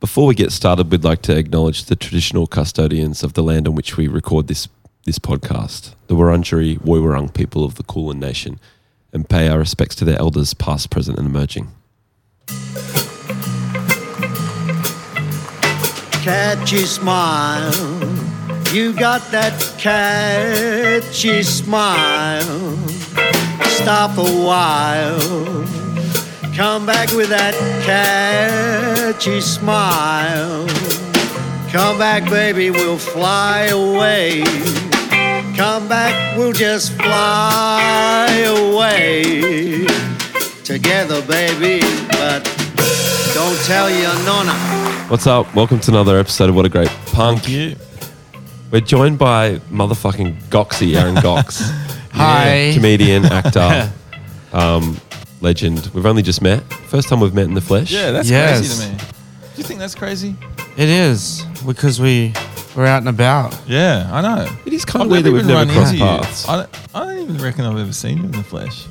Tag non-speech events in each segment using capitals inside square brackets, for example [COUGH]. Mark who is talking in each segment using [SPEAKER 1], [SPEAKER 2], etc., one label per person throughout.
[SPEAKER 1] before we get started, we'd like to acknowledge the traditional custodians of the land on which we record this this podcast, the Wurundjeri Woiwurrung people of the Kulin Nation, and pay our respects to their elders, past, present, and emerging.
[SPEAKER 2] catchy smile. You got that catchy smile. Stop a while. Come back with that catchy smile. Come back, baby, we'll fly away. Come back, we'll just fly away. Together, baby, but don't tell your nonna.
[SPEAKER 1] What's up? Welcome to another episode of What a Great Punk.
[SPEAKER 3] you.
[SPEAKER 1] We're joined by motherfucking Goxie, Aaron Gox.
[SPEAKER 4] Hi.
[SPEAKER 1] Comedian, actor, um, legend. We've only just met. First time we've met in the flesh.
[SPEAKER 3] Yeah, that's
[SPEAKER 4] Yes.
[SPEAKER 3] crazy to me. Do you think that's crazy?
[SPEAKER 4] It is because we were out and about.
[SPEAKER 3] Yeah, I know.
[SPEAKER 1] It is kind of weird that we've never crossed paths.
[SPEAKER 3] I don't, I don't even reckon I've ever seen you in the flesh.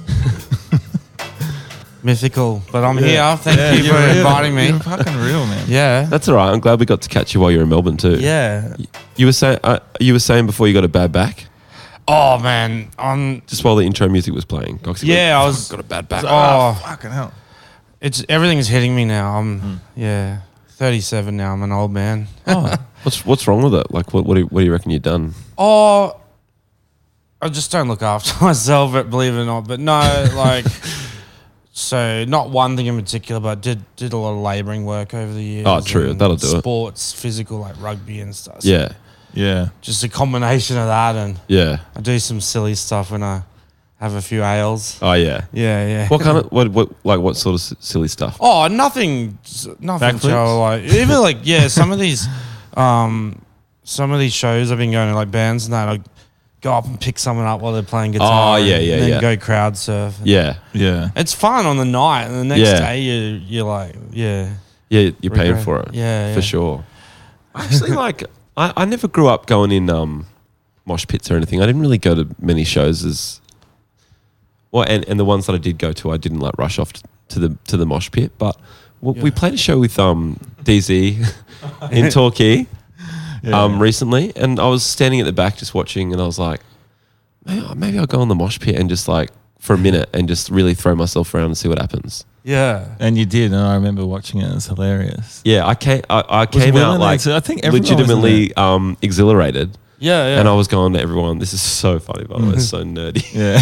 [SPEAKER 4] Mythical, but I'm here. Thank
[SPEAKER 3] Yeah,
[SPEAKER 4] you
[SPEAKER 3] you're
[SPEAKER 4] for
[SPEAKER 3] real.
[SPEAKER 4] inviting me.
[SPEAKER 3] You're fucking real, man.
[SPEAKER 4] [LAUGHS] Yeah.
[SPEAKER 1] That's all right. I'm glad we got to catch you while you're in Melbourne too.
[SPEAKER 4] Yeah.
[SPEAKER 1] You were saying uh, you were saying before you got a bad back,
[SPEAKER 4] Oh man, I'm.
[SPEAKER 1] just while the intro music was playing. Goxie went,
[SPEAKER 4] Yeah, I
[SPEAKER 1] "Fuck,
[SPEAKER 4] was-
[SPEAKER 1] got a bad back.
[SPEAKER 3] Oh,
[SPEAKER 4] Oh,
[SPEAKER 3] fucking hell.
[SPEAKER 4] it's everything's hitting me now. I'm.
[SPEAKER 1] Hmm.
[SPEAKER 4] Yeah. 37 now. I'm an old man.
[SPEAKER 1] Oh, what's what's wrong with it? Like, what what do, you- what do you reckon you've done?
[SPEAKER 4] Oh, I just don't look after [LAUGHS] myself, but believe it or not. But no,
[SPEAKER 1] [LAUGHS]
[SPEAKER 4] like, so not one thing in particular, but did did a lot of labouring work over the years.
[SPEAKER 1] Oh, true.
[SPEAKER 4] and
[SPEAKER 1] That'll do it.
[SPEAKER 4] Sports, physical, like rugby and stuff. So
[SPEAKER 1] Yeah,
[SPEAKER 3] Yeah.
[SPEAKER 4] Just a combination of that, and
[SPEAKER 1] yeah.
[SPEAKER 4] I do some silly stuff when I have a few ales.
[SPEAKER 1] Oh yeah.
[SPEAKER 4] Yeah, yeah.
[SPEAKER 1] What kind of what what like what sort of s- silly stuff?
[SPEAKER 4] Oh, nothing, s- nothing.
[SPEAKER 3] Backflips?
[SPEAKER 4] Joe, like even like yeah, some of these, um, some of these shows I've been going to like bands and that. I go up and pick someone up while they're playing guitar.
[SPEAKER 1] Oh, yeah,
[SPEAKER 4] and
[SPEAKER 1] yeah,
[SPEAKER 4] Then
[SPEAKER 1] yeah.
[SPEAKER 4] go crowd surf.
[SPEAKER 1] Yeah,
[SPEAKER 3] Yeah.
[SPEAKER 4] It's fun on the night, and the next
[SPEAKER 1] Yeah.
[SPEAKER 4] day you you're like yeah.
[SPEAKER 1] yeah. You're paying
[SPEAKER 4] Regret.
[SPEAKER 1] for it.
[SPEAKER 4] Yeah,
[SPEAKER 1] for
[SPEAKER 4] yeah.
[SPEAKER 1] sure. Actually, [LAUGHS] like I, I never grew up going in um mosh pits or anything. I didn't really go to many shows as well, and, and the ones that I did go to, I didn't like rush off t- to the to the mosh pit. But w we
[SPEAKER 4] Yeah.
[SPEAKER 1] played a show with um DZ [LAUGHS] in Torquay
[SPEAKER 3] Yeah.
[SPEAKER 1] um recently, and I was standing at the back just watching, and I was like, maybe, maybe I'll go on the mosh pit and just like for a minute and just really throw myself around and see what happens.
[SPEAKER 4] Yeah.
[SPEAKER 3] and you did, and I remember watching it. It's hilarious.
[SPEAKER 1] Yeah, I came I, I came
[SPEAKER 3] Will
[SPEAKER 1] out
[SPEAKER 3] in
[SPEAKER 1] like
[SPEAKER 3] there too? I think everyone was in
[SPEAKER 1] legitimately um exhilarated.
[SPEAKER 4] Yeah, yeah.
[SPEAKER 1] And I was going to everyone, this is so funny, by the way, it's so
[SPEAKER 3] Mm-hmm. [LAUGHS]
[SPEAKER 1] nerdy.
[SPEAKER 3] Yeah.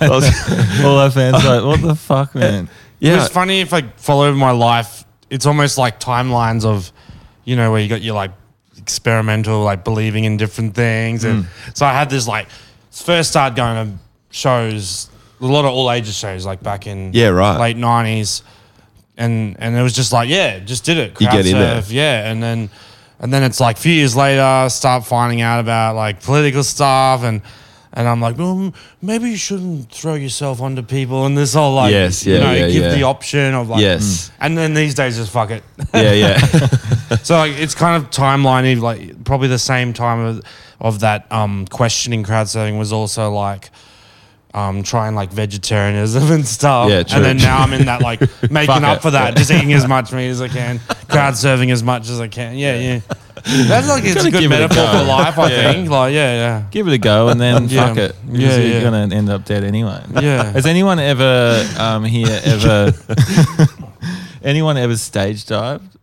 [SPEAKER 1] I was-
[SPEAKER 3] All our fans like, what the fuck, man?
[SPEAKER 1] yeah.
[SPEAKER 4] It's funny if I follow my life. It's almost like timelines of, you know, where you got your like experimental, like believing in different things,
[SPEAKER 1] Mm.
[SPEAKER 4] and so I had this like first started going to shows, a lot of all ages shows, like back in
[SPEAKER 1] Yeah, right.
[SPEAKER 4] late nineties, and and it was just like yeah, just did it.
[SPEAKER 1] You get in there.
[SPEAKER 4] yeah, and then and then it's like a few years later, start finding out about like political stuff and. And I'm like, well, maybe you shouldn't throw yourself onto people and this whole like,
[SPEAKER 1] Yes,
[SPEAKER 4] you
[SPEAKER 1] yeah,
[SPEAKER 4] know,
[SPEAKER 1] yeah,
[SPEAKER 4] give
[SPEAKER 1] yeah.
[SPEAKER 4] the option of like, Mm.
[SPEAKER 1] Yes.
[SPEAKER 4] And then these days, just fuck it. [LAUGHS]
[SPEAKER 1] yeah,
[SPEAKER 3] [LAUGHS]
[SPEAKER 1] yeah. [LAUGHS]
[SPEAKER 4] so like, it's kind of timeline of like probably the same time of, of that um, questioning crowd surfing was also like um, trying like vegetarianism [LAUGHS] and stuff.
[SPEAKER 1] Yeah, true.
[SPEAKER 4] And then now I'm in that
[SPEAKER 1] [LAUGHS]
[SPEAKER 4] like
[SPEAKER 1] Fuck
[SPEAKER 4] making up
[SPEAKER 1] it.
[SPEAKER 4] for that, just eating as much meat as I can,
[SPEAKER 1] [LAUGHS]
[SPEAKER 4] crowd surfing as much as I can. Yeah, yeah. That's like it's
[SPEAKER 3] Gotta
[SPEAKER 4] a good
[SPEAKER 3] give it a
[SPEAKER 4] metaphor
[SPEAKER 3] go.
[SPEAKER 4] for life, I think. Like, yeah,
[SPEAKER 3] Give it a go, and then
[SPEAKER 4] Yeah.
[SPEAKER 3] fuck it. 'cause
[SPEAKER 4] Yeah, yeah.
[SPEAKER 3] you're gonna end up dead anyway.
[SPEAKER 4] yeah, yeah.
[SPEAKER 3] Has anyone ever um, here
[SPEAKER 1] [LAUGHS]
[SPEAKER 3] ever anyone ever stage dived?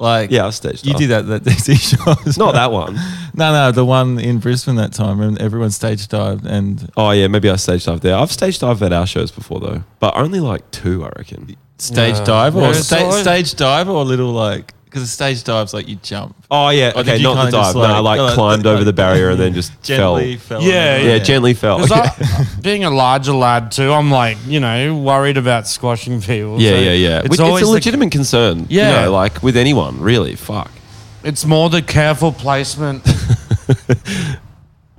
[SPEAKER 3] Like
[SPEAKER 1] yeah, I was staged.
[SPEAKER 3] you
[SPEAKER 1] up.
[SPEAKER 3] did that [LAUGHS] that DC show. as
[SPEAKER 1] Not
[SPEAKER 3] well.
[SPEAKER 1] that
[SPEAKER 3] [LAUGHS]
[SPEAKER 1] one.
[SPEAKER 3] No, no, the one in Brisbane that time, and everyone stage dived, and
[SPEAKER 1] Oh yeah, maybe I stage dived there. I've stage dived at our shows before though, but only like two, I reckon.
[SPEAKER 3] stage
[SPEAKER 4] Yeah.
[SPEAKER 3] dive
[SPEAKER 4] Yeah,
[SPEAKER 3] or
[SPEAKER 4] it's
[SPEAKER 3] sta-
[SPEAKER 4] all right.
[SPEAKER 3] stage dive or little like because a stage dive's like you jump
[SPEAKER 1] Oh yeah,
[SPEAKER 3] Or did
[SPEAKER 1] okay,
[SPEAKER 3] you
[SPEAKER 1] not the
[SPEAKER 3] kinda just,
[SPEAKER 1] dive. no, I
[SPEAKER 3] like-
[SPEAKER 1] like
[SPEAKER 3] like-
[SPEAKER 1] climbed over
[SPEAKER 3] like-
[SPEAKER 1] the barrier and
[SPEAKER 3] [LAUGHS]
[SPEAKER 1] then just
[SPEAKER 3] gently
[SPEAKER 1] fell.
[SPEAKER 3] fell.
[SPEAKER 4] Yeah,
[SPEAKER 1] Yeah, gently fell.
[SPEAKER 4] Because
[SPEAKER 1] Yeah.
[SPEAKER 4] I, being a larger lad too, I'm like, you know, worried about squashing
[SPEAKER 1] [LAUGHS]
[SPEAKER 4] people.
[SPEAKER 1] yeah,
[SPEAKER 4] So
[SPEAKER 1] yeah, yeah. Which-
[SPEAKER 4] It's,
[SPEAKER 1] It's,
[SPEAKER 4] always
[SPEAKER 1] a
[SPEAKER 4] the-
[SPEAKER 1] legitimate concern.
[SPEAKER 4] Yeah.
[SPEAKER 1] you know, like with anyone, really. Fuck.
[SPEAKER 4] it's more the careful placement.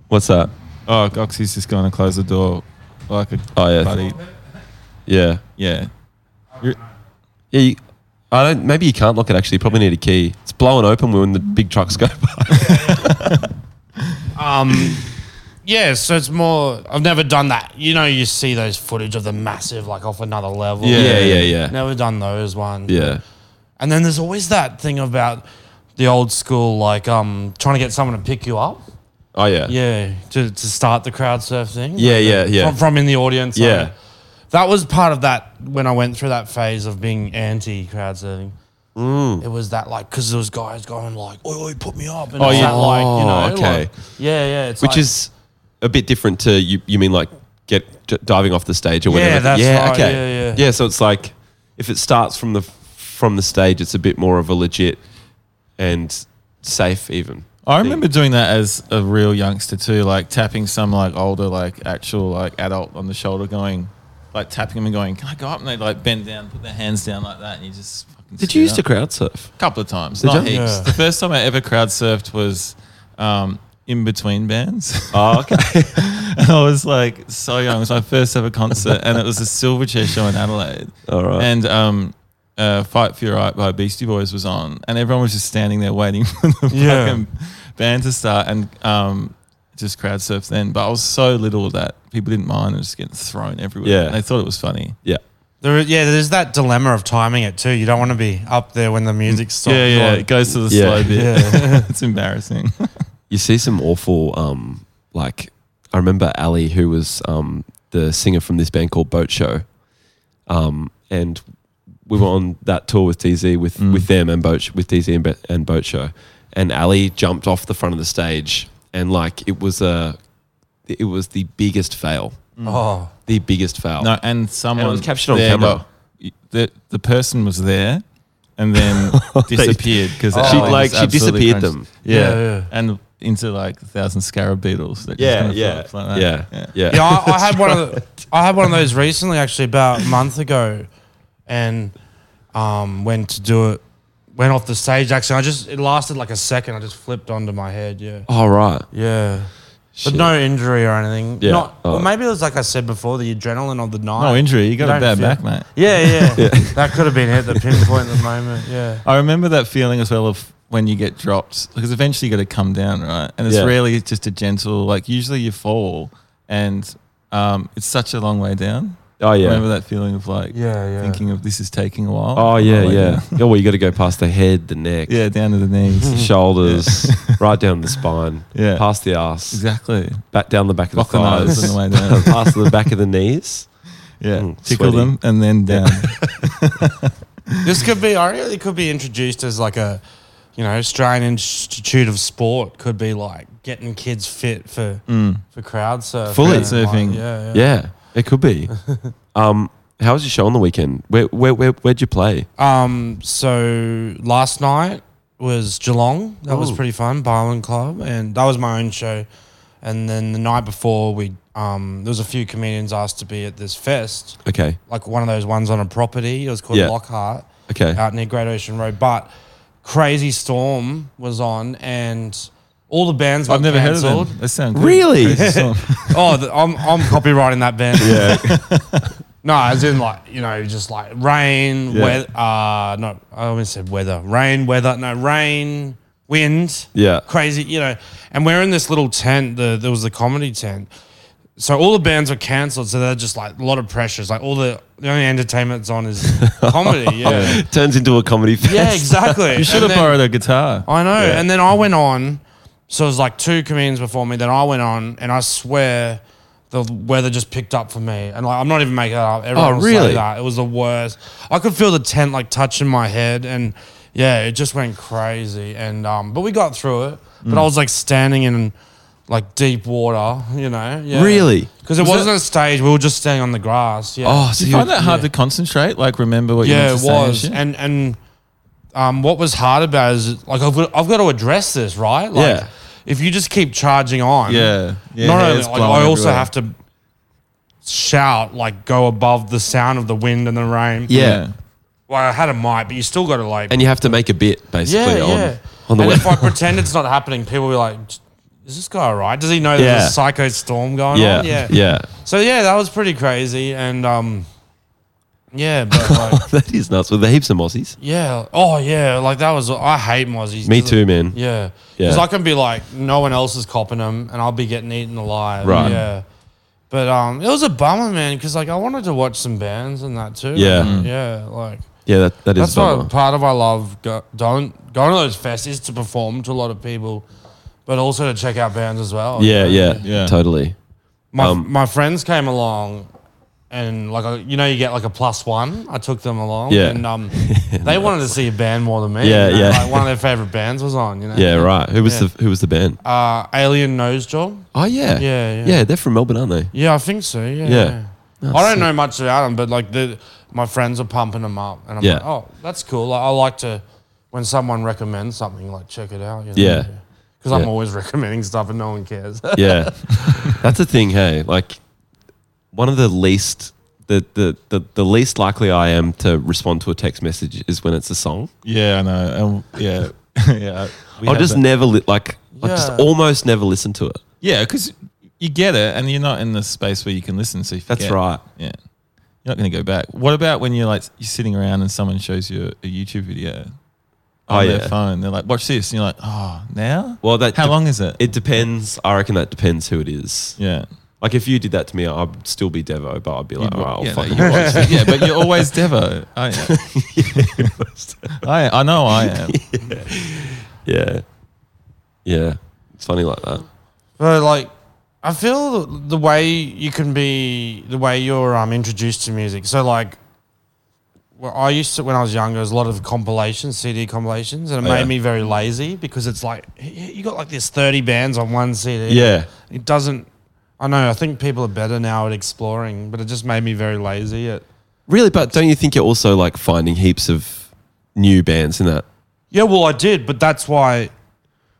[SPEAKER 1] What's that?
[SPEAKER 3] Oh, Goxie's just going to close the door like a
[SPEAKER 1] Oh yeah,
[SPEAKER 3] buddy.
[SPEAKER 1] yeah,
[SPEAKER 3] Yeah,
[SPEAKER 1] yeah. You, I don't. Maybe you can't lock it. Actually, you probably need a key. It's blowing open when the big trucks go [LAUGHS] by.
[SPEAKER 4] Um, [LAUGHS] yeah, so it's more. I've never done that. You know, you see those footage of the massive, like off another level.
[SPEAKER 1] Yeah, yeah, yeah.
[SPEAKER 4] Never done those ones.
[SPEAKER 1] Yeah.
[SPEAKER 4] And then there's always that thing about the old school, like um, trying to get someone to pick you up.
[SPEAKER 1] Oh yeah.
[SPEAKER 4] Yeah, to, to start the crowd surf thing.
[SPEAKER 1] Yeah,
[SPEAKER 4] Like,
[SPEAKER 1] yeah,
[SPEAKER 4] uh,
[SPEAKER 1] yeah.
[SPEAKER 4] From, from in the audience. like,
[SPEAKER 1] Yeah.
[SPEAKER 4] that was part of that when I went through that phase of being anti crowd surfing.
[SPEAKER 1] Mm.
[SPEAKER 4] It was that like because there was guys going like, "Oi, oi, put me up," and
[SPEAKER 1] Oh,
[SPEAKER 4] it's
[SPEAKER 1] yeah.
[SPEAKER 4] that, like you know,
[SPEAKER 1] Oh, okay.
[SPEAKER 4] like- yeah, yeah, it's
[SPEAKER 1] Which
[SPEAKER 4] like-
[SPEAKER 1] is a bit different to you. You mean like get d- diving off the stage or
[SPEAKER 4] Yeah,
[SPEAKER 1] whatever?
[SPEAKER 4] that's
[SPEAKER 1] yeah.
[SPEAKER 4] right.
[SPEAKER 1] Okay.
[SPEAKER 4] Yeah, yeah.
[SPEAKER 1] So it's like if it starts from the from the stage, it's a bit more of a legit and safe even.
[SPEAKER 3] I remember doing that as a real youngster too, like tapping some like older, like actual like adult on the shoulder, going like tapping them and going, "Can I go up?" And they like bend down, put their hands down like that, and you just.
[SPEAKER 1] Did
[SPEAKER 3] Fucking stood
[SPEAKER 1] you used
[SPEAKER 3] up.
[SPEAKER 1] to crowd surf?
[SPEAKER 3] couple of times.
[SPEAKER 1] Did
[SPEAKER 3] not
[SPEAKER 1] ya?
[SPEAKER 3] heaps.
[SPEAKER 4] Yeah.
[SPEAKER 3] The first time I ever crowd surfed was um, in between bands.
[SPEAKER 1] Oh, okay.
[SPEAKER 3] [LAUGHS] and I was like so young. It was my first ever concert, and it was a Silverchair show in Adelaide.
[SPEAKER 1] All right.
[SPEAKER 3] And um, uh, Fight for Your Right by Beastie Boys was on, and everyone was just standing there waiting [LAUGHS] for the
[SPEAKER 4] Yeah.
[SPEAKER 3] fucking band to start, and um, just crowd surfed then. But I was so little that people didn't mind. I was just getting thrown everywhere.
[SPEAKER 1] Yeah.
[SPEAKER 3] And they thought it was funny.
[SPEAKER 1] yeah.
[SPEAKER 4] there, yeah, there's that dilemma of timing it too. You don't want to be up there when the music stops.
[SPEAKER 3] yeah, yeah.
[SPEAKER 4] You're
[SPEAKER 3] It goes to the
[SPEAKER 1] Mm. Yeah. Oh.
[SPEAKER 3] slow bit.
[SPEAKER 4] Yeah.
[SPEAKER 3] [LAUGHS] it's embarrassing.
[SPEAKER 1] You see some awful, um, like I remember Ali, who was um, the singer from this band called Boat Show, um, and we were on that tour with DZ with
[SPEAKER 3] Mm.
[SPEAKER 1] with them and Boat with DZ and, Bo- and Boat Show, and Ali jumped off the front of the stage and like it was a, it was the biggest fail,
[SPEAKER 4] like, oh,
[SPEAKER 1] the biggest fail.
[SPEAKER 3] No, and someone
[SPEAKER 1] was captured on
[SPEAKER 3] there
[SPEAKER 1] camera.
[SPEAKER 3] got- the the person was there,
[SPEAKER 1] [LAUGHS]
[SPEAKER 3] and then [LAUGHS] disappeared because
[SPEAKER 1] She, like, she disappeared them.
[SPEAKER 3] Yeah.
[SPEAKER 4] Yeah, yeah.
[SPEAKER 3] and into like a thousand scarab beetles. That just
[SPEAKER 1] Yeah,
[SPEAKER 3] kinda
[SPEAKER 1] yeah,
[SPEAKER 3] flops like that.
[SPEAKER 1] yeah, yeah,
[SPEAKER 4] yeah. I, I had one of the, I had one of those recently, actually, about a month ago, and um, went to do it. Went off the stage. Actually, I just it lasted like a second. I just flipped onto my head. Yeah.
[SPEAKER 1] All Oh, right.
[SPEAKER 4] Yeah.
[SPEAKER 1] Shit.
[SPEAKER 4] But no injury or anything.
[SPEAKER 1] Yeah.
[SPEAKER 4] Not,
[SPEAKER 1] Oh.
[SPEAKER 4] Well, maybe it was like I said before, the adrenaline of the night.
[SPEAKER 3] No injury. You got
[SPEAKER 4] Don't
[SPEAKER 3] a bad
[SPEAKER 4] feel-
[SPEAKER 3] back, mate.
[SPEAKER 4] Yeah, yeah. That could have been it, the pinpoint at the moment. Yeah.
[SPEAKER 3] I remember that feeling as well of when you get dropped because eventually you got to come down, right? And it's
[SPEAKER 1] Yeah.
[SPEAKER 3] really just a gentle. Like usually you fall, and um, it's such a long way down.
[SPEAKER 1] Oh
[SPEAKER 3] Remember
[SPEAKER 1] yeah.
[SPEAKER 3] that feeling of like
[SPEAKER 4] Yeah, yeah.
[SPEAKER 3] thinking of this is taking a while.
[SPEAKER 1] Oh
[SPEAKER 3] I'm
[SPEAKER 1] yeah,
[SPEAKER 3] not way
[SPEAKER 1] yeah.
[SPEAKER 3] down.
[SPEAKER 1] Oh well, you got to go past the head, the neck,
[SPEAKER 3] yeah, down to the
[SPEAKER 1] [LAUGHS]
[SPEAKER 3] knees.
[SPEAKER 4] Mm-hmm.
[SPEAKER 1] shoulders, right down the spine,
[SPEAKER 3] Yeah.
[SPEAKER 1] past the ass,
[SPEAKER 3] Exactly.
[SPEAKER 1] back down the back of
[SPEAKER 3] Lock
[SPEAKER 1] the
[SPEAKER 3] the nose
[SPEAKER 1] thighs,
[SPEAKER 3] on the way
[SPEAKER 1] [LAUGHS]
[SPEAKER 3] down.
[SPEAKER 1] past the back of the knees.
[SPEAKER 3] Yeah.
[SPEAKER 1] Mm,
[SPEAKER 3] Tickle
[SPEAKER 1] sweaty.
[SPEAKER 3] them and then down.
[SPEAKER 1] [LAUGHS]
[SPEAKER 4] This could be, I really could be introduced as like a, you know, Australian Institute of Sport could be like getting kids fit for for crowd surfing.
[SPEAKER 1] Mm. Fully.
[SPEAKER 4] Like,
[SPEAKER 3] Surfing.
[SPEAKER 4] Yeah, yeah.
[SPEAKER 1] Yeah, it could
[SPEAKER 4] [LAUGHS]
[SPEAKER 1] be. um, how was your show on the weekend? Where where where where'd you play?
[SPEAKER 4] Um, so last night was Geelong. That was
[SPEAKER 1] Ooh.
[SPEAKER 4] pretty fun, Barwon Club, and that was my own show. And then the night before, we um, there was a few comedians asked to be at this fest,
[SPEAKER 1] Okay,
[SPEAKER 4] like one of those ones on a property. It was called
[SPEAKER 1] Yeah.
[SPEAKER 4] Lockhart,
[SPEAKER 1] okay.
[SPEAKER 4] out near Great Ocean Road. But Crazy Storm was on, and all the bands. Got
[SPEAKER 3] I've never
[SPEAKER 4] cancelled.
[SPEAKER 3] heard of them. That sounds good.
[SPEAKER 1] Really? [LAUGHS]
[SPEAKER 3] Crazy song.
[SPEAKER 4] Oh, the, I'm I'm copywriting that
[SPEAKER 3] [LAUGHS]
[SPEAKER 4] band. Yeah. no, as in like you know, just like rain,
[SPEAKER 3] Yeah.
[SPEAKER 4] weather. Uh, no, I always said weather. Rain, weather. No, rain, wind.
[SPEAKER 1] Yeah.
[SPEAKER 4] Crazy, you know. And we're in this little tent. The there was the comedy tent. So all the bands were cancelled. So they're just like a lot of pressures. Like all the the only entertainment that's on is comedy. Yeah.
[SPEAKER 1] [LAUGHS] Turns into a comedy fest.
[SPEAKER 4] yeah, exactly.
[SPEAKER 3] you should have borrowed a guitar.
[SPEAKER 4] I know.
[SPEAKER 1] Yeah.
[SPEAKER 4] And then I went on. So it was like two comedians before me. Then I went on, and I swear the weather just picked up for me. And like, I'm not even making that up. Everyone
[SPEAKER 1] Oh,
[SPEAKER 4] was saying
[SPEAKER 1] really?
[SPEAKER 4] that. It was the worst. I could feel the tent like touching my head, and yeah, it just went crazy. And um, but we got through it.
[SPEAKER 1] Mm.
[SPEAKER 4] But I was like standing in like deep water, you know? Yeah.
[SPEAKER 1] Really?
[SPEAKER 4] Because it
[SPEAKER 3] Was
[SPEAKER 4] wasn't a stage. We were just standing on the grass. Yeah.
[SPEAKER 1] Oh, so
[SPEAKER 3] Do you
[SPEAKER 1] you,
[SPEAKER 3] find that hard to concentrate? Like remember what you
[SPEAKER 4] Yeah, it
[SPEAKER 3] meant to say and
[SPEAKER 4] was.
[SPEAKER 3] shit?
[SPEAKER 4] And and um, what was hard about it is like I've got, I've got to address this, right? Like
[SPEAKER 1] Yeah.
[SPEAKER 4] if you just keep charging on,
[SPEAKER 3] yeah, yeah.
[SPEAKER 4] not only
[SPEAKER 3] hair's
[SPEAKER 4] like,
[SPEAKER 3] blowing
[SPEAKER 4] I also
[SPEAKER 3] everywhere.
[SPEAKER 4] have to shout, like go above the sound of the wind and the rain.
[SPEAKER 1] Yeah.
[SPEAKER 4] Well, I had a mic, but you still got to like
[SPEAKER 1] and you have to make a bit basically
[SPEAKER 4] yeah,
[SPEAKER 1] on
[SPEAKER 4] yeah.
[SPEAKER 1] on the
[SPEAKER 4] and
[SPEAKER 1] way. [LAUGHS]
[SPEAKER 4] if I pretend it's not happening, people will be like, "Is this guy alright? Does he know
[SPEAKER 1] Yeah.
[SPEAKER 4] there's a psycho storm going
[SPEAKER 1] yeah,
[SPEAKER 4] on?"
[SPEAKER 1] yeah, [LAUGHS]
[SPEAKER 4] Yeah. So yeah, that was pretty crazy, and um, yeah, but like.
[SPEAKER 1] That is nuts. With the heaps of mossies.
[SPEAKER 4] Yeah. Oh, yeah. Like that was. I hate mozzies.
[SPEAKER 1] Me too, man.
[SPEAKER 4] Yeah.
[SPEAKER 1] Yeah.
[SPEAKER 4] Because I can be like, no one else is copping them, and I'll be getting eaten alive.
[SPEAKER 1] Right.
[SPEAKER 4] Yeah. But um, it was a bummer, man. Because like I wanted to watch some bands and that too.
[SPEAKER 1] Yeah.
[SPEAKER 4] Like, yeah. Like
[SPEAKER 1] Yeah, that, that is
[SPEAKER 4] That's why
[SPEAKER 1] bummer.
[SPEAKER 4] part of I love go, don't going to those fests is to perform to a lot of people, but also to check out bands as well.
[SPEAKER 1] Yeah, yeah,
[SPEAKER 3] Yeah.
[SPEAKER 1] totally.
[SPEAKER 4] My
[SPEAKER 1] Um,
[SPEAKER 4] my friends came along, and like I- you know, you get like a plus one. I took them along,
[SPEAKER 1] Yeah. [LAUGHS]
[SPEAKER 4] and um, they wanted to see a band more than me.
[SPEAKER 1] Yeah,
[SPEAKER 4] you know,
[SPEAKER 1] yeah.
[SPEAKER 4] Like one of their favorite bands was on, you know. [LAUGHS]
[SPEAKER 1] Yeah, right. Who was
[SPEAKER 4] Yeah.
[SPEAKER 1] the Who was the band?
[SPEAKER 4] Uh, Alien Nose Job.
[SPEAKER 1] Oh yeah,
[SPEAKER 4] yeah, yeah.
[SPEAKER 1] yeah. They're from Melbourne, aren't
[SPEAKER 3] [LAUGHS]
[SPEAKER 1] they?
[SPEAKER 4] Yeah, I think so. Yeah.
[SPEAKER 1] Yeah.
[SPEAKER 4] I don't know much about them, but like the my friends are pumping them up, and I'm
[SPEAKER 1] Yeah.
[SPEAKER 4] like, oh, that's cool. Like, I like to when someone recommends something, like check it out. You know?
[SPEAKER 1] Yeah.
[SPEAKER 4] Because I'm
[SPEAKER 1] Yeah.
[SPEAKER 4] always [LAUGHS] recommending stuff and no one cares.
[SPEAKER 1] Yeah, that's the thing. Hey, like one of the least the, the the the least likely I am to respond to a text message is when it's a song.
[SPEAKER 3] Yeah, I know. Um,
[SPEAKER 4] [LAUGHS]
[SPEAKER 3] yeah, yeah. we
[SPEAKER 1] I'll
[SPEAKER 3] had
[SPEAKER 1] just
[SPEAKER 3] that.
[SPEAKER 1] never li- like. I just
[SPEAKER 4] Yeah.
[SPEAKER 1] almost never listen to it.
[SPEAKER 3] yeah, because you get it, and you're not in the space where you can listen. So you
[SPEAKER 1] That's
[SPEAKER 3] forget.
[SPEAKER 1] right.
[SPEAKER 3] Yeah, you're not going to go back. What about when you're like you're sitting around and someone shows you a YouTube video
[SPEAKER 1] Oh,
[SPEAKER 3] on their
[SPEAKER 1] yeah.
[SPEAKER 3] phone? They're like, "Watch this," and you're like, "Oh,
[SPEAKER 4] [LAUGHS]
[SPEAKER 3] now?
[SPEAKER 1] Well, that
[SPEAKER 3] How
[SPEAKER 1] de-
[SPEAKER 3] long is it?"
[SPEAKER 1] It depends. I reckon that depends who it is.
[SPEAKER 3] yeah.
[SPEAKER 1] Like if you did that to me, I'd still be Devo, but I'd be like,
[SPEAKER 3] You'd
[SPEAKER 1] all
[SPEAKER 4] Oh,
[SPEAKER 3] wa-
[SPEAKER 1] right, I'll
[SPEAKER 3] yeah, no,
[SPEAKER 1] fucking
[SPEAKER 3] you
[SPEAKER 1] watch
[SPEAKER 3] watch
[SPEAKER 4] [LAUGHS]
[SPEAKER 3] it. yeah, but you're always Devo. I am. I, I know I
[SPEAKER 4] [LAUGHS]
[SPEAKER 3] am.
[SPEAKER 1] Yeah. Yeah. It's funny like that.
[SPEAKER 4] But like, I feel the, the way you can be, the way you're um, introduced to music. So like, well, I used to when I was younger, there was a lot of compilations, CD compilations, and it
[SPEAKER 1] Oh,
[SPEAKER 4] made
[SPEAKER 1] yeah.
[SPEAKER 4] me very lazy because it's like y- y- you got like this thirty bands on one CD.
[SPEAKER 1] Yeah.
[SPEAKER 4] it doesn't. I know. I think people are better now at exploring, but it just made me very lazy. At
[SPEAKER 1] Really, but don't you think you're also like finding heaps of new bands in that?
[SPEAKER 4] yeah, well, I did, but that's why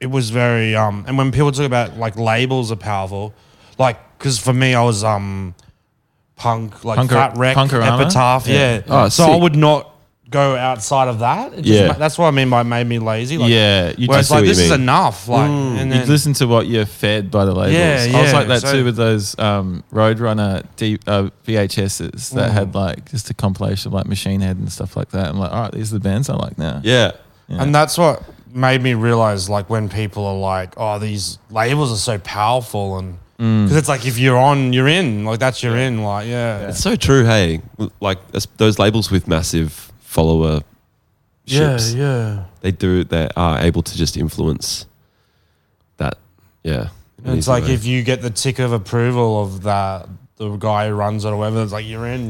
[SPEAKER 4] it was very. Um, and when people talk about like labels are powerful, like because for me, I was um, punk, like
[SPEAKER 3] Punker-
[SPEAKER 4] Fat Wreck,
[SPEAKER 3] Punkorama?
[SPEAKER 4] Epitaph, yeah.
[SPEAKER 1] Oh,
[SPEAKER 4] so I
[SPEAKER 1] sick.
[SPEAKER 4] would not go outside of that. It just
[SPEAKER 1] Yeah.
[SPEAKER 4] ma- that's what I mean by it made me lazy. Like,
[SPEAKER 3] Yeah, you
[SPEAKER 4] where
[SPEAKER 1] I
[SPEAKER 4] it's
[SPEAKER 1] see
[SPEAKER 4] like
[SPEAKER 1] what you
[SPEAKER 4] this is
[SPEAKER 1] mean. Mm.
[SPEAKER 4] enough. Like, and
[SPEAKER 3] You
[SPEAKER 4] then,
[SPEAKER 3] listen to what you're fed by the labels.
[SPEAKER 4] Yeah,
[SPEAKER 3] I was
[SPEAKER 4] yeah,
[SPEAKER 3] like that
[SPEAKER 4] so-
[SPEAKER 3] too with those um, Roadrunner D, uh, VHSs that
[SPEAKER 4] Mm.
[SPEAKER 3] had like just a compilation of like Machine Head and stuff like that. I'm like, all right, these are the bands I like now.
[SPEAKER 1] Yeah.
[SPEAKER 4] and that's what made me realize like when people are like, oh, these labels are so powerful and.
[SPEAKER 1] Mm.
[SPEAKER 4] Because it's like if you're on, you're in. Like that's your in. Like yeah,
[SPEAKER 1] It's so true, hey. Like as- those labels with massive follower ships,
[SPEAKER 4] yeah, yeah.
[SPEAKER 1] they do they are able to just influence that. Yeah. in an
[SPEAKER 4] And it's
[SPEAKER 1] easy
[SPEAKER 4] like
[SPEAKER 1] way.
[SPEAKER 4] if you get the tick of approval of that, the guy who runs it or whatever, it's like you're in.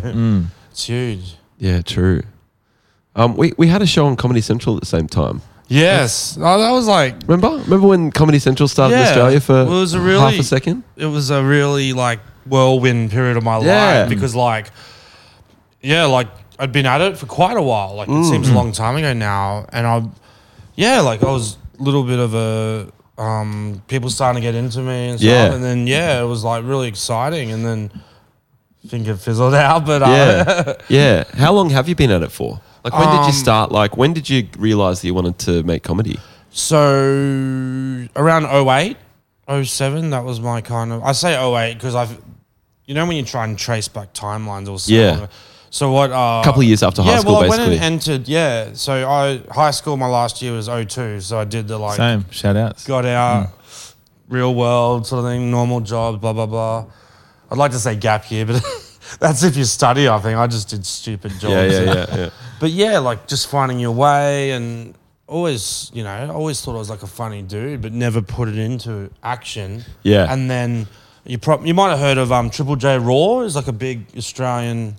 [SPEAKER 1] Yeah. [LAUGHS] Mm.
[SPEAKER 4] yeah. it's huge.
[SPEAKER 1] Yeah, true. Um, we, we had a show on Comedy Central at the same time.
[SPEAKER 4] Yes, oh, that was like
[SPEAKER 1] Remember? Remember when Comedy Central started in
[SPEAKER 4] Yeah.
[SPEAKER 1] Australia for
[SPEAKER 4] Well, it was a
[SPEAKER 1] half
[SPEAKER 4] really-
[SPEAKER 1] a second?
[SPEAKER 4] [LAUGHS] it was a really like whirlwind period of my
[SPEAKER 1] Yeah.
[SPEAKER 4] life because like yeah like i'd been at it for quite a while like it
[SPEAKER 1] Mm.
[SPEAKER 4] seems a long time ago now and i yeah like i was a little bit of a um people starting to get into me and stuff
[SPEAKER 1] Yeah.
[SPEAKER 4] and then yeah it was like really exciting and then I think it fizzled [LAUGHS] out but uh,
[SPEAKER 1] Yeah. yeah. How long have you been at it for? Like, when did you
[SPEAKER 4] Um,
[SPEAKER 1] start? Like, when did you realize that you wanted to make comedy?
[SPEAKER 4] So around 08, 07, that was my kind of. I say 08 because I've, you know, when you try and trace back timelines or something.
[SPEAKER 1] Yeah.
[SPEAKER 4] So what? Uh,
[SPEAKER 1] A couple of years after high
[SPEAKER 4] yeah,
[SPEAKER 1] school,
[SPEAKER 4] well, I
[SPEAKER 1] basically.
[SPEAKER 4] went and entered. Yeah. So I high school, my last year was 02. So I did the like
[SPEAKER 3] Same. Shout outs.
[SPEAKER 4] got out,
[SPEAKER 1] Mm.
[SPEAKER 4] real world sort of thing, normal jobs, blah blah blah. I'd like to say gap year, but [LAUGHS] that's if you study. I think I just did stupid jobs.
[SPEAKER 1] yeah, yeah, yeah,
[SPEAKER 4] [LAUGHS]
[SPEAKER 1] yeah.
[SPEAKER 4] But yeah, like just finding your way and always, you know, I always thought I was like a funny dude, but never put it into action.
[SPEAKER 1] Yeah.
[SPEAKER 4] And then you prob- you might have heard of um, Triple J Raw is like a big Australian.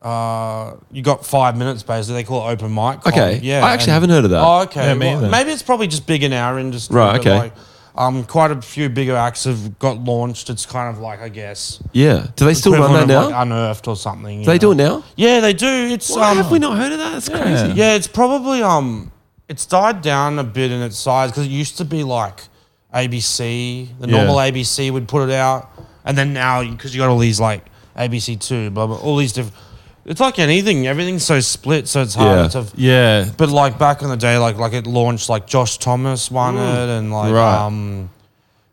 [SPEAKER 4] Uh, you got five minutes basically. They call it open mic. com.
[SPEAKER 1] Okay.
[SPEAKER 4] Yeah.
[SPEAKER 1] I actually
[SPEAKER 4] and-
[SPEAKER 1] haven't heard of that.
[SPEAKER 4] Oh, okay.
[SPEAKER 3] Yeah, me
[SPEAKER 4] Well,
[SPEAKER 3] either.
[SPEAKER 4] maybe it's probably just big in our industry.
[SPEAKER 1] Right,
[SPEAKER 4] but,
[SPEAKER 1] okay.
[SPEAKER 4] Like, um, quite a few bigger acts have got launched. It's kind of like I guess
[SPEAKER 1] Yeah. Do they still run that
[SPEAKER 4] equivalent
[SPEAKER 1] now?
[SPEAKER 4] of, like, unearthed or something.
[SPEAKER 1] do they do it now?
[SPEAKER 4] Yeah, they do. It's
[SPEAKER 1] Why
[SPEAKER 4] um,
[SPEAKER 1] have we not heard of that? That's crazy.
[SPEAKER 3] Yeah.
[SPEAKER 4] [LAUGHS] yeah, it's probably um, it's died down a bit in its size because it used to be like ABC, the
[SPEAKER 3] Yeah.
[SPEAKER 4] normal ABC would put it out, and then now because you got all these like ABC two, blah blah, all these different. It's like anything; everything's so split, so it's hard
[SPEAKER 1] Yeah.
[SPEAKER 4] to.
[SPEAKER 3] Yeah.
[SPEAKER 4] But like back in the day, like like it launched like Josh Thomas won it, and like
[SPEAKER 3] Mm. Right.
[SPEAKER 4] um,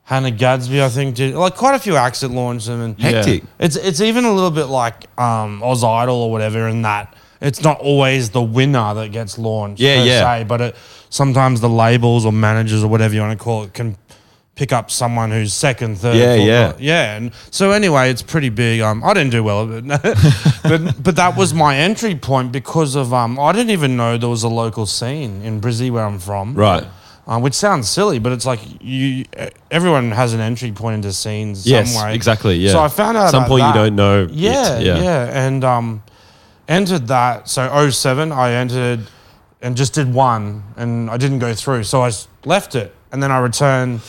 [SPEAKER 4] Hannah Gadsby, I think did like quite a few acts that launched them, and
[SPEAKER 1] Hectic.
[SPEAKER 4] it's it's even a little bit like um, Oz Idol or whatever in that it's not always the winner that gets launched.
[SPEAKER 1] Yeah,
[SPEAKER 4] per
[SPEAKER 1] yeah.
[SPEAKER 4] se, but it, sometimes the labels or managers or whatever you want to call it can pick up someone who's second, third.
[SPEAKER 1] Yeah,
[SPEAKER 4] fourth,
[SPEAKER 1] yeah.
[SPEAKER 4] fourth. yeah. And so anyway, it's pretty big. Um, I didn't do well, but [LAUGHS] but, but that was my entry point because of um, I didn't even know there was a local scene in Brizzy where I'm from.
[SPEAKER 1] Right.
[SPEAKER 4] Um, which sounds silly, but it's like you. Everyone has an entry point into scenes.
[SPEAKER 1] Yes,
[SPEAKER 4] some way.
[SPEAKER 1] exactly. Yeah.
[SPEAKER 4] So I found out
[SPEAKER 1] some
[SPEAKER 4] about
[SPEAKER 1] point
[SPEAKER 4] that.
[SPEAKER 1] you don't know. it,
[SPEAKER 4] Yeah, yeah, and um, entered that. So 07, I entered and just did one, and I didn't go through, so I s- left it, and then I returned.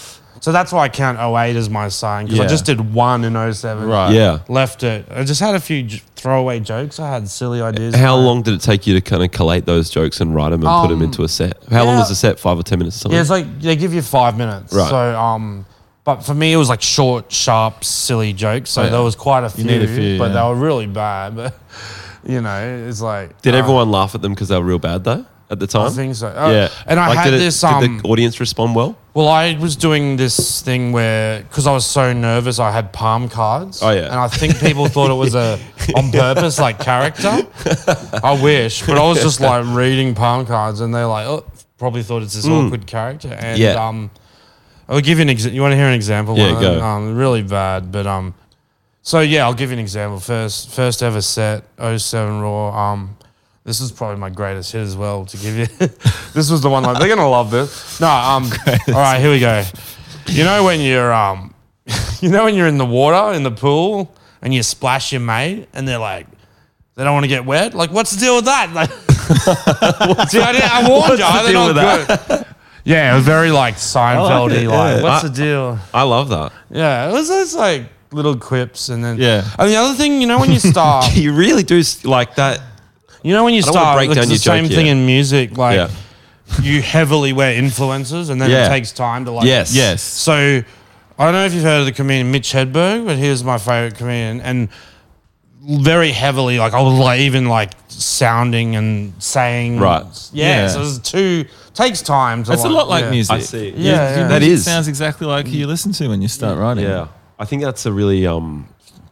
[SPEAKER 4] So that's why I count 08 as my sign because
[SPEAKER 1] Yeah.
[SPEAKER 4] I just did one in 07.
[SPEAKER 3] Right.
[SPEAKER 1] Yeah.
[SPEAKER 4] Left it. I just had a few j- throwaway jokes. I had silly ideas.
[SPEAKER 1] How long did it take you to kind of collate those jokes and write them and put them
[SPEAKER 4] Um,
[SPEAKER 1] into a set? How long
[SPEAKER 4] yeah.
[SPEAKER 1] was the set? Five or ten minutes? or Something?
[SPEAKER 4] Yeah, it's like they give you five minutes.
[SPEAKER 1] Right.
[SPEAKER 4] So, um, but for me, it was like short, sharp, silly jokes. So
[SPEAKER 3] Yeah.
[SPEAKER 4] there was quite a few,
[SPEAKER 3] need a few,
[SPEAKER 4] but
[SPEAKER 3] yeah.
[SPEAKER 4] they were really bad. [LAUGHS] But you know, it's like
[SPEAKER 1] Did
[SPEAKER 4] uh,
[SPEAKER 1] everyone laugh at them because they were real bad though at the time?
[SPEAKER 4] I think so. Uh,
[SPEAKER 1] yeah.
[SPEAKER 4] and I
[SPEAKER 1] Like,
[SPEAKER 4] had
[SPEAKER 1] did it-
[SPEAKER 4] this.
[SPEAKER 1] Did
[SPEAKER 4] Um,
[SPEAKER 1] the audience respond well?
[SPEAKER 4] well, I was doing this thing where because I was so nervous, I had palm cards.
[SPEAKER 1] Oh, yeah.
[SPEAKER 4] and I think people thought it
[SPEAKER 1] [LAUGHS]
[SPEAKER 4] was a on purpose like character. I wish, but I was just like reading palm cards, and they're like, oh, probably thought it's this awkward character. And
[SPEAKER 1] Mm. Yeah.
[SPEAKER 4] um, I'll give you an example. You want to hear an example?
[SPEAKER 1] Yeah,
[SPEAKER 4] One of
[SPEAKER 1] go.
[SPEAKER 4] them, Um, really bad, but um, so yeah, I'll give you an example. First, first ever set, 07 Raw. Um, this is probably my greatest hit as well to give you. [LAUGHS] this was the one like they're gonna love this. No,
[SPEAKER 1] [LAUGHS]
[SPEAKER 4] um, all right, here we go. You know when you're um, [LAUGHS] you know when you're in the water in the pool and you splash your mate and they're like, they don't want to get wet. Like, what's the deal with that?
[SPEAKER 1] [LAUGHS]
[SPEAKER 4] Like, [LAUGHS] see, I, didn't, I warned you.
[SPEAKER 1] the
[SPEAKER 4] They're
[SPEAKER 1] deal
[SPEAKER 4] not good. Yeah, it was very like Seinfeld-y.
[SPEAKER 1] it,
[SPEAKER 4] like,
[SPEAKER 1] Oh, yeah.
[SPEAKER 4] what's
[SPEAKER 1] I-
[SPEAKER 4] the deal?
[SPEAKER 1] I love that.
[SPEAKER 4] Yeah, it was those like little quips, and then
[SPEAKER 3] Yeah.
[SPEAKER 4] And the other thing, you know, when you start,
[SPEAKER 1] [LAUGHS] [LAUGHS] You really do s- like that.
[SPEAKER 4] you know, when you
[SPEAKER 1] don't wanna
[SPEAKER 4] start,
[SPEAKER 1] break
[SPEAKER 4] it's
[SPEAKER 1] down
[SPEAKER 4] the
[SPEAKER 1] your joke
[SPEAKER 4] same thing
[SPEAKER 1] yet.
[SPEAKER 4] in music. Like
[SPEAKER 1] Yeah.
[SPEAKER 4] you heavily wear influences, and then
[SPEAKER 1] Yeah.
[SPEAKER 4] it takes time to like
[SPEAKER 1] Yes.
[SPEAKER 3] Yes.
[SPEAKER 4] So I don't know if you've heard of the comedian Mitch Hedberg, but he was my favorite comedian, and very heavily, like I was like even like sounding and saying,
[SPEAKER 1] Right.
[SPEAKER 4] Yeah,
[SPEAKER 3] Yeah.
[SPEAKER 4] so it's two takes time. To
[SPEAKER 3] It's a
[SPEAKER 4] like-
[SPEAKER 3] lot like
[SPEAKER 4] yeah.
[SPEAKER 3] music.
[SPEAKER 1] I see.
[SPEAKER 4] Yeah, yeah.
[SPEAKER 3] your
[SPEAKER 1] That
[SPEAKER 3] music
[SPEAKER 1] is.
[SPEAKER 3] sounds exactly like who you listen to when you start writing.
[SPEAKER 1] Yeah. I think that's a really um,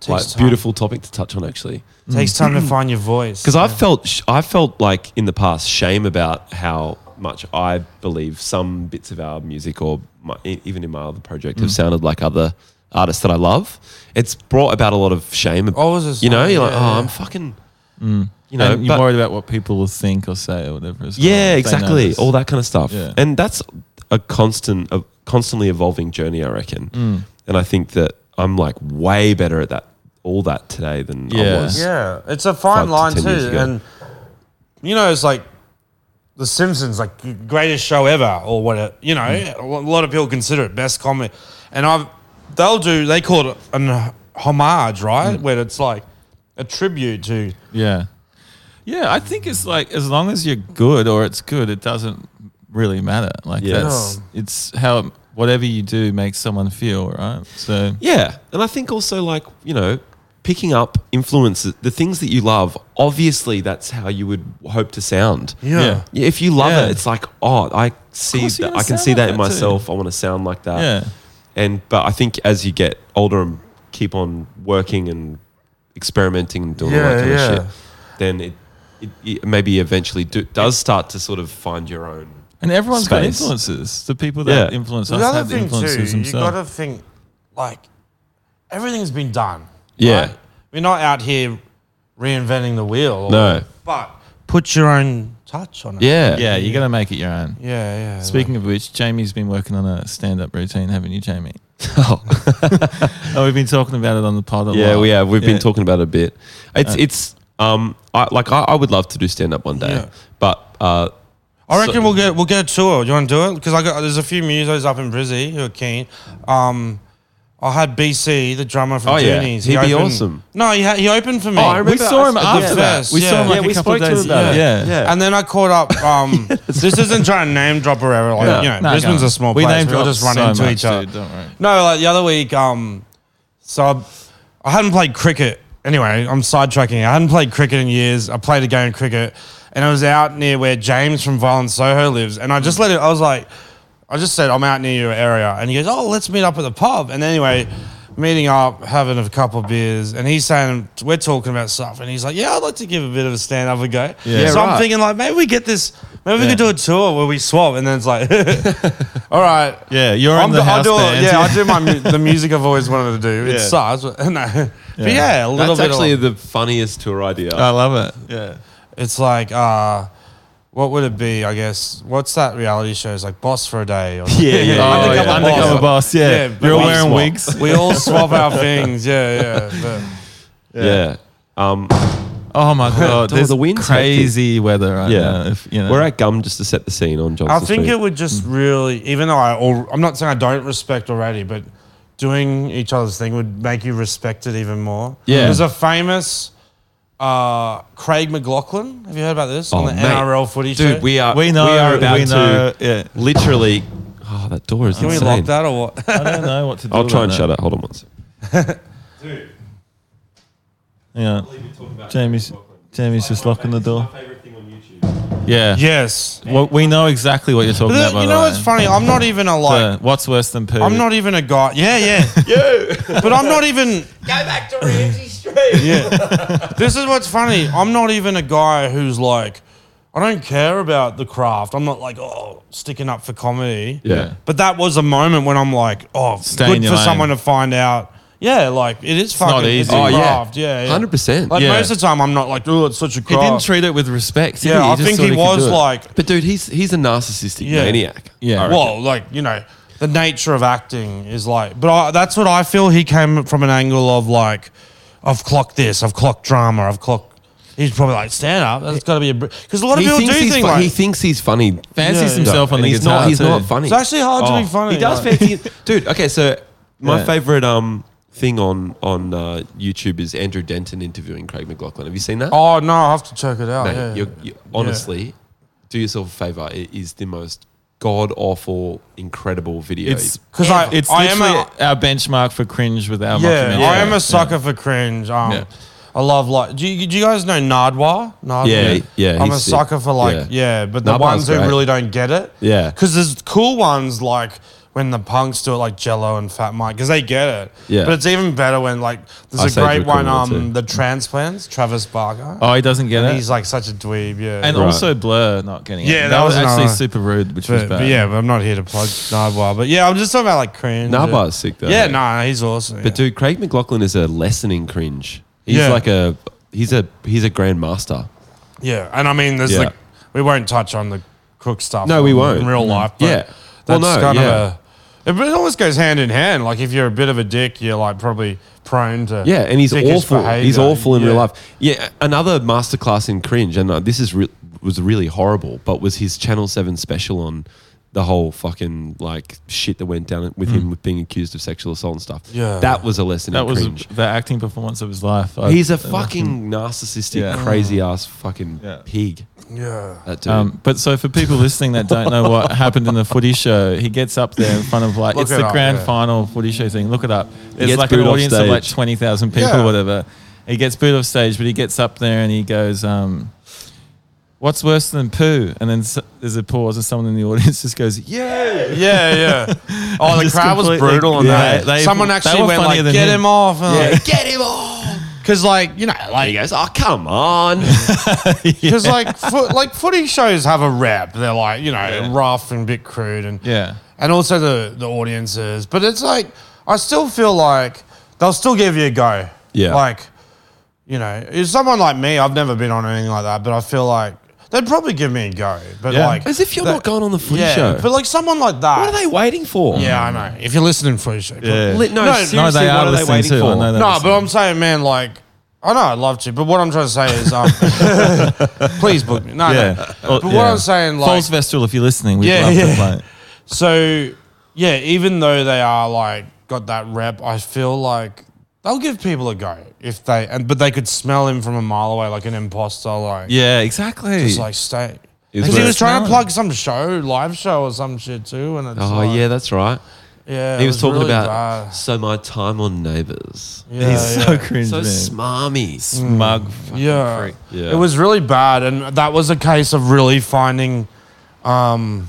[SPEAKER 1] like,
[SPEAKER 4] time.
[SPEAKER 1] beautiful topic to touch on actually.
[SPEAKER 4] takes time
[SPEAKER 1] [CLEARS THROAT]
[SPEAKER 4] to find your voice
[SPEAKER 1] Because I've felt sh- I felt like in the past shame about how much I believe some bits of our music or my, e- even in my other project
[SPEAKER 3] Mm.
[SPEAKER 1] have sounded like other artists that I love. It's brought about a lot of shame.
[SPEAKER 4] Oh, is this
[SPEAKER 1] you know,
[SPEAKER 4] right?
[SPEAKER 1] you're like,
[SPEAKER 4] Yeah,
[SPEAKER 1] oh,
[SPEAKER 4] yeah.
[SPEAKER 1] I'm fucking, you know,
[SPEAKER 3] Mm. And you're
[SPEAKER 1] but-
[SPEAKER 3] worried about what people will think or say or whatever. as well,
[SPEAKER 1] yeah,
[SPEAKER 3] if they
[SPEAKER 1] exactly,
[SPEAKER 3] notice.
[SPEAKER 1] all that kind of stuff.
[SPEAKER 3] Yeah.
[SPEAKER 1] And that's a constant, a constantly evolving journey, I reckon.
[SPEAKER 3] Mm.
[SPEAKER 1] And I think that I'm like way better at that, all that today than I
[SPEAKER 3] Yeah.
[SPEAKER 1] was.
[SPEAKER 4] Yeah, it's a
[SPEAKER 1] Five
[SPEAKER 4] fine
[SPEAKER 1] to
[SPEAKER 4] line
[SPEAKER 1] 10 years
[SPEAKER 4] too,
[SPEAKER 1] ago.
[SPEAKER 4] and you know, it's like The Simpsons, like g- greatest show ever, or what? It, you know,
[SPEAKER 1] Hmm.
[SPEAKER 4] a lo- lot of people consider it best comedy, and I've they'll do they call it an homage, right?
[SPEAKER 1] Hmm.
[SPEAKER 4] Where it's like a tribute to
[SPEAKER 3] Yeah. Yeah, I think it's like as long as you're good or it's good, it doesn't really matter. Like
[SPEAKER 1] Yeah.
[SPEAKER 3] that's it's how whatever you do makes someone feel, right? So
[SPEAKER 1] Yeah. And I think also, like, you know, picking up influences, the things that you love, obviously that's how you would hope to sound.
[SPEAKER 4] yeah.
[SPEAKER 3] Yeah.
[SPEAKER 1] Yeah, If you love
[SPEAKER 3] Yeah.
[SPEAKER 1] it, it's like, oh, I see
[SPEAKER 3] course you're
[SPEAKER 1] that.
[SPEAKER 3] gonna
[SPEAKER 1] I can
[SPEAKER 3] sound
[SPEAKER 1] see
[SPEAKER 3] like
[SPEAKER 1] that in
[SPEAKER 3] that too.
[SPEAKER 1] myself. I want to sound like that.
[SPEAKER 3] Yeah.
[SPEAKER 1] And, but I think as you get older and keep on working and experimenting and doing all that
[SPEAKER 4] Yeah,
[SPEAKER 1] kind
[SPEAKER 4] yeah.
[SPEAKER 1] of shit, then it, it, it maybe eventually do, does start to sort of find your own.
[SPEAKER 3] And everyone's got
[SPEAKER 1] Space.
[SPEAKER 3] influences. The people that
[SPEAKER 1] Yeah.
[SPEAKER 3] influence
[SPEAKER 4] The
[SPEAKER 3] us
[SPEAKER 4] other
[SPEAKER 3] have
[SPEAKER 4] thing too,
[SPEAKER 3] influences
[SPEAKER 4] you got to
[SPEAKER 3] themselves.
[SPEAKER 4] think like everything's been done.
[SPEAKER 1] Yeah.
[SPEAKER 4] right? we're not out here reinventing the wheel. or-
[SPEAKER 1] No.
[SPEAKER 4] but put your own touch on it.
[SPEAKER 1] Yeah.
[SPEAKER 3] Yeah, you got to make it your own.
[SPEAKER 4] yeah, yeah.
[SPEAKER 3] Speaking of which, Jamie's been working on a stand-up routine, haven't
[SPEAKER 1] [LAUGHS]
[SPEAKER 3] you, Jamie? [LAUGHS] Oh, we've been talking about it on the pod. A
[SPEAKER 1] Yeah,
[SPEAKER 3] lot.
[SPEAKER 1] we have. We've
[SPEAKER 3] Yeah.
[SPEAKER 1] been talking about it a bit. It's it's um I like I, I would love to do stand up one day,
[SPEAKER 4] Yeah.
[SPEAKER 1] but uh
[SPEAKER 4] I reckon
[SPEAKER 1] So-
[SPEAKER 4] we'll get we'll get a tour. Do you want to do it? Because I got there's a few musos up in Brizzy who are keen. Um, I had BC, the drummer from
[SPEAKER 1] Oh, yeah.
[SPEAKER 4] Goonies.
[SPEAKER 1] He'd be
[SPEAKER 4] opened-
[SPEAKER 1] awesome. Oh,
[SPEAKER 4] No, he, ha- he opened for me.
[SPEAKER 1] I remember
[SPEAKER 3] We saw him
[SPEAKER 1] I-
[SPEAKER 3] after
[SPEAKER 1] yeah.
[SPEAKER 3] that. We
[SPEAKER 4] Yeah.
[SPEAKER 3] saw him like
[SPEAKER 4] Yeah,
[SPEAKER 3] a couple of days.
[SPEAKER 1] about it.
[SPEAKER 3] yeah.
[SPEAKER 1] yeah.
[SPEAKER 4] And then I caught up. Um,
[SPEAKER 1] [LAUGHS]
[SPEAKER 4] this isn't trying to name drop or whatever. Like
[SPEAKER 1] No.
[SPEAKER 4] you know,
[SPEAKER 3] No,
[SPEAKER 4] Brisbane's
[SPEAKER 3] go on.
[SPEAKER 4] a small
[SPEAKER 3] we
[SPEAKER 4] place.
[SPEAKER 3] Named
[SPEAKER 4] We'll just run into each other.
[SPEAKER 3] don't worry.
[SPEAKER 4] No, like the other week, um, so I, I hadn't played cricket. Anyway, I'm sidetracking. I hadn't played cricket in years. I played a game of cricket, and I was out near where James from Violent Soho lives. And I
[SPEAKER 1] Hmm.
[SPEAKER 4] just let it. I was like, I just said I'm out near your area, and he goes, "Oh, let's meet up at the pub." And anyway, meeting up, having a couple of beers, and he's saying we're talking about stuff, and he's like, "Yeah, I'd like to give a bit of a stand up a go."
[SPEAKER 1] Yeah,
[SPEAKER 4] so I'm
[SPEAKER 1] right.
[SPEAKER 4] thinking like maybe we get this. Maybe we
[SPEAKER 3] Yeah.
[SPEAKER 4] could do a tour where we swap, and then it's like, [LAUGHS] all right,
[SPEAKER 3] Yeah, you're in the
[SPEAKER 4] do-
[SPEAKER 3] house
[SPEAKER 4] I do,
[SPEAKER 3] band. [LAUGHS]
[SPEAKER 4] Yeah, I do my mu- the music I've always wanted to do. It
[SPEAKER 3] Yeah.
[SPEAKER 4] sucks, [LAUGHS] but, no. but yeah, a little
[SPEAKER 1] That's
[SPEAKER 4] bit.
[SPEAKER 1] actually
[SPEAKER 4] of,
[SPEAKER 1] the funniest tour idea.
[SPEAKER 3] I love it.
[SPEAKER 4] yeah, it's like, uh, what would it be? I guess what's that reality show? It's like Boss for a Day. Or
[SPEAKER 3] Yeah, yeah,
[SPEAKER 1] yeah.
[SPEAKER 3] undercover,
[SPEAKER 1] Yeah.
[SPEAKER 3] boss.
[SPEAKER 1] Undercover
[SPEAKER 3] Yeah,
[SPEAKER 4] Yeah, but
[SPEAKER 3] you're all
[SPEAKER 4] we
[SPEAKER 3] wearing
[SPEAKER 4] swap.
[SPEAKER 3] wigs.
[SPEAKER 4] we all
[SPEAKER 3] [LAUGHS]
[SPEAKER 4] swap our things. Yeah, yeah. but-
[SPEAKER 1] yeah. Um,
[SPEAKER 3] Oh [LAUGHS] my god,
[SPEAKER 1] Oh,
[SPEAKER 3] there's
[SPEAKER 1] the wind's
[SPEAKER 3] crazy weather right
[SPEAKER 1] yeah.
[SPEAKER 3] now. If, you know,
[SPEAKER 1] We're at Gum just to set the scene on Johnson
[SPEAKER 4] I think
[SPEAKER 1] Street.
[SPEAKER 4] it would just
[SPEAKER 1] Mm.
[SPEAKER 4] really, even though I, al- I'm not saying I don't respect already, but doing each other's thing would make you respect it even more.
[SPEAKER 3] Yeah.
[SPEAKER 4] There's a famous uh, Craig McLaughlin. Have you heard about this on
[SPEAKER 1] Oh,
[SPEAKER 4] the
[SPEAKER 1] mate.
[SPEAKER 4] NRL footy show?
[SPEAKER 1] Dude, we are
[SPEAKER 3] we know, we
[SPEAKER 1] are about
[SPEAKER 3] know,
[SPEAKER 1] to
[SPEAKER 3] [LAUGHS] yeah.
[SPEAKER 1] literally. Oh, that door is
[SPEAKER 4] Can we
[SPEAKER 1] insane.
[SPEAKER 4] lock that or
[SPEAKER 1] [LAUGHS]
[SPEAKER 4] what?
[SPEAKER 3] I don't know what to do.
[SPEAKER 1] I'll try and
[SPEAKER 3] about
[SPEAKER 1] shut it. Hold on one second.
[SPEAKER 3] that. Yeah, Jamie's Jamie's just locking the door.
[SPEAKER 1] favorite thing on YouTube.
[SPEAKER 3] Yeah,
[SPEAKER 4] yes.
[SPEAKER 3] Well, we know exactly what you're talking
[SPEAKER 4] But
[SPEAKER 3] about. by
[SPEAKER 4] you
[SPEAKER 3] the
[SPEAKER 4] know
[SPEAKER 3] way.
[SPEAKER 4] what's funny? I'm not even a like.
[SPEAKER 3] The what's worse than poo?
[SPEAKER 4] I'm not even a guy. Yeah,
[SPEAKER 1] [LAUGHS]
[SPEAKER 4] yeah. But I'm not even.
[SPEAKER 5] Go back to Ramsey Street.
[SPEAKER 4] Yeah. [LAUGHS] this is what's funny. I'm not even a guy who's like, I don't care about the craft. I'm not like, oh, sticking up for comedy.
[SPEAKER 1] Yeah.
[SPEAKER 4] But that was a moment when I'm like, oh,
[SPEAKER 3] Stay in
[SPEAKER 4] good
[SPEAKER 3] your
[SPEAKER 4] for
[SPEAKER 3] lane.
[SPEAKER 4] someone to find out. Yeah, like it is
[SPEAKER 3] not
[SPEAKER 4] fucking it's
[SPEAKER 3] easy.
[SPEAKER 4] a
[SPEAKER 3] Oh, yeah.
[SPEAKER 4] craft. yeah. yeah,
[SPEAKER 1] 100%.
[SPEAKER 4] Like
[SPEAKER 3] Yeah.
[SPEAKER 4] most of the time, I'm not like, oh, it's such a
[SPEAKER 3] He
[SPEAKER 4] craft.
[SPEAKER 3] didn't treat it with respect. did
[SPEAKER 4] Yeah,
[SPEAKER 3] he?
[SPEAKER 4] I
[SPEAKER 3] just
[SPEAKER 4] think
[SPEAKER 3] thought
[SPEAKER 4] he
[SPEAKER 3] could
[SPEAKER 4] was
[SPEAKER 3] do it.
[SPEAKER 4] like,
[SPEAKER 1] But dude, he's he's a narcissistic
[SPEAKER 4] Yeah.
[SPEAKER 1] maniac.
[SPEAKER 3] Yeah.
[SPEAKER 1] I reckon.
[SPEAKER 4] well, like you know, the nature of acting is like. But I, that's what I feel. He came from an angle of like, I've clocked this, I've clocked drama, I've clocked. He's probably like stand up. That's got to be a because a lot of
[SPEAKER 1] he
[SPEAKER 4] people do
[SPEAKER 1] thinks he's
[SPEAKER 4] think
[SPEAKER 1] fu-
[SPEAKER 4] like.
[SPEAKER 1] he thinks he's funny.
[SPEAKER 3] fancies
[SPEAKER 4] Yeah.
[SPEAKER 3] himself on
[SPEAKER 1] and
[SPEAKER 3] the
[SPEAKER 1] he's
[SPEAKER 3] guitar.
[SPEAKER 1] not. He's
[SPEAKER 3] too.
[SPEAKER 1] not funny.
[SPEAKER 4] it's actually hard to be funny.
[SPEAKER 1] Oh, He does
[SPEAKER 4] like-
[SPEAKER 1] fancy, dude. Okay, so my
[SPEAKER 3] Yeah.
[SPEAKER 1] favorite um thing on on uh, YouTube is Andrew Denton interviewing Craig McLaughlin. Have you seen that?
[SPEAKER 4] Oh no, I have to check it out.
[SPEAKER 1] Mate,
[SPEAKER 4] yeah.
[SPEAKER 1] you're, you honestly, do yourself a favor. It is the most god awful, incredible video.
[SPEAKER 3] It's
[SPEAKER 4] Because I,
[SPEAKER 3] it's
[SPEAKER 4] I am a,
[SPEAKER 3] literally our benchmark for cringe with our
[SPEAKER 4] yeah,
[SPEAKER 3] mockumentary.
[SPEAKER 4] I am a sucker for cringe. Um,
[SPEAKER 3] Yeah.
[SPEAKER 4] I love like, do you, do you guys know Nardwa? Nardwa?
[SPEAKER 1] Yeah, yeah,
[SPEAKER 4] I'm a
[SPEAKER 1] he's sick.
[SPEAKER 4] sucker for like,
[SPEAKER 1] Yeah.
[SPEAKER 4] yeah, but the
[SPEAKER 1] Nardwa's
[SPEAKER 4] ones who
[SPEAKER 1] great.
[SPEAKER 4] really don't get it,
[SPEAKER 1] Yeah.
[SPEAKER 4] because there's cool ones like when the punks do it, like Jello and Fat Mike, because they get it.
[SPEAKER 1] Yeah.
[SPEAKER 4] but it's even better when like
[SPEAKER 1] I
[SPEAKER 4] there's
[SPEAKER 1] say
[SPEAKER 4] a
[SPEAKER 1] do
[SPEAKER 4] great
[SPEAKER 1] cool
[SPEAKER 4] one.
[SPEAKER 1] ones,
[SPEAKER 4] Um,
[SPEAKER 1] yeah.
[SPEAKER 4] the transplants, Travis Barker.
[SPEAKER 3] Oh, he doesn't get
[SPEAKER 4] And
[SPEAKER 3] it.
[SPEAKER 4] he's like such a dweeb. Yeah,
[SPEAKER 3] and
[SPEAKER 1] Right.
[SPEAKER 3] also Blur not getting it.
[SPEAKER 4] Yeah, that was
[SPEAKER 3] actually
[SPEAKER 4] another-
[SPEAKER 3] super rude, which was
[SPEAKER 4] but,
[SPEAKER 3] bad.
[SPEAKER 4] but yeah, but I'm not here to plug Nardwa. But yeah, I'm just talking about like cringe.
[SPEAKER 1] Narbar's sick though.
[SPEAKER 4] Yeah, no, nah, he's awesome.
[SPEAKER 1] But
[SPEAKER 4] yeah.
[SPEAKER 1] dude, Craig McLaughlin is a lessening cringe. He's
[SPEAKER 4] Yeah.
[SPEAKER 1] like a he's a he's a grandmaster.
[SPEAKER 4] Yeah, and I mean, there's
[SPEAKER 1] Yeah.
[SPEAKER 4] the we won't touch on the crook stuff.
[SPEAKER 1] No, we
[SPEAKER 4] in-
[SPEAKER 1] won't. Mm-hmm.
[SPEAKER 4] in real life. But
[SPEAKER 1] Yeah. Well,
[SPEAKER 4] that's
[SPEAKER 1] no,
[SPEAKER 4] kind
[SPEAKER 1] yeah.
[SPEAKER 4] of a. It, it always goes hand in hand. Like if you're a bit of a dick, you're like probably prone to.
[SPEAKER 1] Yeah, and he's
[SPEAKER 4] dickish
[SPEAKER 1] awful. He's
[SPEAKER 4] behavior.
[SPEAKER 1] awful in
[SPEAKER 4] Yeah.
[SPEAKER 1] real life. Yeah, another masterclass in cringe, and uh, this is re- was really horrible, but was his Channel Seven special on the whole fucking like shit that went down with him with being accused of sexual assault and stuff.
[SPEAKER 4] Hmm. Yeah.
[SPEAKER 1] that was a lesson
[SPEAKER 3] that
[SPEAKER 1] in
[SPEAKER 3] was
[SPEAKER 1] cringe.
[SPEAKER 3] the acting performance of his life. I-
[SPEAKER 1] He's a fucking narcissistic,
[SPEAKER 3] Yeah.
[SPEAKER 1] crazy ass fucking
[SPEAKER 3] Yeah.
[SPEAKER 1] pig.
[SPEAKER 4] Yeah.
[SPEAKER 1] That dude.
[SPEAKER 3] Um, but so for people listening that don't
[SPEAKER 4] [LAUGHS]
[SPEAKER 3] know what happened in the footy show, he gets up there in front of like
[SPEAKER 4] Look
[SPEAKER 3] it's
[SPEAKER 4] it
[SPEAKER 3] the
[SPEAKER 4] up,
[SPEAKER 3] grand
[SPEAKER 4] yeah.
[SPEAKER 3] final footy show thing. Look it up. There's
[SPEAKER 1] gets
[SPEAKER 3] like an
[SPEAKER 1] booed off
[SPEAKER 3] audience of like
[SPEAKER 1] stage.
[SPEAKER 3] twenty thousand people
[SPEAKER 4] Yeah.
[SPEAKER 3] or whatever. He gets booed off stage, but he gets up there and he goes, um, "What's worse than poo?" And then s- there's a pause, and someone in the audience [LAUGHS] just goes, "Yeah."
[SPEAKER 1] [LAUGHS]
[SPEAKER 4] Yeah, yeah. Oh, the
[SPEAKER 3] Just
[SPEAKER 4] crowd was
[SPEAKER 3] completely-
[SPEAKER 4] brutal on
[SPEAKER 3] yeah,
[SPEAKER 4] that.
[SPEAKER 3] they-
[SPEAKER 4] Someone
[SPEAKER 3] they
[SPEAKER 4] actually
[SPEAKER 3] were
[SPEAKER 4] went
[SPEAKER 3] funnier
[SPEAKER 4] like,
[SPEAKER 3] than
[SPEAKER 4] "Get
[SPEAKER 3] him."
[SPEAKER 4] him, off!" And
[SPEAKER 1] yeah,
[SPEAKER 4] like,
[SPEAKER 1] get him off.
[SPEAKER 4] [LAUGHS] Cause like you
[SPEAKER 1] [LAUGHS]
[SPEAKER 4] know,
[SPEAKER 1] He
[SPEAKER 4] like
[SPEAKER 1] goes, oh come on.
[SPEAKER 4] because like foot like footy shows have a rep. They're like you know rough and a bit crude and
[SPEAKER 3] Yeah.
[SPEAKER 4] and also the the audiences. But it's like I still feel like they'll still give you a go.
[SPEAKER 1] Yeah.
[SPEAKER 4] Like, you know, if someone like me, I've never been on anything like that, but I feel like they'd probably give me a go. But [LAUGHS]
[SPEAKER 3] Yeah.
[SPEAKER 4] like,
[SPEAKER 1] As if you're
[SPEAKER 4] that-
[SPEAKER 1] not going on the footy
[SPEAKER 4] yeah,
[SPEAKER 1] show.
[SPEAKER 4] But like someone like that,
[SPEAKER 1] what are they waiting for?
[SPEAKER 4] Yeah, I know. If you're listening for a show,
[SPEAKER 3] Yeah.
[SPEAKER 1] Li- No,
[SPEAKER 4] No,
[SPEAKER 1] seriously,
[SPEAKER 3] No, they
[SPEAKER 1] what
[SPEAKER 3] are
[SPEAKER 1] are they
[SPEAKER 3] listening
[SPEAKER 1] waiting
[SPEAKER 3] too.
[SPEAKER 1] for?
[SPEAKER 3] I know they're
[SPEAKER 4] No,
[SPEAKER 3] listening.
[SPEAKER 4] but I'm saying, man, like, I know I'd love to, but what I'm trying to say is, um, [LAUGHS] please book me. No, no.
[SPEAKER 3] yeah.
[SPEAKER 4] But what I'm saying, like,
[SPEAKER 3] Falls Vestal, if you're listening, we'd
[SPEAKER 4] Yeah,
[SPEAKER 3] love to
[SPEAKER 4] yeah.
[SPEAKER 3] play.
[SPEAKER 4] So yeah, even though they are like got that rep, I feel like they'll give people a go if they and but they could smell him from a mile away like an imposter, like
[SPEAKER 3] Yeah, exactly.
[SPEAKER 4] just like stay.
[SPEAKER 1] Is
[SPEAKER 4] Because he
[SPEAKER 1] where-
[SPEAKER 4] was trying to
[SPEAKER 3] Smell him.
[SPEAKER 4] plug some show, live show or some shit too, and it's
[SPEAKER 1] Oh
[SPEAKER 4] like,
[SPEAKER 1] yeah, that's right.
[SPEAKER 4] yeah. it
[SPEAKER 1] he was, talking
[SPEAKER 4] really
[SPEAKER 1] about
[SPEAKER 4] bad.
[SPEAKER 1] so my time on Neighbours.
[SPEAKER 4] Yeah,
[SPEAKER 3] He's
[SPEAKER 4] yeah.
[SPEAKER 3] so cringe,
[SPEAKER 1] So
[SPEAKER 3] man.
[SPEAKER 1] smarmy.
[SPEAKER 3] Smug. fucking
[SPEAKER 4] yeah.
[SPEAKER 3] freak.
[SPEAKER 1] Yeah.
[SPEAKER 4] It was really bad, and that was a case of really finding. Um,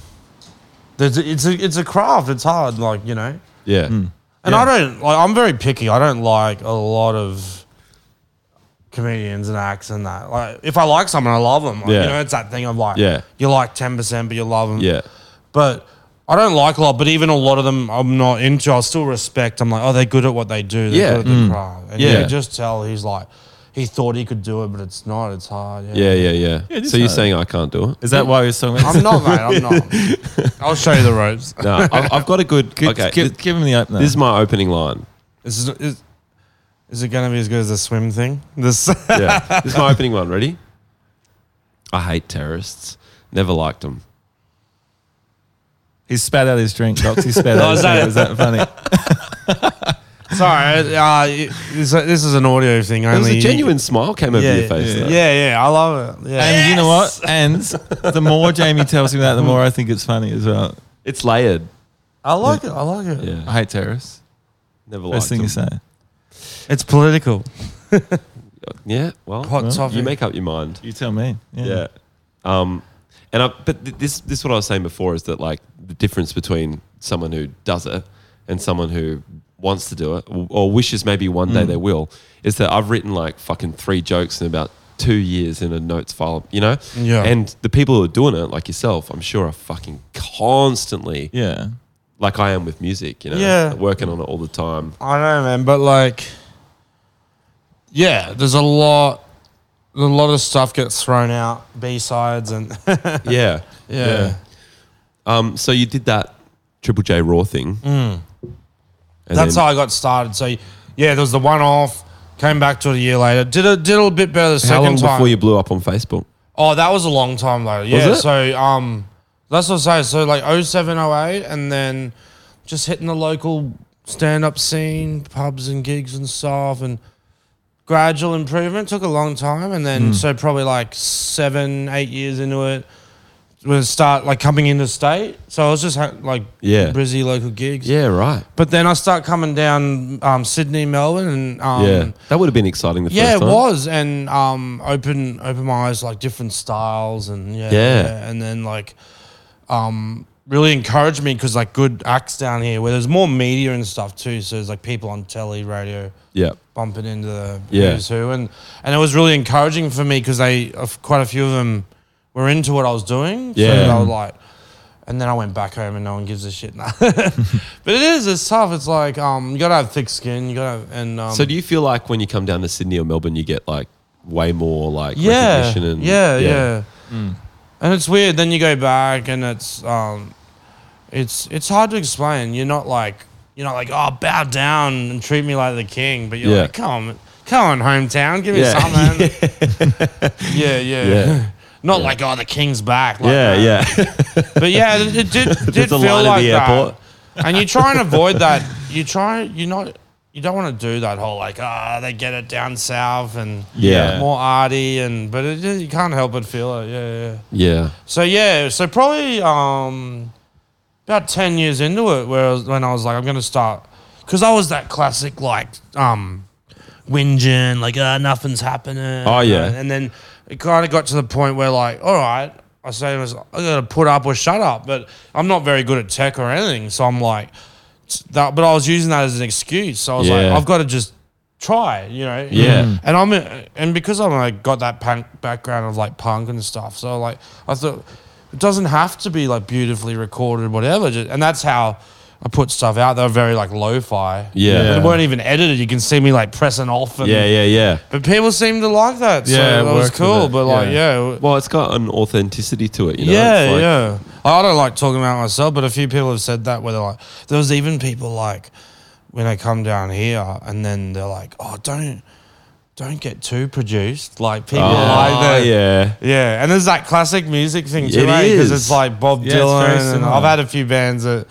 [SPEAKER 4] there's a, it's a it's a craft. It's hard, like you know.
[SPEAKER 1] Yeah.
[SPEAKER 4] And I don't like. I'm very picky. I don't like a lot of. comedians and acts and that. Like, if I like someone, I love them.
[SPEAKER 1] Yeah.
[SPEAKER 4] You know, it's that thing of like,
[SPEAKER 1] Yeah.
[SPEAKER 4] you like ten percent, but you love them.
[SPEAKER 1] Yeah.
[SPEAKER 4] But I don't like a lot. But even a lot of them, I'm not into. I still respect. I'm like, oh, they're good at what they do. They're
[SPEAKER 1] Yeah. Mm.
[SPEAKER 4] good at the craft. And you
[SPEAKER 1] Yeah.
[SPEAKER 4] can just tell he's like, he thought he could do it, but it's not. It's hard.
[SPEAKER 1] Yeah, yeah, yeah. so you're saying I can't do [LAUGHS] it?
[SPEAKER 3] Is that why we're so?
[SPEAKER 4] I'm not, mate.
[SPEAKER 1] [LAUGHS]
[SPEAKER 4] I'm not. I'll show you the ropes.
[SPEAKER 1] No,
[SPEAKER 3] [LAUGHS]
[SPEAKER 1] I've, I've got a good.
[SPEAKER 3] Give,
[SPEAKER 1] okay,
[SPEAKER 3] give,
[SPEAKER 1] th-
[SPEAKER 3] give him the opener.
[SPEAKER 1] this is my opening line.
[SPEAKER 4] Is, is, is it going to be as good as the swim thing? This
[SPEAKER 1] Yeah, this is my opening one. Ready? I hate terrorists. Never liked them.
[SPEAKER 3] he spat out his drink. Docs, he spat
[SPEAKER 1] Oh,
[SPEAKER 3] out.
[SPEAKER 4] is
[SPEAKER 3] his
[SPEAKER 4] that
[SPEAKER 3] drink.
[SPEAKER 4] it?
[SPEAKER 3] Was that
[SPEAKER 1] [LAUGHS]
[SPEAKER 3] funny?
[SPEAKER 4] sorry, uh, it- this, this is an audio thing.
[SPEAKER 1] There was
[SPEAKER 4] Only
[SPEAKER 1] a genuine smile came over
[SPEAKER 4] yeah,
[SPEAKER 1] your face.
[SPEAKER 4] Yeah,
[SPEAKER 1] though.
[SPEAKER 4] yeah, I love it. Yeah,
[SPEAKER 3] And you know what? And the more Jamie tells me that, the more I think it's funny as well.
[SPEAKER 1] it's layered.
[SPEAKER 4] I like it. I like it.
[SPEAKER 1] Yeah,
[SPEAKER 3] I hate terrorists.
[SPEAKER 1] never liked
[SPEAKER 3] Best thing
[SPEAKER 1] them.
[SPEAKER 3] you say.
[SPEAKER 4] It's political.
[SPEAKER 1] Yeah, well,
[SPEAKER 4] Hot topic.
[SPEAKER 1] you make up your mind.
[SPEAKER 3] You tell me. Yeah.
[SPEAKER 1] Yeah. Um, and I, but th- this this is what I was saying before is that like the difference between someone who does it and someone who wants to do it or- or wishes maybe one
[SPEAKER 4] Mm.
[SPEAKER 1] day they will is that I've written like fucking three jokes in about two years in a notes file, you know.
[SPEAKER 4] Yeah.
[SPEAKER 1] And the people who are doing it, like yourself, I'm sure are fucking constantly
[SPEAKER 3] Yeah.
[SPEAKER 1] like I am with music, you know.
[SPEAKER 4] Yeah.
[SPEAKER 1] Working on it all the
[SPEAKER 4] [LAUGHS]
[SPEAKER 1] time.
[SPEAKER 4] I know, man, but like, yeah, there's a lot. A lot of stuff gets thrown out, B sides, and [LAUGHS]
[SPEAKER 1] yeah.
[SPEAKER 4] yeah.
[SPEAKER 1] Um. So you did that Triple J Raw thing. And
[SPEAKER 4] Mm. That's
[SPEAKER 1] then-
[SPEAKER 4] how I got started. So yeah, there was the one off. Came back to it a year later. Did a did a little bit better the
[SPEAKER 1] How
[SPEAKER 4] second
[SPEAKER 1] long
[SPEAKER 4] time.
[SPEAKER 1] before you blew up on Facebook?
[SPEAKER 4] oh, that was a long time later. Yeah.
[SPEAKER 1] it?
[SPEAKER 4] So um, that's what I say. So like 07, 08, and then just hitting the local stand up scene, pubs and gigs and stuff, and gradual improvement took a long time. And
[SPEAKER 1] Hmm.
[SPEAKER 4] then so probably like seven, eight years into it. When it start like coming into state, so I was just ha- like
[SPEAKER 1] Yeah.
[SPEAKER 4] busy local gigs.
[SPEAKER 1] Yeah, right.
[SPEAKER 4] But then I start coming down um, Sydney, Melbourne, and um,
[SPEAKER 1] yeah,
[SPEAKER 4] yeah,
[SPEAKER 1] that would have been exciting. The first
[SPEAKER 4] it
[SPEAKER 1] time.
[SPEAKER 4] was, and um, open open my eyes like different styles, and yeah,
[SPEAKER 1] Yeah.
[SPEAKER 4] and then like um, really encouraged me because like good acts down here where there's more media and stuff too. So there's like people on telly, radio,
[SPEAKER 1] Yeah,
[SPEAKER 4] bumping into the
[SPEAKER 1] Yeah.
[SPEAKER 4] who's who, and and it was really encouraging for me because they of- quite a few of them were into what I was doing.
[SPEAKER 1] Yeah.
[SPEAKER 4] so they were like, and then I went back home, and no one gives a shit. [LAUGHS] now. but it is, it's tough. It's like um, you gotta have thick skin. You gotta have- and um,
[SPEAKER 1] So do you feel like when you come down to Sydney or Melbourne, you get like way more like
[SPEAKER 4] yeah,
[SPEAKER 1] recognition and
[SPEAKER 4] yeah, yeah, And it's weird. Then you go back, and it's um, it's it's hard to explain. You're not like you're not like oh bow down and treat me like the king, but you're
[SPEAKER 1] Yeah.
[SPEAKER 4] like come on, come on, hometown, give me
[SPEAKER 1] Yeah.
[SPEAKER 4] something.
[SPEAKER 1] [LAUGHS]
[SPEAKER 4] yeah, yeah.
[SPEAKER 1] Yeah.
[SPEAKER 4] [LAUGHS] Not like oh the king's back. Like
[SPEAKER 1] yeah,
[SPEAKER 4] that.
[SPEAKER 1] yeah, [LAUGHS]
[SPEAKER 4] But yeah, it, it did did
[SPEAKER 1] There's a
[SPEAKER 4] feel
[SPEAKER 1] line at
[SPEAKER 4] like
[SPEAKER 1] the
[SPEAKER 4] that.
[SPEAKER 1] airport.
[SPEAKER 4] And you try
[SPEAKER 1] [LAUGHS]
[SPEAKER 4] and avoid that. You try. You're not. You don't want to do that whole like ah they get it down south and
[SPEAKER 1] Yeah.
[SPEAKER 4] more arty and but it, you can't help but feel it. Yeah, yeah.
[SPEAKER 1] yeah,
[SPEAKER 4] So yeah, so probably um about ten years into it, where I was, when I was like, I'm gonna start because I was that classic like um whinging, like uh, nothing's happening.
[SPEAKER 1] Oh, yeah.
[SPEAKER 4] and, and then it kind of got to the point where like, all right, I say to myself, I gotta put up or shut up, but I'm not very good at tech or anything, so I'm like t- that. But I was using that as an excuse. So I was
[SPEAKER 1] Yeah.
[SPEAKER 4] like, I've got to just try, you know?
[SPEAKER 1] Yeah. Mm.
[SPEAKER 4] And I'm and because I'm like got that punk background of like punk and stuff, so like I thought it doesn't have to be like beautifully recorded, whatever. Just, and that's how I put stuff out. They're very like lo-fi.
[SPEAKER 1] Yeah.
[SPEAKER 4] And they weren't even edited. You can see me like pressing off. And,
[SPEAKER 1] yeah, yeah, yeah.
[SPEAKER 4] But people seem to like that. So
[SPEAKER 3] Yeah, it
[SPEAKER 4] yeah, that was
[SPEAKER 3] worked with
[SPEAKER 4] cool.
[SPEAKER 3] it.
[SPEAKER 4] But like,
[SPEAKER 3] Yeah.
[SPEAKER 4] yeah. w-
[SPEAKER 1] Well, it's got an authenticity to it, you know.
[SPEAKER 4] yeah,
[SPEAKER 1] It's like-
[SPEAKER 4] yeah. I don't like talking about myself, but a few people have said that where they're like, there was even people like when I come down here and then they're like, oh, don't, don't get too produced. Like people like
[SPEAKER 1] Oh,
[SPEAKER 4] that.
[SPEAKER 1] yeah,
[SPEAKER 4] Yeah, and there's that classic music thing too,
[SPEAKER 1] It is.
[SPEAKER 4] because it's like Bob
[SPEAKER 3] Yeah, it's very
[SPEAKER 4] Dylan, and
[SPEAKER 3] similar.
[SPEAKER 4] I've had a few bands that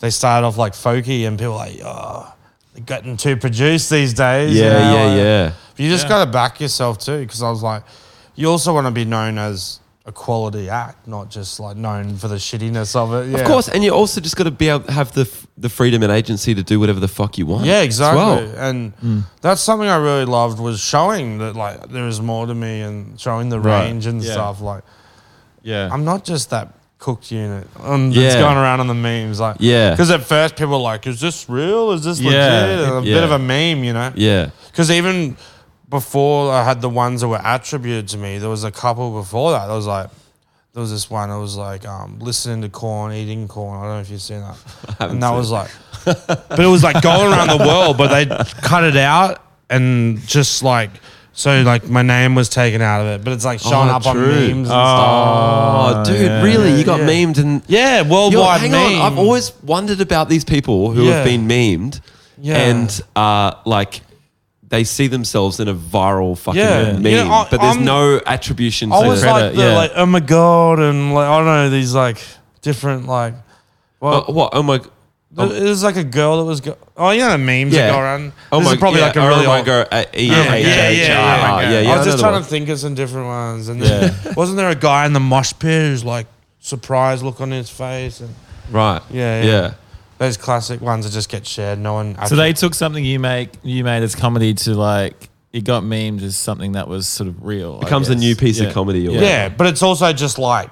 [SPEAKER 4] they started off like folky, and people are like, oh, they're getting too produced these days. you
[SPEAKER 1] yeah,
[SPEAKER 4] know,
[SPEAKER 1] yeah,
[SPEAKER 4] like-
[SPEAKER 1] yeah.
[SPEAKER 4] But you just gotta back yourself too, because I was like, you also want to be known as a quality act, not just like known for the shittiness of it. Yeah.
[SPEAKER 1] Of course, and you also just got to be able to have the f- the freedom and agency to do whatever the fuck you want.
[SPEAKER 4] Yeah,
[SPEAKER 1] as
[SPEAKER 4] exactly.
[SPEAKER 1] well.
[SPEAKER 4] And that's something I really loved was showing that like there is more to me and showing the
[SPEAKER 3] Right.
[SPEAKER 4] range and
[SPEAKER 3] Yeah.
[SPEAKER 4] stuff. Like
[SPEAKER 3] Yeah.
[SPEAKER 4] I'm not just that cooked unit um, that's
[SPEAKER 1] Yeah.
[SPEAKER 4] going around on the memes. Like,
[SPEAKER 1] Yeah.
[SPEAKER 4] Because at first people were like, is this real? Is this
[SPEAKER 3] Yeah.
[SPEAKER 4] legit? And a
[SPEAKER 1] Yeah.
[SPEAKER 4] bit of a meme, you know?
[SPEAKER 1] Yeah,
[SPEAKER 4] Because even before I had the ones that were attributed to me, there was a couple before that. There was like, there was this one. It was like um, listening to corn, eating corn. I don't know if you've seen [LAUGHS] that. and that was [LAUGHS] like, but it was like going around the world, but they cut it out and just like. So like my name was taken out of it, but it's like showing up on
[SPEAKER 1] true.
[SPEAKER 4] memes and stuff.
[SPEAKER 1] Oh, dude, really? You got
[SPEAKER 4] Uh, yeah.
[SPEAKER 1] memed and
[SPEAKER 4] Yeah,
[SPEAKER 1] Yo,
[SPEAKER 4] worldwide
[SPEAKER 1] hang
[SPEAKER 4] meme.
[SPEAKER 1] on. I've always wondered about these people who
[SPEAKER 4] Yeah.
[SPEAKER 1] have been memed
[SPEAKER 4] Yeah.
[SPEAKER 1] and uh, like they see themselves in a viral fucking
[SPEAKER 4] Yeah.
[SPEAKER 1] meme,
[SPEAKER 4] You know, I-
[SPEAKER 1] but there's
[SPEAKER 4] I'm-
[SPEAKER 1] no attribution to
[SPEAKER 4] I was
[SPEAKER 1] it.
[SPEAKER 4] like,
[SPEAKER 3] Credit,
[SPEAKER 4] the,
[SPEAKER 3] yeah.
[SPEAKER 4] like, oh my god, and like I don't know these like different like.
[SPEAKER 1] Uh,
[SPEAKER 4] Well,
[SPEAKER 1] what? Oh my.
[SPEAKER 4] there- it was like a girl that was. Go- oh, you know the memes
[SPEAKER 1] Yeah.
[SPEAKER 4] that go around.
[SPEAKER 1] Oh
[SPEAKER 4] this
[SPEAKER 1] my.
[SPEAKER 4] is probably
[SPEAKER 1] yeah,
[SPEAKER 4] like a
[SPEAKER 1] oh
[SPEAKER 4] really
[SPEAKER 1] my
[SPEAKER 4] old.
[SPEAKER 1] God, uh, E-
[SPEAKER 4] Yeah,
[SPEAKER 1] H-
[SPEAKER 4] yeah, yeah,
[SPEAKER 1] H-
[SPEAKER 4] yeah,
[SPEAKER 1] R. Ah, Yeah, yeah.
[SPEAKER 4] I was just
[SPEAKER 1] know
[SPEAKER 4] trying
[SPEAKER 1] the
[SPEAKER 4] to think of some different ones, and then [LAUGHS] wasn't there a guy in the mosh pit who's like surprised look on his face, and
[SPEAKER 1] one. Right.
[SPEAKER 4] Yeah, yeah.
[SPEAKER 1] Yeah.
[SPEAKER 4] those classic ones that just get shared. No one.
[SPEAKER 3] So
[SPEAKER 4] actually-
[SPEAKER 3] they took something you make you made as comedy to like it got memed as something that was sort of real. I
[SPEAKER 1] Becomes a
[SPEAKER 3] guess.
[SPEAKER 1] new piece
[SPEAKER 3] Yeah.
[SPEAKER 1] of comedy. Or
[SPEAKER 3] Yeah.
[SPEAKER 1] whatever.
[SPEAKER 4] Yeah, but it's also just like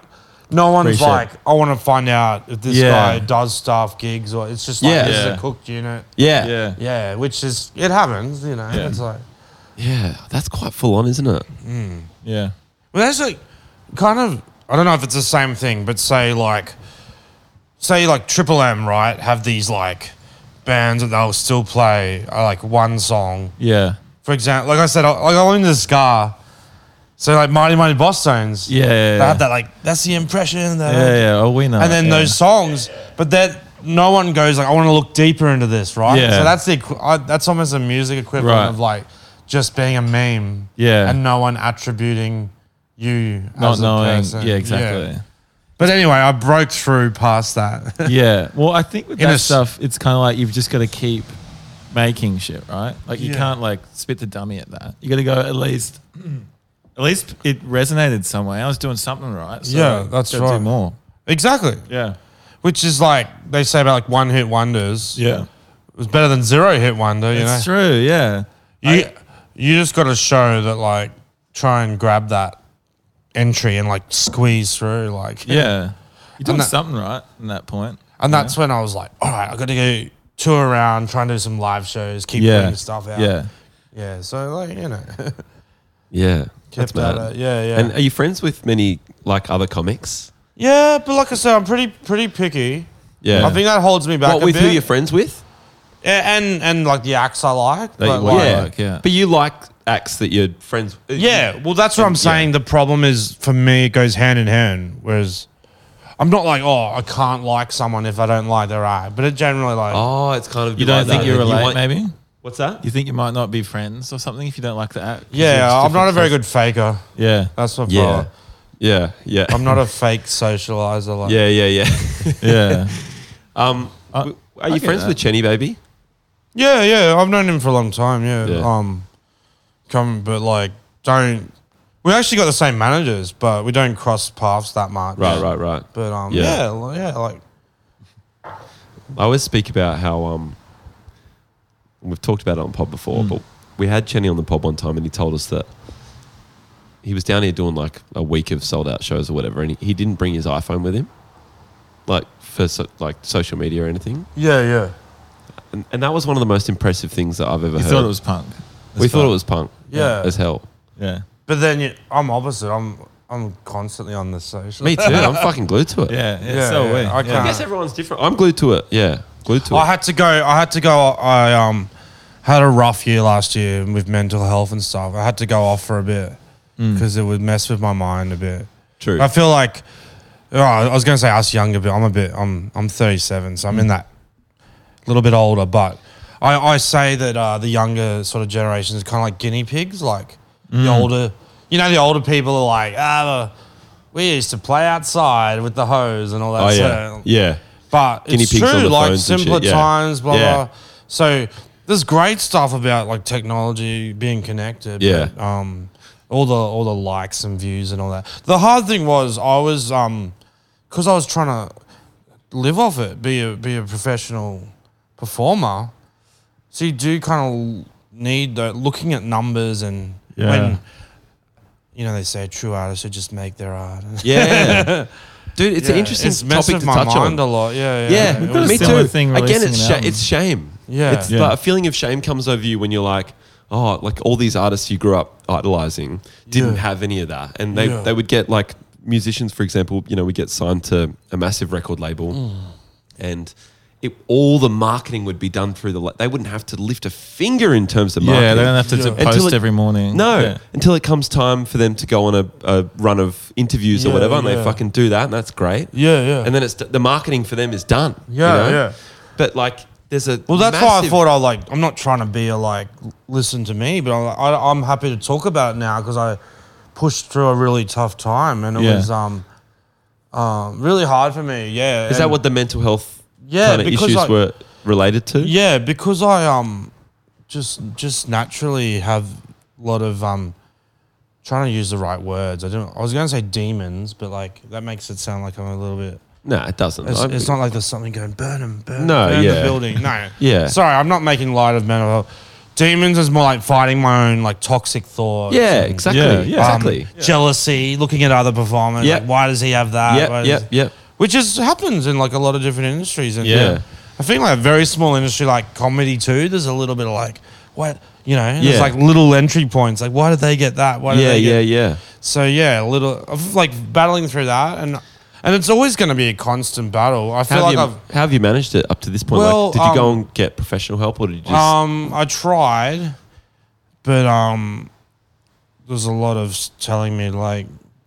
[SPEAKER 4] no one's
[SPEAKER 3] Appreciate
[SPEAKER 4] like, I want to find out if this
[SPEAKER 3] Yeah.
[SPEAKER 4] guy does stuff, gigs, or it's just like
[SPEAKER 1] Yeah.
[SPEAKER 4] this is
[SPEAKER 3] Yeah.
[SPEAKER 4] a cooked unit.
[SPEAKER 1] Yeah. Yeah.
[SPEAKER 3] Yeah.
[SPEAKER 4] Yeah, which is it happens, you know. It's like
[SPEAKER 1] Yeah. That's quite full on, isn't it?
[SPEAKER 3] Yeah.
[SPEAKER 4] well, that's like kind of I don't know if it's the same thing, but say like say like Triple M, right? Have these like bands that they'll still play uh, like one song.
[SPEAKER 3] Yeah.
[SPEAKER 4] For example, like I said, I, like I own the scar. So like Mighty Mighty Boss Tones,
[SPEAKER 3] Yeah, yeah,
[SPEAKER 4] they
[SPEAKER 3] yeah.
[SPEAKER 4] have that like that's the impression that
[SPEAKER 3] Yeah, yeah. Oh, we know.
[SPEAKER 4] and then
[SPEAKER 3] yeah.
[SPEAKER 4] those songs. But that no one goes like, I want to look deeper into this, right?
[SPEAKER 3] Yeah.
[SPEAKER 4] So that's the equi- I, that's almost a music equivalent
[SPEAKER 3] Right.
[SPEAKER 4] of like just being a meme.
[SPEAKER 3] Yeah.
[SPEAKER 4] and no one attributing you
[SPEAKER 3] not
[SPEAKER 4] as a
[SPEAKER 3] knowing.
[SPEAKER 4] person.
[SPEAKER 3] Yeah, exactly.
[SPEAKER 4] Yeah. But anyway, I broke through past
[SPEAKER 3] Yeah.
[SPEAKER 4] that. [LAUGHS]
[SPEAKER 3] Well, I think with
[SPEAKER 4] In a
[SPEAKER 3] that
[SPEAKER 4] s-
[SPEAKER 3] stuff, it's kind of like you've just got to keep making shit, right? Like you
[SPEAKER 4] Yeah.
[SPEAKER 3] can't like spit the dummy at that. You got to go at least. At least it resonated somewhere. I was doing something right. So
[SPEAKER 4] Yeah, that's
[SPEAKER 3] gotta
[SPEAKER 4] right.
[SPEAKER 3] Do more.
[SPEAKER 4] exactly.
[SPEAKER 3] Yeah.
[SPEAKER 4] Which is like they say about like one hit wonders.
[SPEAKER 3] Yeah.
[SPEAKER 4] It was better than zero hit wonder. You
[SPEAKER 3] It's
[SPEAKER 4] know,
[SPEAKER 3] true. Yeah.
[SPEAKER 4] you you just got to show that like try and grab that entry and like squeeze through like
[SPEAKER 3] Yeah. You're doing
[SPEAKER 4] that-
[SPEAKER 3] something right in that point.
[SPEAKER 4] And that's when I was like, all right, I got to go tour around, try and do some live shows, keep
[SPEAKER 3] Yeah.
[SPEAKER 4] putting stuff out.
[SPEAKER 3] Yeah.
[SPEAKER 4] Yeah. So, like, you know, [LAUGHS]
[SPEAKER 1] Yeah. That's
[SPEAKER 4] kept at
[SPEAKER 1] mad.
[SPEAKER 4] it. Yeah. Yeah.
[SPEAKER 1] And are you friends with many like other comics?
[SPEAKER 4] yeah. But like I said, I'm pretty, pretty picky.
[SPEAKER 1] Yeah.
[SPEAKER 4] I think that holds me back.
[SPEAKER 1] What
[SPEAKER 4] a
[SPEAKER 1] with
[SPEAKER 4] bit.
[SPEAKER 1] who you're friends with?
[SPEAKER 4] Yeah, and, and like the acts I like.
[SPEAKER 3] That you
[SPEAKER 4] but,
[SPEAKER 3] like.
[SPEAKER 4] like-
[SPEAKER 3] Yeah. yeah.
[SPEAKER 1] But you like acts that you're friends with.
[SPEAKER 4] Yeah. Well, that's what I'm saying. The problem is for me, it goes hand in hand. Whereas I'm not like, oh, I can't like someone if I don't like their art. But it generally, like,
[SPEAKER 1] Oh, it's kind of.
[SPEAKER 3] You don't think you relate,
[SPEAKER 1] want-
[SPEAKER 3] maybe?
[SPEAKER 1] What's that?
[SPEAKER 3] You think you might not be friends or something if you don't like the act? 'Cause you're
[SPEAKER 4] yeah,
[SPEAKER 3] just
[SPEAKER 4] I'm not a very
[SPEAKER 3] different
[SPEAKER 4] good faker.
[SPEAKER 3] person.
[SPEAKER 4] [LAUGHS] That's what
[SPEAKER 1] Yeah. Yeah. Yeah.
[SPEAKER 4] I'm not a fake socializer. Like,
[SPEAKER 1] yeah. Yeah. Yeah.
[SPEAKER 4] [LAUGHS]
[SPEAKER 3] Yeah.
[SPEAKER 1] um,
[SPEAKER 3] Uh,
[SPEAKER 1] w- are
[SPEAKER 3] I
[SPEAKER 1] you
[SPEAKER 3] get
[SPEAKER 1] friends
[SPEAKER 3] that.
[SPEAKER 1] with Chenny Baby?
[SPEAKER 4] Yeah, yeah. I've known him for a long time. Yeah.
[SPEAKER 1] Yeah.
[SPEAKER 4] Um, come, but like, don't. We actually got the same managers, but we don't cross paths that much.
[SPEAKER 1] Right. Right. Right.
[SPEAKER 4] But um,
[SPEAKER 1] Yeah.
[SPEAKER 4] yeah, li- yeah, like
[SPEAKER 1] I always speak about how um, we've talked about it on pod
[SPEAKER 4] Hmm.
[SPEAKER 1] before, but we had Chenny on the pod one time, and he told us that he was down here doing like a week of sold out shows or whatever, and he, he didn't bring his iPhone with him, like for so, like social media or anything.
[SPEAKER 4] yeah, yeah,
[SPEAKER 1] And, and that was one of the most impressive things that I've ever
[SPEAKER 3] You
[SPEAKER 1] heard.
[SPEAKER 3] thought it was punk.
[SPEAKER 1] we
[SPEAKER 3] That's
[SPEAKER 1] thought
[SPEAKER 3] fine.
[SPEAKER 1] it was punk.
[SPEAKER 4] Yeah.
[SPEAKER 1] As hell.
[SPEAKER 3] Yeah.
[SPEAKER 4] But then you, I'm opposite. I'm I'm constantly on the social.
[SPEAKER 1] Me too. I'm fucking glued to it.
[SPEAKER 3] [LAUGHS] Yeah. Yeah.
[SPEAKER 4] Yeah,
[SPEAKER 3] so
[SPEAKER 4] yeah,
[SPEAKER 3] are we.
[SPEAKER 4] I
[SPEAKER 3] Yeah.
[SPEAKER 1] I
[SPEAKER 4] can't-
[SPEAKER 1] guess everyone's different. I'm glued to it. Yeah. Glued to it.
[SPEAKER 4] Uh, Oh, I had to go. I had to go. I um had a rough year last year with mental health and stuff. I had to go off for a bit because it would mess with my mind a bit.
[SPEAKER 1] Mm. True.
[SPEAKER 4] I feel like oh, I was going to say us younger, but I'm a bit. I'm I'm 37, so I'm
[SPEAKER 1] Mm.
[SPEAKER 4] in that little bit older. But I, I say that uh, the younger sort of generation is kind of like guinea pigs. Like the
[SPEAKER 1] Mm.
[SPEAKER 4] older, you know, the older people are like ah. we used to play outside with the hose and all that.
[SPEAKER 1] Oh,
[SPEAKER 4] sort
[SPEAKER 1] yeah.
[SPEAKER 4] of-
[SPEAKER 1] Yeah.
[SPEAKER 4] but
[SPEAKER 1] Guinea
[SPEAKER 4] it's
[SPEAKER 1] pigs on
[SPEAKER 4] true,
[SPEAKER 1] the
[SPEAKER 4] like
[SPEAKER 1] phones and
[SPEAKER 4] simpler
[SPEAKER 1] shit, yeah.
[SPEAKER 4] times, blah
[SPEAKER 1] Yeah.
[SPEAKER 4] blah. So there's great stuff about like technology being connected.
[SPEAKER 1] Yeah.
[SPEAKER 4] But, um, all the all the likes and views and all that. The hard thing was I was um, because I was trying to live off it, be a be a professional performer. So you do kind of need the looking at numbers and
[SPEAKER 3] Yeah.
[SPEAKER 4] when you know they say true artists should just make their art.
[SPEAKER 1] [LAUGHS]
[SPEAKER 4] [LAUGHS]
[SPEAKER 1] Yeah. Dude, it's an
[SPEAKER 4] Yeah,
[SPEAKER 1] interesting
[SPEAKER 4] it's messed
[SPEAKER 1] topic
[SPEAKER 4] with
[SPEAKER 1] to
[SPEAKER 4] my
[SPEAKER 1] touch
[SPEAKER 4] mind
[SPEAKER 1] on.
[SPEAKER 4] a lot. Yeah,
[SPEAKER 1] yeah.
[SPEAKER 4] yeah. It
[SPEAKER 3] got a
[SPEAKER 1] me
[SPEAKER 3] similar
[SPEAKER 1] too.
[SPEAKER 3] thing
[SPEAKER 1] Again,
[SPEAKER 3] releasing
[SPEAKER 1] it's
[SPEAKER 3] an
[SPEAKER 1] sha-
[SPEAKER 3] album.
[SPEAKER 1] it's shame.
[SPEAKER 4] Yeah.
[SPEAKER 1] It's
[SPEAKER 3] Yeah.
[SPEAKER 1] like a feeling of shame comes over you when you're like, oh, like all these artists you grew up idolizing didn't
[SPEAKER 4] Yeah.
[SPEAKER 1] have any of that. And they,
[SPEAKER 4] Yeah.
[SPEAKER 1] they would get like musicians, for example, you know, we get signed to a massive record label
[SPEAKER 4] Mm.
[SPEAKER 1] and it, all the marketing would be done through the, la- they wouldn't have to lift a finger in terms of marketing.
[SPEAKER 3] Yeah, they don't have to
[SPEAKER 4] Yeah.
[SPEAKER 3] d-
[SPEAKER 1] Until
[SPEAKER 3] post
[SPEAKER 1] it-
[SPEAKER 3] every morning.
[SPEAKER 1] No,
[SPEAKER 3] Yeah.
[SPEAKER 1] until it comes time for them to go on a, a run of interviews or
[SPEAKER 4] Yeah,
[SPEAKER 1] whatever, and they
[SPEAKER 4] yeah.
[SPEAKER 1] fucking do that, and that's great.
[SPEAKER 4] Yeah, yeah.
[SPEAKER 1] And then it's the marketing for them is done.
[SPEAKER 4] Yeah, yeah.
[SPEAKER 1] But like, there's a
[SPEAKER 4] Well, that's why I
[SPEAKER 1] massive-
[SPEAKER 4] thought I like. I'm not trying to be a like. Listen to me, but I'm, like, I, I'm happy to talk about it now because I pushed through a really tough time and it
[SPEAKER 3] Yeah.
[SPEAKER 4] was um, um, really hard for me. Yeah.
[SPEAKER 1] Is that
[SPEAKER 4] and-
[SPEAKER 1] what the mental health
[SPEAKER 4] Yeah,
[SPEAKER 1] kind of
[SPEAKER 4] because,
[SPEAKER 1] issues
[SPEAKER 4] like-
[SPEAKER 1] were related to?
[SPEAKER 4] Yeah, because I um, just just naturally have a lot of um, trying to use the right words. I don't. I was going to say demons, but like that makes it sound like I'm a little bit.
[SPEAKER 1] No, it doesn't.
[SPEAKER 4] It's,
[SPEAKER 1] I'm-
[SPEAKER 4] it's not like there's something going burn them, burn 'em,
[SPEAKER 1] No,
[SPEAKER 4] burn
[SPEAKER 1] yeah.
[SPEAKER 4] the building. No,
[SPEAKER 1] [LAUGHS] Yeah.
[SPEAKER 4] Sorry, I'm not making light of mental health. Demons is more like fighting my own like toxic thoughts.
[SPEAKER 1] yeah,
[SPEAKER 4] and,
[SPEAKER 1] exactly.
[SPEAKER 3] Yeah, yeah.
[SPEAKER 4] um,
[SPEAKER 1] Exactly.
[SPEAKER 4] Jealousy, looking at other performers.
[SPEAKER 1] Yeah.
[SPEAKER 4] Like, why does he have that?
[SPEAKER 1] Yep,
[SPEAKER 4] Why does-
[SPEAKER 1] yep, yep.
[SPEAKER 4] Which is happens in like a lot of different industries. And
[SPEAKER 1] Yeah.
[SPEAKER 4] I think like a very small industry like comedy too. There's a little bit of like what you know.
[SPEAKER 1] Yeah.
[SPEAKER 4] There's like little entry points. Like why did they get that? Why did
[SPEAKER 1] yeah,
[SPEAKER 4] they get
[SPEAKER 1] yeah, yeah.
[SPEAKER 4] so yeah, a little of like battling through that, and and it's always going to be a constant battle. I feel
[SPEAKER 1] How have,
[SPEAKER 4] like
[SPEAKER 1] you,
[SPEAKER 4] I've
[SPEAKER 1] how have you managed it up to this point?
[SPEAKER 4] Well,
[SPEAKER 1] like, did you go
[SPEAKER 4] um,
[SPEAKER 1] and get professional help, or did you just?
[SPEAKER 4] um I tried, but um there's a lot of s- telling me to, like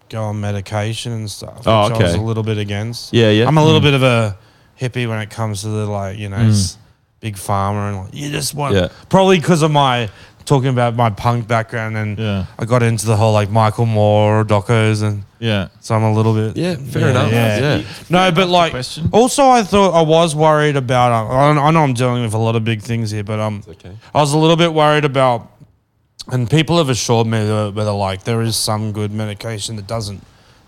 [SPEAKER 4] go on medication and stuff.
[SPEAKER 1] Oh,
[SPEAKER 4] which I was
[SPEAKER 1] okay.
[SPEAKER 4] a little bit against.
[SPEAKER 1] Yeah, yeah. Mm.
[SPEAKER 4] I'm a little bit of a hippie when it comes to the like you know s- big farmer and like you just want
[SPEAKER 1] Yeah.
[SPEAKER 4] probably because of my. Talking about my punk background, and
[SPEAKER 3] Yeah.
[SPEAKER 4] I got into the whole like Michael Moore docos, and
[SPEAKER 3] Yeah.
[SPEAKER 4] so I'm a little bit
[SPEAKER 1] yeah, fair enough.
[SPEAKER 4] yeah.
[SPEAKER 1] yeah.
[SPEAKER 4] No, but like,
[SPEAKER 3] question.
[SPEAKER 4] also I thought I was worried about. Um, I, don't- I know I'm dealing with a lot of big things here, but um,
[SPEAKER 1] okay.
[SPEAKER 4] I was a little bit worried about, and people have assured me that, that like there is some good medication that doesn't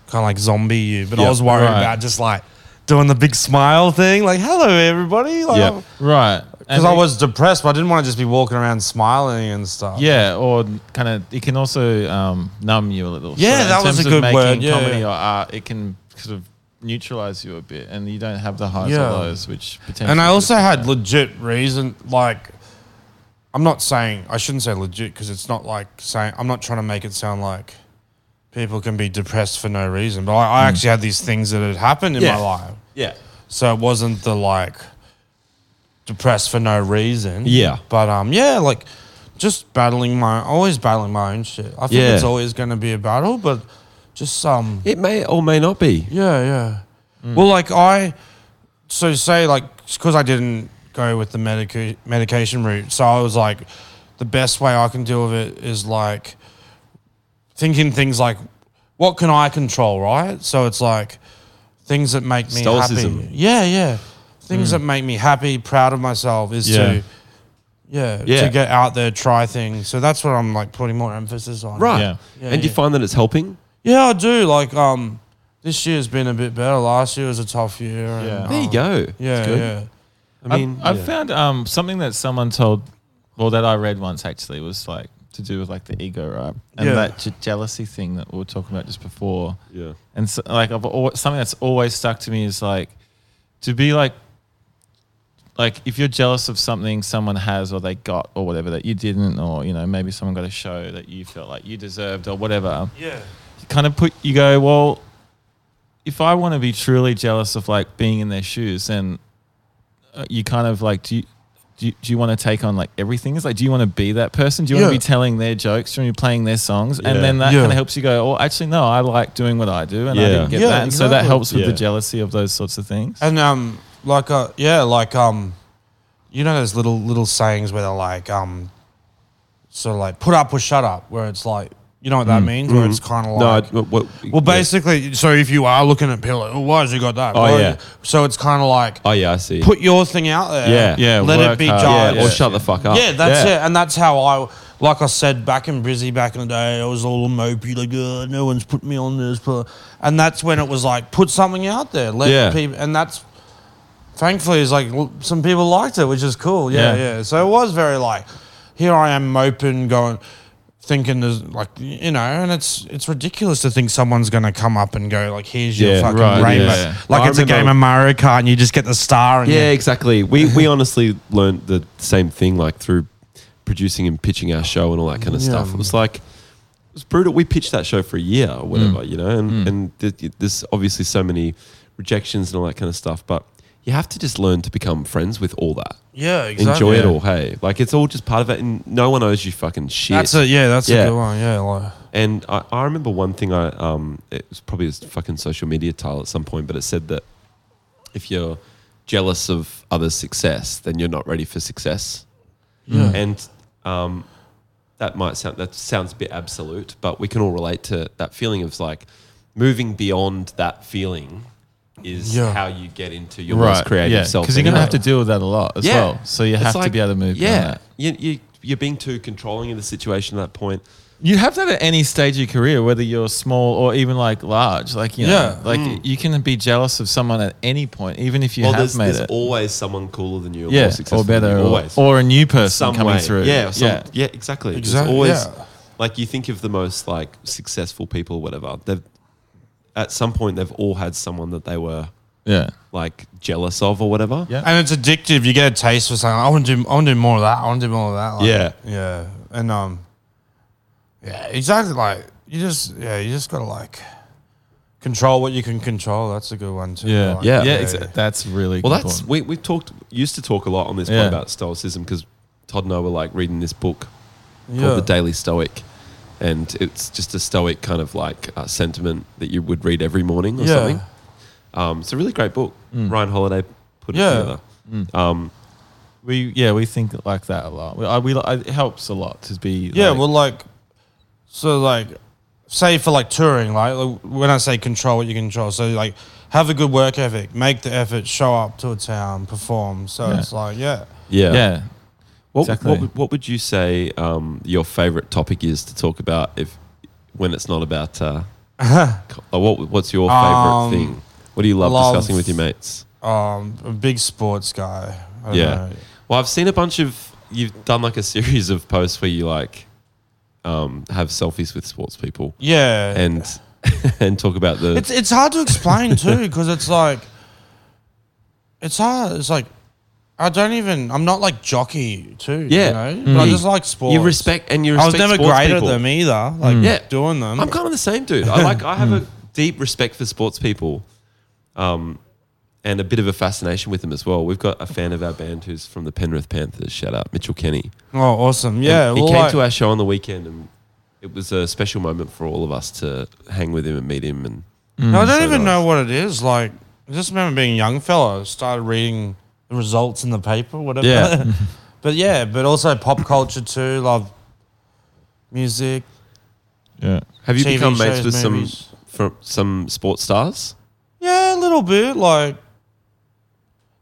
[SPEAKER 4] kind of like zombie you, but I
[SPEAKER 1] Yeah,
[SPEAKER 4] was worried
[SPEAKER 3] right.
[SPEAKER 4] about just like doing the big smile thing, like hello everybody, like.
[SPEAKER 1] Yeah.
[SPEAKER 3] Right. And
[SPEAKER 4] Because I
[SPEAKER 3] it-
[SPEAKER 4] was depressed, but I didn't want to just be walking around smiling and stuff.
[SPEAKER 3] Yeah, or kind of it can also um, numb you a little.
[SPEAKER 4] Yeah,
[SPEAKER 3] in
[SPEAKER 4] that was a
[SPEAKER 3] terms of
[SPEAKER 4] good
[SPEAKER 3] making
[SPEAKER 4] word, yeah,
[SPEAKER 3] comedy
[SPEAKER 4] yeah.
[SPEAKER 3] or art, it can sort of neutralize you a bit, and you don't have the highs
[SPEAKER 4] Yeah.
[SPEAKER 3] or lows, which potentially.
[SPEAKER 4] And I
[SPEAKER 3] could
[SPEAKER 4] also
[SPEAKER 3] affect
[SPEAKER 4] had
[SPEAKER 3] that.
[SPEAKER 4] legit reason. Like, I'm not saying I shouldn't say legit because it's not like saying I'm not trying to make it sound like people can be depressed for no reason. But I, I actually had these things that had happened in
[SPEAKER 1] Mm. Yeah.
[SPEAKER 4] my life,
[SPEAKER 1] Yeah.
[SPEAKER 4] so it wasn't the like depressed for no reason.
[SPEAKER 1] Yeah.
[SPEAKER 4] But um, yeah, like just battling my always battling my own shit. I think
[SPEAKER 1] Yeah.
[SPEAKER 4] it's always going to be a battle, but just um,
[SPEAKER 1] It may or may not be.
[SPEAKER 4] yeah, yeah.
[SPEAKER 1] Mm.
[SPEAKER 4] Well, like I, so say like because I didn't go with the medica- medication route, so I was like, the best way I can deal with it is like thinking things like, what can I control, right? So it's like things that make me
[SPEAKER 1] Stoicism. Mm.
[SPEAKER 4] happy. Yeah, yeah. Things that make me happy, proud of myself is
[SPEAKER 3] Yeah.
[SPEAKER 4] to. Yeah,
[SPEAKER 1] Yeah.
[SPEAKER 4] to get out there, try things. So that's what I'm like putting more emphasis on.
[SPEAKER 1] Right.
[SPEAKER 3] Yeah.
[SPEAKER 4] Yeah,
[SPEAKER 1] and you
[SPEAKER 4] yeah.
[SPEAKER 1] find that it's helping?
[SPEAKER 4] Yeah, I do. Like, um, this year's been a bit better. Last year was a tough year. and,
[SPEAKER 3] Yeah.
[SPEAKER 1] There you
[SPEAKER 4] um,
[SPEAKER 1] go.
[SPEAKER 4] Yeah,
[SPEAKER 1] It's good.
[SPEAKER 4] yeah.
[SPEAKER 1] I mean,
[SPEAKER 3] I've
[SPEAKER 1] yeah.
[SPEAKER 3] found um, something that someone told, or that I read once actually, was like to do with like the ego, right? And
[SPEAKER 4] Yeah.
[SPEAKER 3] that je- jealousy thing that we were talking about just before.
[SPEAKER 1] Yeah.
[SPEAKER 3] And so, like I've always, something that's always stuck to me is like to be like like if you're jealous of something someone has or they got or whatever that you didn't or you know maybe someone got a show that you felt like you deserved or whatever
[SPEAKER 4] Yeah.
[SPEAKER 3] kind of put you go well if i want to be truly jealous of like being in their shoes then uh, you kind of like do you do you, do you want to take on like everything? It's like, do you want to be that person? Do you want
[SPEAKER 4] Yeah.
[SPEAKER 3] to be telling their jokes? Do you want to be playing their songs?
[SPEAKER 1] Yeah.
[SPEAKER 3] And then that
[SPEAKER 4] Yeah.
[SPEAKER 3] kind of helps you go, oh, actually, no, I like doing what I do, and
[SPEAKER 1] Yeah.
[SPEAKER 3] I didn't get
[SPEAKER 4] Yeah,
[SPEAKER 3] that. And so that
[SPEAKER 4] exactly.
[SPEAKER 3] helps with
[SPEAKER 1] Yeah.
[SPEAKER 3] the jealousy of those sorts of things.
[SPEAKER 4] And um, like uh, yeah, like um, you know those little little sayings where they're like um, sort of like put up or shut up, where it's like you know what that means, where it's kind
[SPEAKER 1] Mm.
[SPEAKER 4] of
[SPEAKER 1] Mm-hmm. No, I,
[SPEAKER 4] like.
[SPEAKER 1] what, what-
[SPEAKER 4] well,
[SPEAKER 1] yeah.
[SPEAKER 4] basically, so if you are looking at people, like, oh, why has he got that?
[SPEAKER 1] Oh,
[SPEAKER 4] Why has
[SPEAKER 1] yeah.
[SPEAKER 4] he-" So it's kind of like
[SPEAKER 1] Oh, yeah, I see.
[SPEAKER 4] put your thing out there.
[SPEAKER 1] Yeah.
[SPEAKER 3] Yeah,
[SPEAKER 4] Let it
[SPEAKER 3] work
[SPEAKER 4] be
[SPEAKER 3] hard.
[SPEAKER 1] yeah,
[SPEAKER 4] judged.
[SPEAKER 1] or shut the fuck up.
[SPEAKER 4] Yeah, that's
[SPEAKER 1] Oh, Yeah.
[SPEAKER 4] it. And that's how I, like I said back in Brizzy back in the day, I was all mopey, like, oh, no one's put me on this. But, and that's when it was like, put something out there. Let
[SPEAKER 1] Yeah.
[SPEAKER 4] people, and that's, thankfully, it's like l- some people liked it, which is cool. Yeah,
[SPEAKER 3] Yeah.
[SPEAKER 4] yeah. So it was very like, here I am moping, going, thinking there's like, you know, and it's it's ridiculous to think someone's going to come up and go, like, here's your
[SPEAKER 1] Yeah,
[SPEAKER 4] fucking
[SPEAKER 3] right,
[SPEAKER 4] rainbow.
[SPEAKER 3] yeah.
[SPEAKER 4] Like
[SPEAKER 1] I
[SPEAKER 4] it's a
[SPEAKER 1] remember-
[SPEAKER 4] game of Mario Kart and you just get the star and
[SPEAKER 1] Yeah, e-,
[SPEAKER 4] you-
[SPEAKER 1] exactly. We we honestly learned the same thing like through producing and pitching our show and all that kind of stuff. It was like it was brutal. We pitched that show for a year or whatever,
[SPEAKER 4] Mm.
[SPEAKER 1] you know, and and th- th- there's obviously so many rejections and all that kind of stuff, but you have to just learn to become friends with all that.
[SPEAKER 4] Yeah, exactly.
[SPEAKER 1] Enjoy it
[SPEAKER 4] Yeah.
[SPEAKER 1] all, hey. Like it's all just part of it, and no one owes you fucking shit.
[SPEAKER 4] That's a yeah. That's
[SPEAKER 1] Yeah.
[SPEAKER 4] a good one. Yeah, like
[SPEAKER 1] And I, I remember one thing I um it was probably a fucking social media tile at some point, but it said that if you're jealous of others' success, then you're not ready for success. And um that might sound that sounds a bit absolute, but we can all relate to that feeling of like moving beyond that feeling is
[SPEAKER 4] Yeah.
[SPEAKER 1] how you get into your most creative self.
[SPEAKER 3] Because you're going to have
[SPEAKER 1] anyway.
[SPEAKER 3] to deal with that a lot as well. So you
[SPEAKER 1] It's
[SPEAKER 3] have to
[SPEAKER 1] like-
[SPEAKER 3] be able to move. beyond
[SPEAKER 1] Yeah,
[SPEAKER 3] that.
[SPEAKER 1] you, you you're being too controlling of the situation at that point.
[SPEAKER 3] You have that at any stage of your career, whether you're small or even like large. Like you
[SPEAKER 4] Yeah.
[SPEAKER 3] know, like you can be jealous of someone at any point, even if you
[SPEAKER 1] well,
[SPEAKER 3] have
[SPEAKER 1] there's,
[SPEAKER 3] made
[SPEAKER 1] there's
[SPEAKER 3] it.
[SPEAKER 1] always someone cooler than you, or more
[SPEAKER 3] yeah,
[SPEAKER 1] successful
[SPEAKER 3] or better,
[SPEAKER 1] than you,
[SPEAKER 3] or,
[SPEAKER 1] always
[SPEAKER 3] or a new person
[SPEAKER 1] some
[SPEAKER 3] coming
[SPEAKER 1] way.
[SPEAKER 3] through.
[SPEAKER 1] Yeah, some,
[SPEAKER 3] yeah.
[SPEAKER 1] yeah, exactly. There's
[SPEAKER 4] Exact-
[SPEAKER 1] always
[SPEAKER 4] yeah.
[SPEAKER 1] like you think of the most like successful people, or whatever. They've at some point they've all had someone that they were
[SPEAKER 3] yeah.
[SPEAKER 1] like jealous of or whatever.
[SPEAKER 3] Yeah.
[SPEAKER 4] And it's addictive. You get a taste for something. I want to do. I want to do more of that. I want to do more of that. Like,
[SPEAKER 1] Yeah.
[SPEAKER 4] yeah, and um, yeah, exactly. Like you just, yeah, you just gotta like control what you can control. That's a good one too.
[SPEAKER 3] Yeah,
[SPEAKER 4] Like,
[SPEAKER 1] Yeah.
[SPEAKER 3] yeah, exa- that's really
[SPEAKER 1] Well, that's
[SPEAKER 3] important.
[SPEAKER 1] we we talked used to talk a lot on this
[SPEAKER 3] Yeah.
[SPEAKER 1] one about stoicism because Todd and I were like reading this book
[SPEAKER 4] Yeah.
[SPEAKER 1] called The Daily Stoic. And it's just a stoic kind of like uh, sentiment that you would read every morning or
[SPEAKER 4] Yeah.
[SPEAKER 1] something. Um, it's a really great book. Ryan Holiday put it
[SPEAKER 4] Mm. Yeah.
[SPEAKER 1] together. Um,
[SPEAKER 3] we yeah we think like that a lot. We, I, we I, it helps a lot to be
[SPEAKER 4] Yeah,
[SPEAKER 3] like-
[SPEAKER 4] well, like, so, like, say for like touring, like, like, when I say control what you control, so like, have a good work ethic, make the effort, show up to a town, perform. So
[SPEAKER 3] Yeah.
[SPEAKER 4] it's like, yeah,
[SPEAKER 1] yeah.
[SPEAKER 3] yeah
[SPEAKER 1] What,
[SPEAKER 3] Exactly.
[SPEAKER 1] what, would- what would you say um, your favorite topic is to talk about if when it's not about
[SPEAKER 4] [LAUGHS]
[SPEAKER 1] uh, co- uh, what, what's your favorite
[SPEAKER 4] Um,
[SPEAKER 1] thing? What do you love,
[SPEAKER 4] love-
[SPEAKER 1] discussing with your mates?
[SPEAKER 4] um, a big sports guy. I don't
[SPEAKER 1] Yeah.
[SPEAKER 4] know.
[SPEAKER 1] Well, I've seen a bunch of you've done like a series of posts where you like um, have selfies with sports people
[SPEAKER 4] yeah,
[SPEAKER 1] and [LAUGHS] and talk about the
[SPEAKER 4] It's it's hard to explain too because it's like it's hard. It's like I don't even. I'm not like jockey too.
[SPEAKER 1] Yeah.
[SPEAKER 4] you know? but I
[SPEAKER 1] Mm.
[SPEAKER 4] just like sports.
[SPEAKER 1] you respect and you
[SPEAKER 4] I
[SPEAKER 1] respect
[SPEAKER 4] was never
[SPEAKER 1] sports
[SPEAKER 4] great
[SPEAKER 1] people. Mm.
[SPEAKER 4] at them either. Like
[SPEAKER 1] Yeah.
[SPEAKER 4] doing them.
[SPEAKER 1] I'm kind of the same dude. I like I have a deep respect for sports people, um, and a bit of a fascination with them as well. We've got a fan of our band who's from the Penrith Panthers. Shout out Mitchell Kenny.
[SPEAKER 4] oh, awesome. Yeah.
[SPEAKER 1] And he
[SPEAKER 4] well,
[SPEAKER 1] came
[SPEAKER 4] like-
[SPEAKER 1] to our show on the weekend, and it was a special moment for all of us to hang with him and meet him. And
[SPEAKER 4] No, I don't
[SPEAKER 1] Mm. so
[SPEAKER 4] even
[SPEAKER 1] nice.
[SPEAKER 4] know what it is. Like, I just remember being a young fella, started reading the results in the paper, whatever.
[SPEAKER 1] Yeah.
[SPEAKER 4] [LAUGHS] but yeah, but also pop culture too. Love music.
[SPEAKER 3] yeah
[SPEAKER 1] have you
[SPEAKER 4] TV
[SPEAKER 1] become mates
[SPEAKER 4] shows,
[SPEAKER 1] with
[SPEAKER 4] movies.
[SPEAKER 1] some from some sports stars?
[SPEAKER 4] Yeah, a little bit. Like,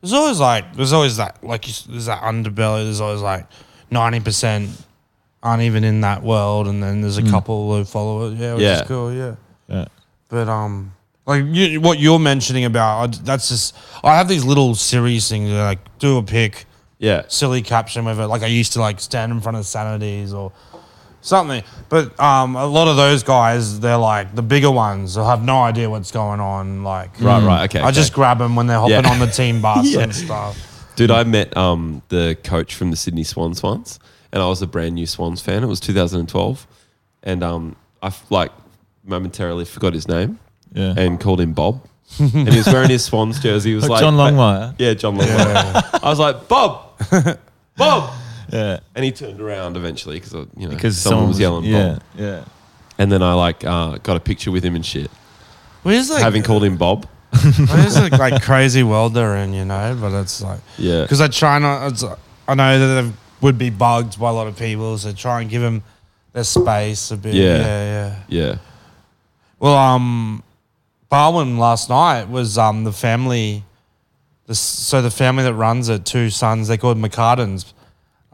[SPEAKER 4] there's always like, there's always that, like, you s- there's that underbelly. There's always like 90% aren't even in that world. And then there's a couple who follow it. Yeah, which
[SPEAKER 1] Hmm. Yeah.
[SPEAKER 4] is cool. Yeah.
[SPEAKER 3] yeah
[SPEAKER 4] But, um, like you, what you're mentioning about, I d that's just, I have these little series things that like do a pick,
[SPEAKER 1] Yeah,
[SPEAKER 4] silly caption with it. Like I used to like stand in front of sanities or something. But um, a lot of those guys, they're like the bigger ones. They'll have no idea what's going on. Like mm.
[SPEAKER 1] Right, right, okay,
[SPEAKER 4] I just
[SPEAKER 1] okay.
[SPEAKER 4] grab them when they're hopping
[SPEAKER 1] Yeah.
[SPEAKER 4] on the
[SPEAKER 1] [LAUGHS]
[SPEAKER 4] team bus
[SPEAKER 1] Yeah.
[SPEAKER 4] and stuff.
[SPEAKER 1] dude. I met um, the coach from the Sydney Swans once, and I was a brand new Swans fan. It was 2012, and um, I f- like momentarily forgot his name.
[SPEAKER 3] yeah.
[SPEAKER 1] and called him Bob. and he was wearing his Swans jersey. He was
[SPEAKER 3] [LAUGHS] Like
[SPEAKER 1] like
[SPEAKER 3] John
[SPEAKER 1] "Ma-
[SPEAKER 3] Longmire.
[SPEAKER 1] Yeah, John Longmire. I was like
[SPEAKER 4] [LAUGHS]
[SPEAKER 1] Bob, Bob,
[SPEAKER 3] yeah
[SPEAKER 1] and he turned around eventually because you know because
[SPEAKER 3] because
[SPEAKER 1] someone, was yelling
[SPEAKER 3] yeah
[SPEAKER 1] Bob.
[SPEAKER 3] yeah
[SPEAKER 1] And then I like uh, got a picture with him and shit,
[SPEAKER 4] Where's like
[SPEAKER 1] having called him Bob.
[SPEAKER 4] [LAUGHS] It's a
[SPEAKER 1] [LAUGHS]
[SPEAKER 4] like crazy world they're in, you know. But it's like
[SPEAKER 1] Yeah.
[SPEAKER 4] because I try not. It's, I know that they would be bugged by a lot of people, so try and give them their space a bit.
[SPEAKER 1] Yeah.
[SPEAKER 4] yeah, yeah.
[SPEAKER 1] Yeah,
[SPEAKER 4] Well, um, Barwon last night was um the family, the, s- so the family that runs it, two sons, they're called McCardens,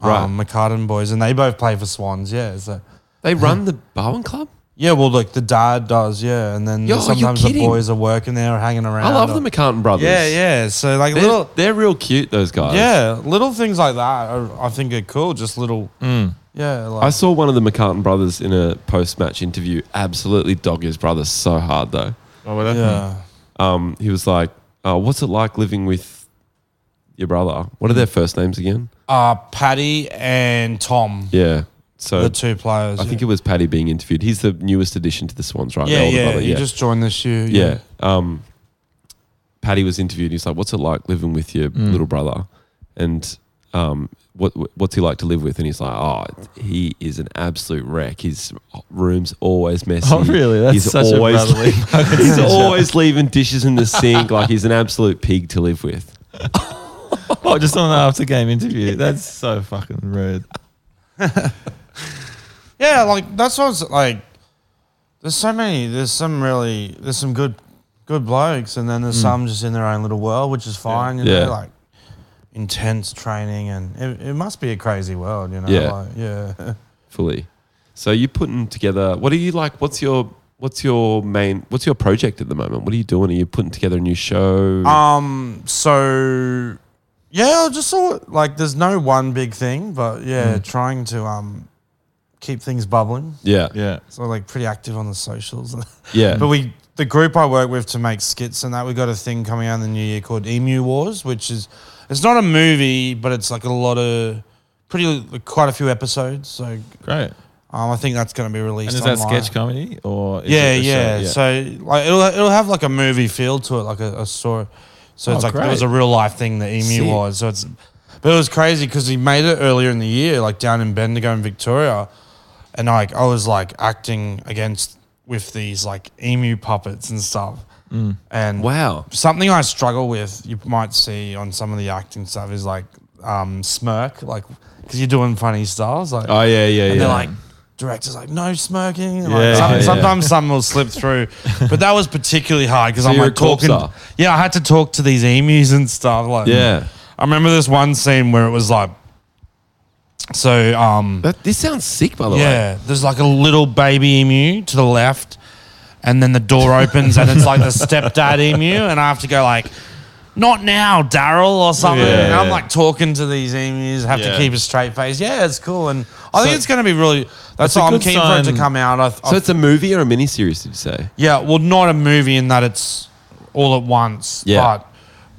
[SPEAKER 1] Right.
[SPEAKER 4] um, McCartan boys, and they both play for Swans. Yeah, so
[SPEAKER 1] they run the Barwon Club.
[SPEAKER 4] yeah, well, like the dad does, yeah, and then
[SPEAKER 1] Yo, you're
[SPEAKER 4] sometimes the
[SPEAKER 1] kidding.
[SPEAKER 4] boys are working there or hanging around.
[SPEAKER 1] I love
[SPEAKER 4] or-
[SPEAKER 1] the McCartan brothers.
[SPEAKER 4] Yeah, yeah. So like
[SPEAKER 1] They're,
[SPEAKER 4] little,
[SPEAKER 1] they're real cute. Those guys.
[SPEAKER 4] yeah, little things like that. Are, I think are cool. Just little, yeah. Like,
[SPEAKER 1] Mm. I saw one of the McCartan brothers in a post-match interview. Absolutely dog his brother so hard though.
[SPEAKER 3] oh well, that-
[SPEAKER 4] yeah.
[SPEAKER 1] "Oh, um, he was like, uh, "What's it like living with your brother. What are their
[SPEAKER 4] Hmm.
[SPEAKER 1] first names again?
[SPEAKER 4] Uh, Paddy and Tom,
[SPEAKER 1] Yeah. So
[SPEAKER 4] the two players.
[SPEAKER 1] I think it was Paddy being interviewed. He's the newest addition to the Swans, right? The
[SPEAKER 4] yeah,
[SPEAKER 1] older
[SPEAKER 4] yeah,
[SPEAKER 1] brother,
[SPEAKER 4] He just joined this year.
[SPEAKER 1] yeah. Um, Paddy was interviewed. He's like, "What's it like living with your
[SPEAKER 3] Mm.
[SPEAKER 1] little brother?" And um, what what's he like to live with? And he's like, "Oh, he is an absolute wreck. His room's
[SPEAKER 3] [LAUGHS]
[SPEAKER 1] always messy.
[SPEAKER 3] Oh, really? That's
[SPEAKER 1] he's
[SPEAKER 3] such a brotherly [LAUGHS]
[SPEAKER 1] [LAUGHS] he's always leaving dishes in the sink. Like he's an absolute pig to live with."
[SPEAKER 3] Oh, just on an after game interview. That's so fucking rude.
[SPEAKER 4] Yeah, like that's what's like. There's so many. There's some really. There's some good, good blokes, and then there's some just in their own little world, which is fine. You know,
[SPEAKER 1] Mm. Yeah.
[SPEAKER 4] like intense training, and it, it must be a crazy world. You know,
[SPEAKER 1] Yeah.
[SPEAKER 4] like, yeah. [LAUGHS]
[SPEAKER 1] fully. So you're putting together. What are you like? What's your what's your main what's your project at the moment? What are you doing? Are you putting together a new show?
[SPEAKER 4] Um. So, yeah, I just saw it. Like, there's no one big thing, but yeah,
[SPEAKER 1] Mm.
[SPEAKER 4] trying to um keep things bubbling.
[SPEAKER 1] yeah,
[SPEAKER 3] Yeah.
[SPEAKER 4] So like pretty active on the socials. [LAUGHS]
[SPEAKER 1] yeah.
[SPEAKER 4] But we, the group I work with to make skits and that, we got a thing coming out in the new year called Emu Wars, which is, it's not a movie, but it's like a lot of, pretty, like quite a few episodes. So um,
[SPEAKER 3] Great.
[SPEAKER 4] I think that's going to be
[SPEAKER 3] And
[SPEAKER 4] released.
[SPEAKER 3] is that
[SPEAKER 4] online.
[SPEAKER 3] sketch comedy or? Is
[SPEAKER 4] Yeah,
[SPEAKER 3] it a show?
[SPEAKER 4] yeah, So like it'll it'll have like a movie feel to it, like a, a story. So it's
[SPEAKER 3] Oh,
[SPEAKER 4] like it was
[SPEAKER 3] great.
[SPEAKER 4] a real life thing that Emu
[SPEAKER 1] Sick.
[SPEAKER 4] was. So it's, but it was crazy because he made it earlier in the year, like down in Bendigo in Victoria, and like I was like acting against with these like Emu puppets and stuff.
[SPEAKER 3] Mm.
[SPEAKER 4] And
[SPEAKER 1] wow.
[SPEAKER 4] something I struggle with, you might see on some of the acting stuff, is like um, smirk, like because you're doing funny styles, like
[SPEAKER 1] Oh yeah, yeah,
[SPEAKER 4] and
[SPEAKER 1] yeah.
[SPEAKER 4] they're like, directors like, no smirking. and,
[SPEAKER 1] Yeah,
[SPEAKER 4] like, some,
[SPEAKER 1] yeah, yeah.
[SPEAKER 4] Sometimes some will slip through, but that was particularly hard because I'm
[SPEAKER 1] you're
[SPEAKER 4] like
[SPEAKER 1] a corpse
[SPEAKER 4] talking.
[SPEAKER 1] star.
[SPEAKER 4] Yeah, I had to talk to these emus and stuff. Like,
[SPEAKER 1] yeah.
[SPEAKER 4] I remember this one scene where it was like, so um,
[SPEAKER 1] That this sounds sick, by the way.
[SPEAKER 4] yeah, there's like a little baby emu to the left, and then the door opens and it's like the stepdad emu, and I have to go like. Not now, Daryl, or something.
[SPEAKER 1] Yeah,
[SPEAKER 4] and I'm
[SPEAKER 1] yeah.
[SPEAKER 4] like talking to these emus, have
[SPEAKER 1] Yeah.
[SPEAKER 4] to keep a straight face. Yeah, it's cool, and I think
[SPEAKER 3] So-
[SPEAKER 4] it's going to be really. That's
[SPEAKER 3] a
[SPEAKER 4] why I'm
[SPEAKER 3] good
[SPEAKER 4] keen for it
[SPEAKER 3] sign.
[SPEAKER 4] to come out. I, th- I
[SPEAKER 1] So it's a movie or a miniseries? Did you say?
[SPEAKER 4] yeah, well, not a movie in that it's all at once,
[SPEAKER 1] Yeah.
[SPEAKER 4] but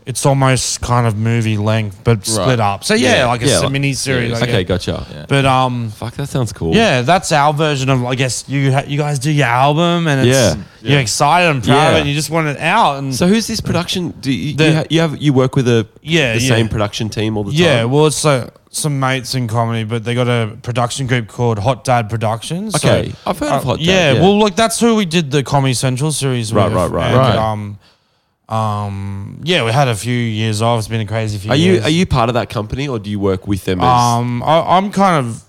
[SPEAKER 4] it's almost kind of movie length, but split up. So yeah, like it's a mini series.
[SPEAKER 1] yeah.
[SPEAKER 4] I
[SPEAKER 1] Okay,
[SPEAKER 4] guess.
[SPEAKER 1] gotcha.
[SPEAKER 4] But um,
[SPEAKER 1] Fuck, that sounds cool.
[SPEAKER 4] yeah, that's our version of. I guess you ha- you guys do your album, and it's,
[SPEAKER 1] Yeah.
[SPEAKER 4] you're excited and proud, of
[SPEAKER 1] Yeah.
[SPEAKER 4] it, and you just want it out. And
[SPEAKER 1] So who's this production? Do you,
[SPEAKER 4] The-
[SPEAKER 1] you, ha- you have you work with a
[SPEAKER 4] Yeah,
[SPEAKER 1] the
[SPEAKER 4] yeah.
[SPEAKER 1] same production team all the
[SPEAKER 4] yeah,
[SPEAKER 1] time?
[SPEAKER 4] well, it's uh, some mates in comedy, but they got a production group called Hot Dad Productions. so-
[SPEAKER 1] Okay, I've heard of
[SPEAKER 4] Uh,
[SPEAKER 1] Hot Dad,
[SPEAKER 4] yeah, well, like that's who we did the Comedy Central series
[SPEAKER 1] Right,
[SPEAKER 4] with.
[SPEAKER 1] right, right.
[SPEAKER 4] and,
[SPEAKER 1] Right.
[SPEAKER 4] Um, um, yeah, we had a few years off. It's been a crazy few.
[SPEAKER 1] are you
[SPEAKER 4] years.
[SPEAKER 1] are you part of that company or do you work with them? As,
[SPEAKER 4] Um, I, I'm kind of.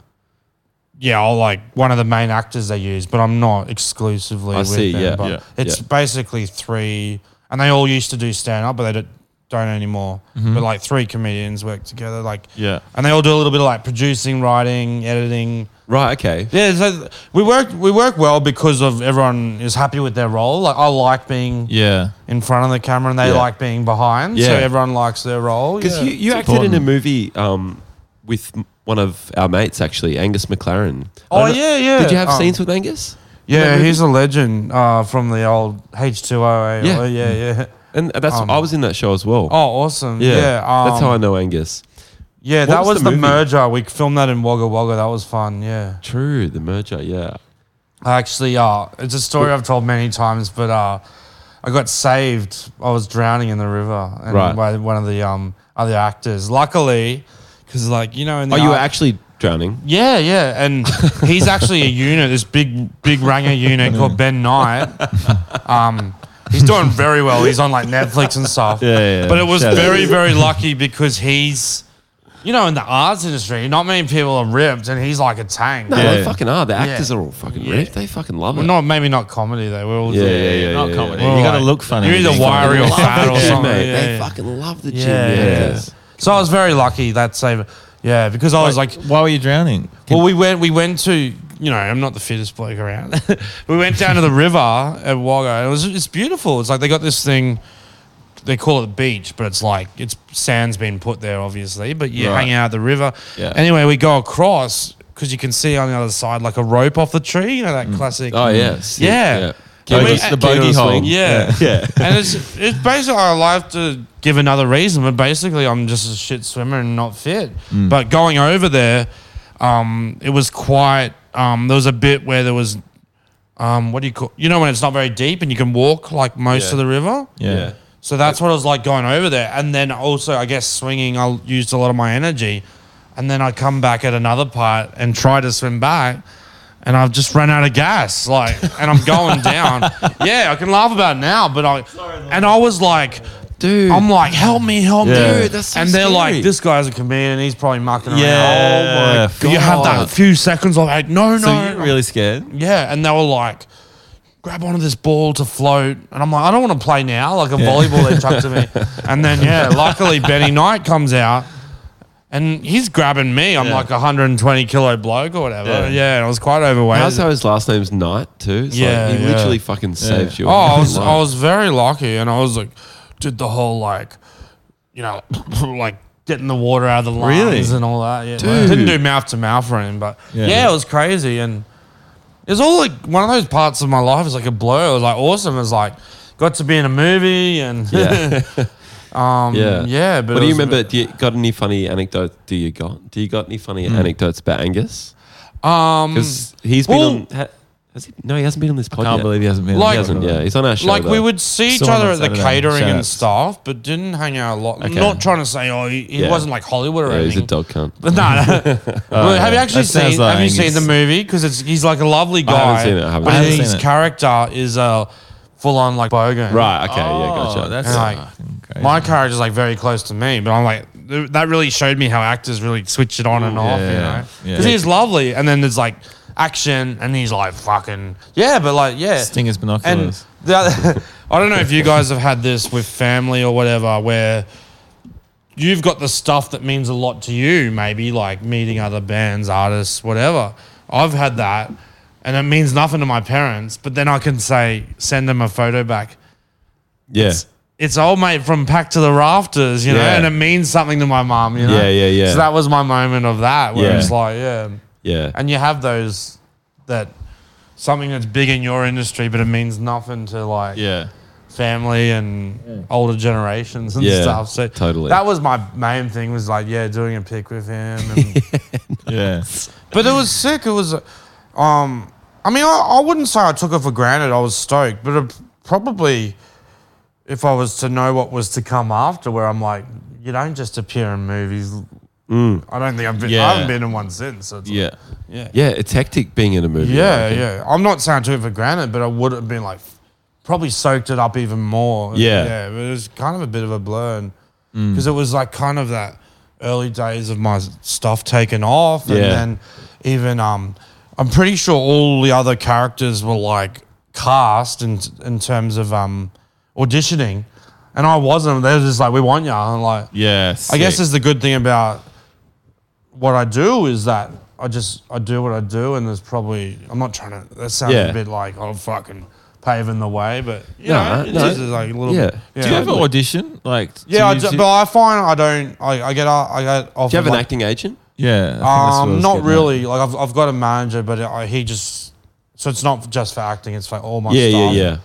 [SPEAKER 4] Yeah, I'll like one of the main actors they use, but I'm not exclusively.
[SPEAKER 1] I
[SPEAKER 4] with
[SPEAKER 1] see,
[SPEAKER 4] Them,
[SPEAKER 1] yeah,
[SPEAKER 4] but
[SPEAKER 1] yeah,
[SPEAKER 4] it's
[SPEAKER 1] yeah.
[SPEAKER 4] basically three, and they all used to do stand up, but they don't, don't anymore.
[SPEAKER 1] Mm-hmm.
[SPEAKER 4] But like three comedians work together, like
[SPEAKER 3] Yeah.
[SPEAKER 4] and they all do a little bit of like producing, writing, editing.
[SPEAKER 1] right. Okay.
[SPEAKER 4] Yeah, so we work we work well because of everyone is happy with their role. Like I like being
[SPEAKER 3] Yeah.
[SPEAKER 4] in front of the camera, and they
[SPEAKER 1] Yeah.
[SPEAKER 4] like being behind. So
[SPEAKER 1] Yeah.
[SPEAKER 4] everyone likes their role.
[SPEAKER 1] Because
[SPEAKER 4] yeah.
[SPEAKER 1] you, you acted in a movie um, with m- one of our mates, actually, Angus McLaren. I
[SPEAKER 4] Oh,
[SPEAKER 1] don't know-
[SPEAKER 4] yeah, yeah.
[SPEAKER 1] Did you have
[SPEAKER 4] Um,
[SPEAKER 1] scenes with Angus?
[SPEAKER 4] Yeah, he's a legend uh, from the old
[SPEAKER 1] Yeah.
[SPEAKER 4] H2O.
[SPEAKER 1] Mm.
[SPEAKER 4] Yeah, Oh, yeah, yeah.
[SPEAKER 1] And that's
[SPEAKER 4] um,
[SPEAKER 1] I was in that show as well.
[SPEAKER 4] Oh, awesome. Yeah.
[SPEAKER 1] that's how I
[SPEAKER 4] um,
[SPEAKER 1] know Angus.
[SPEAKER 4] Yeah,
[SPEAKER 1] What
[SPEAKER 4] that
[SPEAKER 1] was
[SPEAKER 4] was,
[SPEAKER 1] the
[SPEAKER 4] the,
[SPEAKER 1] movie?
[SPEAKER 4] merger. We filmed that in Wagga Wagga. That was fun. Yeah.
[SPEAKER 1] True, the merger. Yeah.
[SPEAKER 4] I actually, uh, it's a story I've told many times, but uh, I got saved. I was drowning in the river and
[SPEAKER 1] Right.
[SPEAKER 4] by one of the um, other actors. Luckily, because, like, you know, in the
[SPEAKER 1] Oh, you were
[SPEAKER 4] art-
[SPEAKER 1] actually drowning.
[SPEAKER 4] Yeah, yeah,
[SPEAKER 1] [LAUGHS]
[SPEAKER 4] and he's actually a unit, this big, big ranger unit called Ben Knight. Um, he's doing very well. He's on like Netflix and stuff.
[SPEAKER 3] Yeah, yeah.
[SPEAKER 4] But it was
[SPEAKER 3] Shout out.
[SPEAKER 4] very, very lucky because he's, you know, in the arts industry, not many people are ripped, and he's like a tank.
[SPEAKER 1] No,
[SPEAKER 3] Yeah.
[SPEAKER 1] they fucking are. The actors are all fucking
[SPEAKER 4] Yeah.
[SPEAKER 1] ripped. They fucking love it.
[SPEAKER 4] Well, not maybe not comedy though. We're all
[SPEAKER 1] yeah, yeah, yeah,
[SPEAKER 4] doing-
[SPEAKER 1] yeah,
[SPEAKER 3] Not
[SPEAKER 1] yeah,
[SPEAKER 3] comedy.
[SPEAKER 1] yeah.
[SPEAKER 4] Well,
[SPEAKER 3] you got to
[SPEAKER 4] like,
[SPEAKER 3] look funny.
[SPEAKER 4] you're either
[SPEAKER 3] to be
[SPEAKER 1] [LAUGHS]
[SPEAKER 4] wiry
[SPEAKER 3] funny.
[SPEAKER 4] or
[SPEAKER 1] Love
[SPEAKER 4] fat
[SPEAKER 1] the
[SPEAKER 4] or
[SPEAKER 1] gym,
[SPEAKER 4] something.
[SPEAKER 1] mate.
[SPEAKER 4] Yeah,
[SPEAKER 1] They
[SPEAKER 4] yeah.
[SPEAKER 1] fucking love the gym.
[SPEAKER 4] Yeah,
[SPEAKER 1] Yeah.
[SPEAKER 4] yeah. So I was very lucky that save. Yeah, because I was like,
[SPEAKER 3] Why were you drowning?
[SPEAKER 4] Well, we went. We went to. You know, I'm not the fittest bloke around. [LAUGHS] we went down to the river at Wagga. It was it's beautiful. It's like they got this thing. They call it the beach, but it's like it's sand's been put there, obviously. But you
[SPEAKER 3] Right.
[SPEAKER 4] hang out at the river.
[SPEAKER 3] Yeah.
[SPEAKER 4] Anyway, we go
[SPEAKER 3] Mm. Oh,
[SPEAKER 4] across because you can see on the other side like a rope off the tree. You know that classic.
[SPEAKER 1] Oh, yeah. sick,
[SPEAKER 4] Mm. Yeah.
[SPEAKER 1] Keno-
[SPEAKER 4] we-
[SPEAKER 3] the bogey
[SPEAKER 1] Keno
[SPEAKER 3] hole.
[SPEAKER 1] swing.
[SPEAKER 4] Yeah.
[SPEAKER 1] Yeah.
[SPEAKER 4] [LAUGHS] and it's it's basically I like to give another reason, but basically I'm just a shit swimmer and not fit.
[SPEAKER 1] Mm.
[SPEAKER 4] But going over there, um, it was quite. Um, there was a bit where there was, um, what do you call? You know when it's not very deep and you can walk like most
[SPEAKER 1] Yeah.
[SPEAKER 4] of the river.
[SPEAKER 3] Yeah.
[SPEAKER 1] Yeah.
[SPEAKER 4] So that's what it was like going over there, and then also I guess swinging. I used a lot of my energy, and then I come back at another part and try to swim back. And I've just ran out of gas, like, and I'm
[SPEAKER 1] [LAUGHS]
[SPEAKER 4] going down. Yeah, I can laugh about it now, but I, and I was like,
[SPEAKER 1] Dude.
[SPEAKER 4] I'm like, help me, help
[SPEAKER 3] Yeah.
[SPEAKER 4] me.
[SPEAKER 3] Dude,
[SPEAKER 1] that's so
[SPEAKER 4] and they're
[SPEAKER 1] scary.
[SPEAKER 4] like, this guy's a comedian. He's probably mucking around.
[SPEAKER 3] Yeah,
[SPEAKER 4] Oh my You have
[SPEAKER 1] God.
[SPEAKER 4] that few seconds of like, no, no.
[SPEAKER 3] So you're
[SPEAKER 4] no.
[SPEAKER 3] really scared?
[SPEAKER 4] yeah. And they were like, grab onto this ball to float. And I'm like, I don't want to play now. Like a volleyball they chucked to me. And then, yeah, luckily Benny Knight comes out. And he's grabbing me. I'm like a 120 kilo bloke or whatever.
[SPEAKER 3] Yeah.
[SPEAKER 4] Yeah, and I was quite overweight.
[SPEAKER 1] Also, his last name's Knight too. It's
[SPEAKER 4] Yeah,
[SPEAKER 1] like, he
[SPEAKER 4] yeah.
[SPEAKER 1] literally fucking saved you.
[SPEAKER 4] Oh, I was, I was very lucky, and I was like, did the whole like, you know, [LAUGHS] like getting the water out of the lungs
[SPEAKER 3] Really?
[SPEAKER 4] and all that. Yeah, didn't do mouth to mouth or anything, but
[SPEAKER 3] Yeah.
[SPEAKER 4] yeah. it was crazy, and it was all like one of those parts of my life is like a blur. It was like awesome. It was like got to be in a movie, and
[SPEAKER 1] Yeah.
[SPEAKER 4] [LAUGHS] um, yeah, But
[SPEAKER 1] what
[SPEAKER 4] it
[SPEAKER 1] do you
[SPEAKER 4] was a bit-
[SPEAKER 1] remember? Do you got any funny anecdotes? Do you got? Do you got any funny anecdotes about Angus?
[SPEAKER 4] Hmm. Um,
[SPEAKER 1] Because he's been
[SPEAKER 4] well-
[SPEAKER 1] on. Ha, has he? No, he hasn't been on this podcast.
[SPEAKER 3] Can't believe he hasn't been.
[SPEAKER 4] Like-
[SPEAKER 1] he hasn't. Yeah, he's on our show.
[SPEAKER 4] like we
[SPEAKER 1] though.
[SPEAKER 4] would see each
[SPEAKER 3] Still on
[SPEAKER 4] other
[SPEAKER 3] on
[SPEAKER 4] at the
[SPEAKER 3] Saturday.
[SPEAKER 4] catering
[SPEAKER 3] Shout
[SPEAKER 4] and
[SPEAKER 3] outs.
[SPEAKER 4] stuff, but didn't hang out a lot.
[SPEAKER 1] Okay.
[SPEAKER 4] Not trying to say, oh, he, he
[SPEAKER 1] Yeah.
[SPEAKER 4] wasn't like Hollywood or
[SPEAKER 1] Yeah,
[SPEAKER 4] anything.
[SPEAKER 1] he's a dog cunt.
[SPEAKER 4] But no, no. Well, have you actually
[SPEAKER 3] That sounds
[SPEAKER 4] seen?
[SPEAKER 3] like
[SPEAKER 4] have you seen the
[SPEAKER 3] Angus.
[SPEAKER 4] movie? Because it's he's like a lovely guy.
[SPEAKER 1] haven't seen it, I haven't
[SPEAKER 4] but
[SPEAKER 1] seen
[SPEAKER 3] it.
[SPEAKER 4] his
[SPEAKER 3] Seen it.
[SPEAKER 4] character is a full on like bogan.
[SPEAKER 1] Right. Okay. yeah.
[SPEAKER 3] Oh,
[SPEAKER 1] Gotcha.
[SPEAKER 3] That's
[SPEAKER 4] And like
[SPEAKER 3] fucking crazy.
[SPEAKER 4] my character is like very close to me, but I'm like th- that really showed me how actors really switch it on and off.
[SPEAKER 3] yeah,
[SPEAKER 4] you know,
[SPEAKER 3] yeah.
[SPEAKER 4] because he's lovely, and then there's like action, and he's like fucking yeah, but like yeah,
[SPEAKER 3] Stinger's
[SPEAKER 4] and
[SPEAKER 3] binoculars.
[SPEAKER 4] the other, [LAUGHS] I don't know if you guys have had this with family or whatever, where you've got the stuff that means a lot to you, maybe like meeting other bands, artists, whatever. I've had that, and it means nothing to my parents, but then I can say, send them a photo back.
[SPEAKER 1] yeah.
[SPEAKER 4] It's old mate from Pack to the Rafters, you know,
[SPEAKER 1] Yeah.
[SPEAKER 4] and it means something to my mum, you know.
[SPEAKER 1] Yeah, yeah, yeah.
[SPEAKER 4] So that was my moment of that, where
[SPEAKER 1] Yeah.
[SPEAKER 4] it's like, yeah.
[SPEAKER 1] Yeah.
[SPEAKER 4] And you have those that something that's big in your industry, but it means nothing to like
[SPEAKER 3] [LAUGHS] yeah.
[SPEAKER 4] family and older generations and
[SPEAKER 1] Yeah,
[SPEAKER 4] stuff. So
[SPEAKER 1] totally.
[SPEAKER 4] that was my main thing was like, yeah, doing a pic with him.
[SPEAKER 1] [LAUGHS]
[SPEAKER 4] And,
[SPEAKER 3] [LAUGHS] Yeah.
[SPEAKER 4] but it was sick. It was, um, I mean, I, I wouldn't say I took it for granted. I was stoked, but it, probably if I was to know what was to come after, where I'm like, you don't just appear in movies.
[SPEAKER 1] Mm.
[SPEAKER 4] I don't think I've been.
[SPEAKER 3] Yeah.
[SPEAKER 4] I haven't been in one since. So it's like-
[SPEAKER 3] Yeah.
[SPEAKER 1] yeah. It's hectic being in a movie.
[SPEAKER 4] yeah,
[SPEAKER 1] I think.
[SPEAKER 4] yeah. I'm not saying I took it for granted, but I would have been like, probably soaked it up even more.
[SPEAKER 1] Yeah. Mm.
[SPEAKER 4] yeah. But it was kind of a bit of a blur, because it was like kind of that early days of my stuff taken off, and
[SPEAKER 1] Yeah.
[SPEAKER 4] then even um, I'm pretty sure all the other characters were like cast in in terms of um auditioning, and I wasn't. They were just like, we want you, and like.
[SPEAKER 3] Yeah.
[SPEAKER 4] I guess
[SPEAKER 3] sick.
[SPEAKER 4] is the good thing about what I do is that I just I do what I do, and there's probably I'm not trying to. That sounds
[SPEAKER 1] Yeah.
[SPEAKER 4] a bit like I'm fucking paving the way, but you
[SPEAKER 1] No,
[SPEAKER 4] know, it
[SPEAKER 1] no.
[SPEAKER 4] is like a little.
[SPEAKER 1] Yeah.
[SPEAKER 4] Bit,
[SPEAKER 1] Do
[SPEAKER 3] Do you ever
[SPEAKER 1] Totally.
[SPEAKER 3] audition? Like,
[SPEAKER 4] yeah, I
[SPEAKER 3] you
[SPEAKER 4] do,
[SPEAKER 3] do-
[SPEAKER 4] but I find I don't. I, I get I get off.
[SPEAKER 1] Do you have an acting agent?
[SPEAKER 3] yeah. I think that's what I
[SPEAKER 4] Um,
[SPEAKER 3] was
[SPEAKER 4] not
[SPEAKER 3] getting at.
[SPEAKER 4] really. Like I've I've got a manager, but I, he just so it's not just for acting. It's for all my
[SPEAKER 1] Yeah. Yeah.
[SPEAKER 4] stuff.
[SPEAKER 1] Yeah.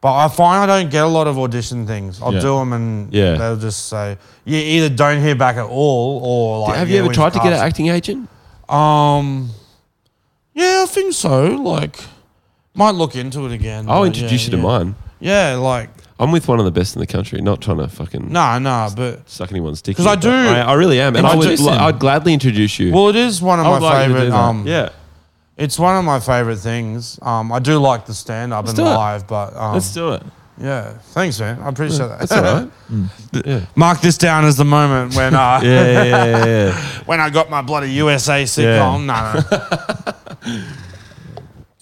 [SPEAKER 4] But I find I don't get a lot of audition things. I'll
[SPEAKER 3] Yeah.
[SPEAKER 4] 'em do them and
[SPEAKER 1] Yeah.
[SPEAKER 4] they'll just say you either don't hear back at all or like.
[SPEAKER 1] have
[SPEAKER 4] yeah,
[SPEAKER 1] you ever
[SPEAKER 4] we've
[SPEAKER 1] tried to get an
[SPEAKER 4] cast
[SPEAKER 1] acting agent?
[SPEAKER 4] Um, yeah, I think so. Like, might look into it again.
[SPEAKER 1] I'll
[SPEAKER 4] but
[SPEAKER 1] introduce
[SPEAKER 4] yeah,
[SPEAKER 1] you to
[SPEAKER 4] yeah.
[SPEAKER 1] mine.
[SPEAKER 4] Yeah, like,
[SPEAKER 1] I'm with one of the best in the country. Not trying to fucking
[SPEAKER 4] nah, nah, but
[SPEAKER 1] suck anyone's dick.
[SPEAKER 4] 'Cause
[SPEAKER 1] here,
[SPEAKER 4] I
[SPEAKER 1] but
[SPEAKER 4] do-
[SPEAKER 1] I, I really am, and I would.
[SPEAKER 3] Introduce him.
[SPEAKER 1] I'd gladly introduce you.
[SPEAKER 4] well, it is one
[SPEAKER 3] Oh,
[SPEAKER 4] of
[SPEAKER 1] I would
[SPEAKER 4] my
[SPEAKER 1] like you to do
[SPEAKER 4] favorite.
[SPEAKER 1] that.
[SPEAKER 4] Um,
[SPEAKER 1] yeah.
[SPEAKER 4] it's one of my favorite things. Um, I do like the stand up and
[SPEAKER 1] do it.
[SPEAKER 4] live, but um,
[SPEAKER 3] Let's do it.
[SPEAKER 4] yeah, thanks, man. I appreciate that.
[SPEAKER 1] That's all
[SPEAKER 4] [LAUGHS]
[SPEAKER 1] right. Mm.
[SPEAKER 4] Mark this down as the moment
[SPEAKER 1] [LAUGHS]
[SPEAKER 4] when uh,
[SPEAKER 3] Yeah, yeah, yeah, yeah, yeah.
[SPEAKER 4] when I got my bloody USA sitcom.
[SPEAKER 1] [LAUGHS] Uh,
[SPEAKER 4] No,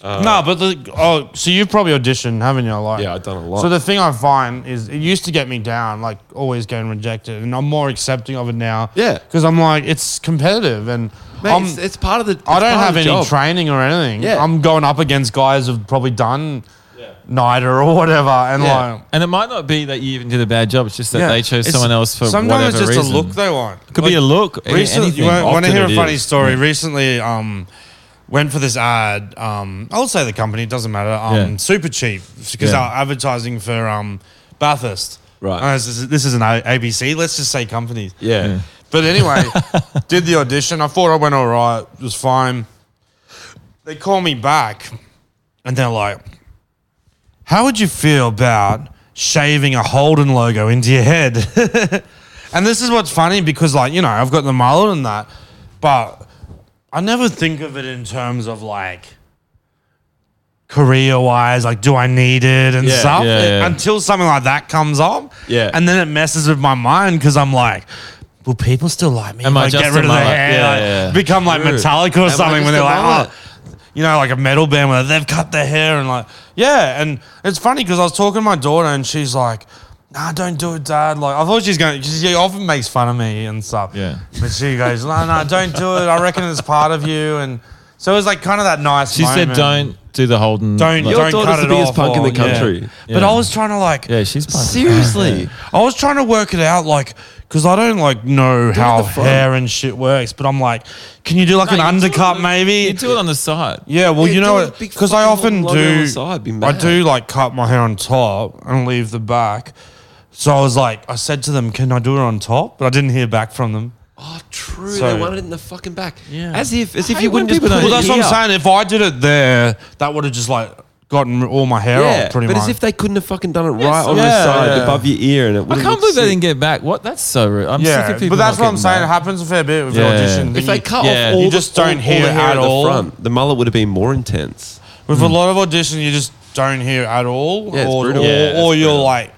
[SPEAKER 4] no. no, but the oh, so you've probably auditioned, haven't you? Like,
[SPEAKER 1] Yeah, I've done a lot.
[SPEAKER 4] So the thing I find is it used to get me down, like always getting rejected, and I'm more accepting of it now.
[SPEAKER 1] Yeah.
[SPEAKER 4] because I'm like it's competitive, and
[SPEAKER 1] Mate,
[SPEAKER 4] I'm,
[SPEAKER 1] it's, it's part of the. it's
[SPEAKER 4] I
[SPEAKER 1] part
[SPEAKER 4] don't
[SPEAKER 1] of
[SPEAKER 4] have
[SPEAKER 1] the
[SPEAKER 4] any
[SPEAKER 1] job.
[SPEAKER 4] training or anything.
[SPEAKER 1] Yeah.
[SPEAKER 4] I'm going up against guys who've probably done. NIDA or whatever, and [LAUGHS]
[SPEAKER 1] Yeah.
[SPEAKER 4] like
[SPEAKER 3] And it might not be that you even did a bad job. It's just that
[SPEAKER 4] Yeah.
[SPEAKER 3] they chose
[SPEAKER 4] It's-
[SPEAKER 3] someone else for
[SPEAKER 4] sometimes
[SPEAKER 3] whatever
[SPEAKER 4] it's just
[SPEAKER 3] reason.
[SPEAKER 4] a look they want.
[SPEAKER 3] Could be a look. any-
[SPEAKER 4] Recently,
[SPEAKER 3] anything.
[SPEAKER 4] you want,
[SPEAKER 3] Often
[SPEAKER 4] to hear
[SPEAKER 3] it
[SPEAKER 4] a funny
[SPEAKER 3] is.
[SPEAKER 4] story? Recently, um, went for this ad. Um, I'll say the company, it doesn't matter. Um,
[SPEAKER 3] Yeah.
[SPEAKER 4] Super cheap because
[SPEAKER 3] Yeah.
[SPEAKER 4] they were advertising for um, Bathurst.
[SPEAKER 1] Right.
[SPEAKER 4] And I was just- this is an A- ABC. Let's just say companies.
[SPEAKER 1] Yeah. Yeah. [LAUGHS]
[SPEAKER 4] But anyway, did the audition. I thought I went all right. It was fine. They call me back and they're like, How would you feel about shaving a Holden logo into your head? [LAUGHS] and this is what's funny because, like, you know, I've got the mullet and that, but I never think of it in terms of like career wise, like, do I need it and
[SPEAKER 1] Yeah,
[SPEAKER 4] stuff
[SPEAKER 1] yeah, yeah.
[SPEAKER 4] until something like that comes up.
[SPEAKER 1] Yeah.
[SPEAKER 4] And then it messes with my mind because I'm like, Will people still like me?
[SPEAKER 3] Am
[SPEAKER 4] if
[SPEAKER 3] I
[SPEAKER 4] I
[SPEAKER 3] just
[SPEAKER 4] get
[SPEAKER 3] a
[SPEAKER 4] rid of the
[SPEAKER 3] mullet?
[SPEAKER 4] hair,
[SPEAKER 3] Yeah,
[SPEAKER 4] like,
[SPEAKER 3] yeah, yeah.
[SPEAKER 4] become like
[SPEAKER 1] True.
[SPEAKER 4] Metallica or
[SPEAKER 1] Am I
[SPEAKER 4] something
[SPEAKER 1] just
[SPEAKER 4] when they're
[SPEAKER 1] a
[SPEAKER 4] like,
[SPEAKER 1] mullet?
[SPEAKER 4] oh, you know, like a metal band where they've cut their hair and like, yeah. And it's funny because I was talking to my daughter and she's like, nah, don't do it, dad. Like, I thought she's going to, she often makes fun of me and stuff.
[SPEAKER 3] Yeah.
[SPEAKER 4] But she goes, no, no, don't do it. I reckon it's part of you. And so it was like kind of that nice
[SPEAKER 3] She
[SPEAKER 4] moment.
[SPEAKER 3] said, "Don't do the Holden."
[SPEAKER 4] Don't,
[SPEAKER 1] Your
[SPEAKER 4] don't
[SPEAKER 1] daughter's
[SPEAKER 4] cut
[SPEAKER 1] the
[SPEAKER 4] it
[SPEAKER 1] biggest
[SPEAKER 4] off
[SPEAKER 1] punk in
[SPEAKER 4] or-
[SPEAKER 1] the country.
[SPEAKER 4] Yeah. But
[SPEAKER 3] Yeah.
[SPEAKER 4] I was trying to like,
[SPEAKER 3] Yeah, she's punk.
[SPEAKER 1] Seriously.
[SPEAKER 4] I was trying to work it out, like, because I don't like know how
[SPEAKER 1] the front.
[SPEAKER 4] hair and shit works. But I'm like, can you do like an
[SPEAKER 3] you do it
[SPEAKER 4] undercut,
[SPEAKER 3] on the-
[SPEAKER 4] maybe?
[SPEAKER 3] You do it on the side.
[SPEAKER 4] yeah, well,
[SPEAKER 1] Yeah,
[SPEAKER 4] you
[SPEAKER 1] do
[SPEAKER 4] know
[SPEAKER 1] a
[SPEAKER 4] what?
[SPEAKER 1] big
[SPEAKER 4] Because I
[SPEAKER 1] fucking
[SPEAKER 4] often
[SPEAKER 1] logo on the
[SPEAKER 4] do.
[SPEAKER 1] side, be
[SPEAKER 4] I
[SPEAKER 1] mad.
[SPEAKER 4] do like cut my hair on top and leave the back. So I was like, I said to them, "Can I do it on top?" But I didn't hear back from them.
[SPEAKER 1] Oh, true.
[SPEAKER 4] So-
[SPEAKER 1] they wanted it in the fucking back.
[SPEAKER 4] Yeah.
[SPEAKER 1] As if, as if
[SPEAKER 3] Hey,
[SPEAKER 1] you wouldn't
[SPEAKER 3] when
[SPEAKER 1] just put
[SPEAKER 3] people-
[SPEAKER 1] it
[SPEAKER 4] Well, that's what
[SPEAKER 1] here.
[SPEAKER 4] I'm saying. If I did it there, that would have just like gotten all my hair
[SPEAKER 1] Yeah,
[SPEAKER 4] off, pretty
[SPEAKER 1] but
[SPEAKER 4] much.
[SPEAKER 1] as if they couldn't have fucking done it right on the
[SPEAKER 3] yeah,
[SPEAKER 1] side
[SPEAKER 3] yeah.
[SPEAKER 1] above your ear, and it
[SPEAKER 3] I
[SPEAKER 1] would've
[SPEAKER 3] can't
[SPEAKER 1] looked
[SPEAKER 3] believe they
[SPEAKER 1] sick.
[SPEAKER 3] didn't get back. What? That's so rude. I'm
[SPEAKER 4] yeah,
[SPEAKER 3] sick of people.
[SPEAKER 4] but that's
[SPEAKER 3] not
[SPEAKER 4] what I'm
[SPEAKER 3] getting
[SPEAKER 4] saying. It
[SPEAKER 3] back.
[SPEAKER 4] happens a fair bit with
[SPEAKER 3] Yeah.
[SPEAKER 4] the audition.
[SPEAKER 1] If
[SPEAKER 4] Then
[SPEAKER 1] they
[SPEAKER 4] you-
[SPEAKER 1] cut
[SPEAKER 3] yeah.
[SPEAKER 1] off all
[SPEAKER 4] you
[SPEAKER 1] the,
[SPEAKER 4] just don't
[SPEAKER 1] all
[SPEAKER 4] hear
[SPEAKER 1] the hair
[SPEAKER 4] at
[SPEAKER 1] at,
[SPEAKER 4] all.
[SPEAKER 1] the front, the mullet would have been more intense.
[SPEAKER 4] With a lot of audition, you just don't hear at all,
[SPEAKER 1] Hmm. Yeah, it's
[SPEAKER 4] or
[SPEAKER 1] brutal.
[SPEAKER 4] or,
[SPEAKER 1] Yeah, it's
[SPEAKER 4] or you're
[SPEAKER 1] brutal.
[SPEAKER 4] like,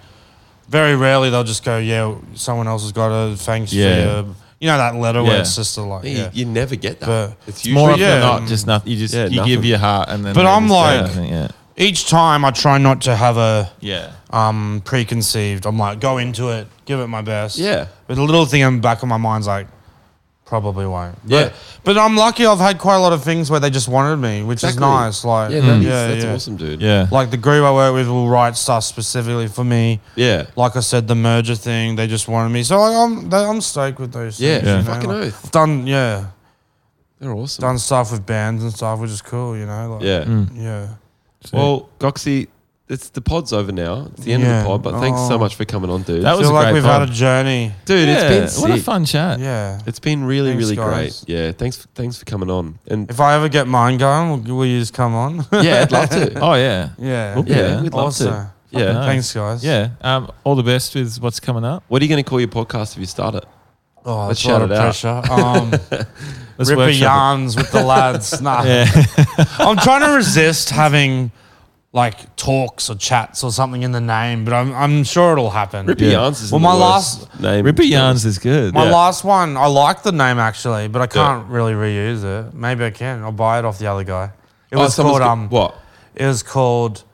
[SPEAKER 4] very rarely they'll just go, yeah, someone else has got it. Thanks
[SPEAKER 3] Yeah.
[SPEAKER 4] for your, you know that letter where
[SPEAKER 3] Yeah.
[SPEAKER 4] it's just a like,
[SPEAKER 1] You-
[SPEAKER 4] yeah.
[SPEAKER 1] You, never get that.
[SPEAKER 4] But
[SPEAKER 1] it's
[SPEAKER 3] More
[SPEAKER 1] usually
[SPEAKER 3] often
[SPEAKER 4] yeah.
[SPEAKER 3] than not, just nothing. You just
[SPEAKER 1] Yeah,
[SPEAKER 3] you
[SPEAKER 1] nothing.
[SPEAKER 3] give your heart, and then.
[SPEAKER 4] But
[SPEAKER 3] they
[SPEAKER 4] I'm
[SPEAKER 3] just go,
[SPEAKER 4] like-
[SPEAKER 3] I think, yeah,
[SPEAKER 4] Each time I try not to have a
[SPEAKER 3] yeah.
[SPEAKER 4] um preconceived. I'm like, go into it, give it my best.
[SPEAKER 1] Yeah.
[SPEAKER 4] But the little thing in the back of my mind's like, probably won't. But-
[SPEAKER 1] Yeah.
[SPEAKER 4] But, I'm lucky. I've had quite a lot of things where they just wanted me, which is
[SPEAKER 1] Exactly.
[SPEAKER 4] nice. Like, mm,
[SPEAKER 1] yeah, that is- that's awesome, dude.
[SPEAKER 3] Yeah.
[SPEAKER 4] Like the group I work with will write stuff specifically for me.
[SPEAKER 1] yeah.
[SPEAKER 4] like I said, the merger thing, they just wanted me. So I, I'm they, I'm stoked with those.
[SPEAKER 1] Yeah,
[SPEAKER 4] things, you know,
[SPEAKER 1] fucking
[SPEAKER 4] like,
[SPEAKER 1] oath.
[SPEAKER 4] I've done yeah,
[SPEAKER 1] They're awesome.
[SPEAKER 4] done stuff with bands and stuff, which is cool. You know, like,
[SPEAKER 1] Yeah.
[SPEAKER 3] Mm.
[SPEAKER 4] yeah.
[SPEAKER 1] Well, Goxie, it's the pod's over now. It's the end
[SPEAKER 4] Yeah.
[SPEAKER 1] of the pod, but thanks so
[SPEAKER 4] Oh.
[SPEAKER 1] much for coming on, dude.
[SPEAKER 3] That
[SPEAKER 4] I
[SPEAKER 3] was
[SPEAKER 4] feel
[SPEAKER 3] a
[SPEAKER 4] like
[SPEAKER 3] great
[SPEAKER 4] we've
[SPEAKER 3] pod.
[SPEAKER 4] had
[SPEAKER 1] [LAUGHS]
[SPEAKER 4] a journey.
[SPEAKER 1] dude,
[SPEAKER 3] yeah.
[SPEAKER 1] it's been
[SPEAKER 3] what a
[SPEAKER 1] sick.
[SPEAKER 3] fun chat.
[SPEAKER 4] Yeah.
[SPEAKER 1] It's been really,
[SPEAKER 4] Thanks,
[SPEAKER 1] really
[SPEAKER 4] guys.
[SPEAKER 1] great. Yeah, thanks, thanks for coming on.
[SPEAKER 4] [LAUGHS]
[SPEAKER 1] And
[SPEAKER 4] If I ever get mine going, will, will you just come on? [LAUGHS]
[SPEAKER 1] yeah, I'd love to.
[SPEAKER 3] [LAUGHS] Oh yeah.
[SPEAKER 4] yeah.
[SPEAKER 3] We'll be
[SPEAKER 1] yeah,
[SPEAKER 3] there.
[SPEAKER 1] we'd love
[SPEAKER 4] Awesome.
[SPEAKER 1] to. Yeah.
[SPEAKER 3] Fucking
[SPEAKER 4] Thanks, guys.
[SPEAKER 3] Yeah. Um, all the best with what's coming up.
[SPEAKER 1] What are you going to call your podcast if you start it?
[SPEAKER 4] Oh,
[SPEAKER 1] Let's
[SPEAKER 4] that's a lot
[SPEAKER 1] shout
[SPEAKER 4] of
[SPEAKER 1] it [LAUGHS]
[SPEAKER 4] pressure. Um,
[SPEAKER 3] Let's
[SPEAKER 4] ripper
[SPEAKER 3] workshop it.
[SPEAKER 4] yarns with
[SPEAKER 1] [LAUGHS]
[SPEAKER 4] the lads. Nah. [LAUGHS] I'm trying to resist having like talks or chats or something in the name, but I'm, I'm sure it'll happen.
[SPEAKER 1] Rippy
[SPEAKER 3] Yeah.
[SPEAKER 1] Yarns is
[SPEAKER 4] Well,
[SPEAKER 1] in
[SPEAKER 4] my
[SPEAKER 1] the worst
[SPEAKER 4] last-
[SPEAKER 1] name.
[SPEAKER 3] Ripper Yarns is good.
[SPEAKER 4] My
[SPEAKER 3] Yeah.
[SPEAKER 4] last one, I like the name actually, but I can't really reuse it. Maybe I can. I'll buy it off the other guy. It
[SPEAKER 1] Oh,
[SPEAKER 4] was
[SPEAKER 1] someone's
[SPEAKER 4] called
[SPEAKER 1] go-
[SPEAKER 4] um.
[SPEAKER 1] what?
[SPEAKER 4] It was called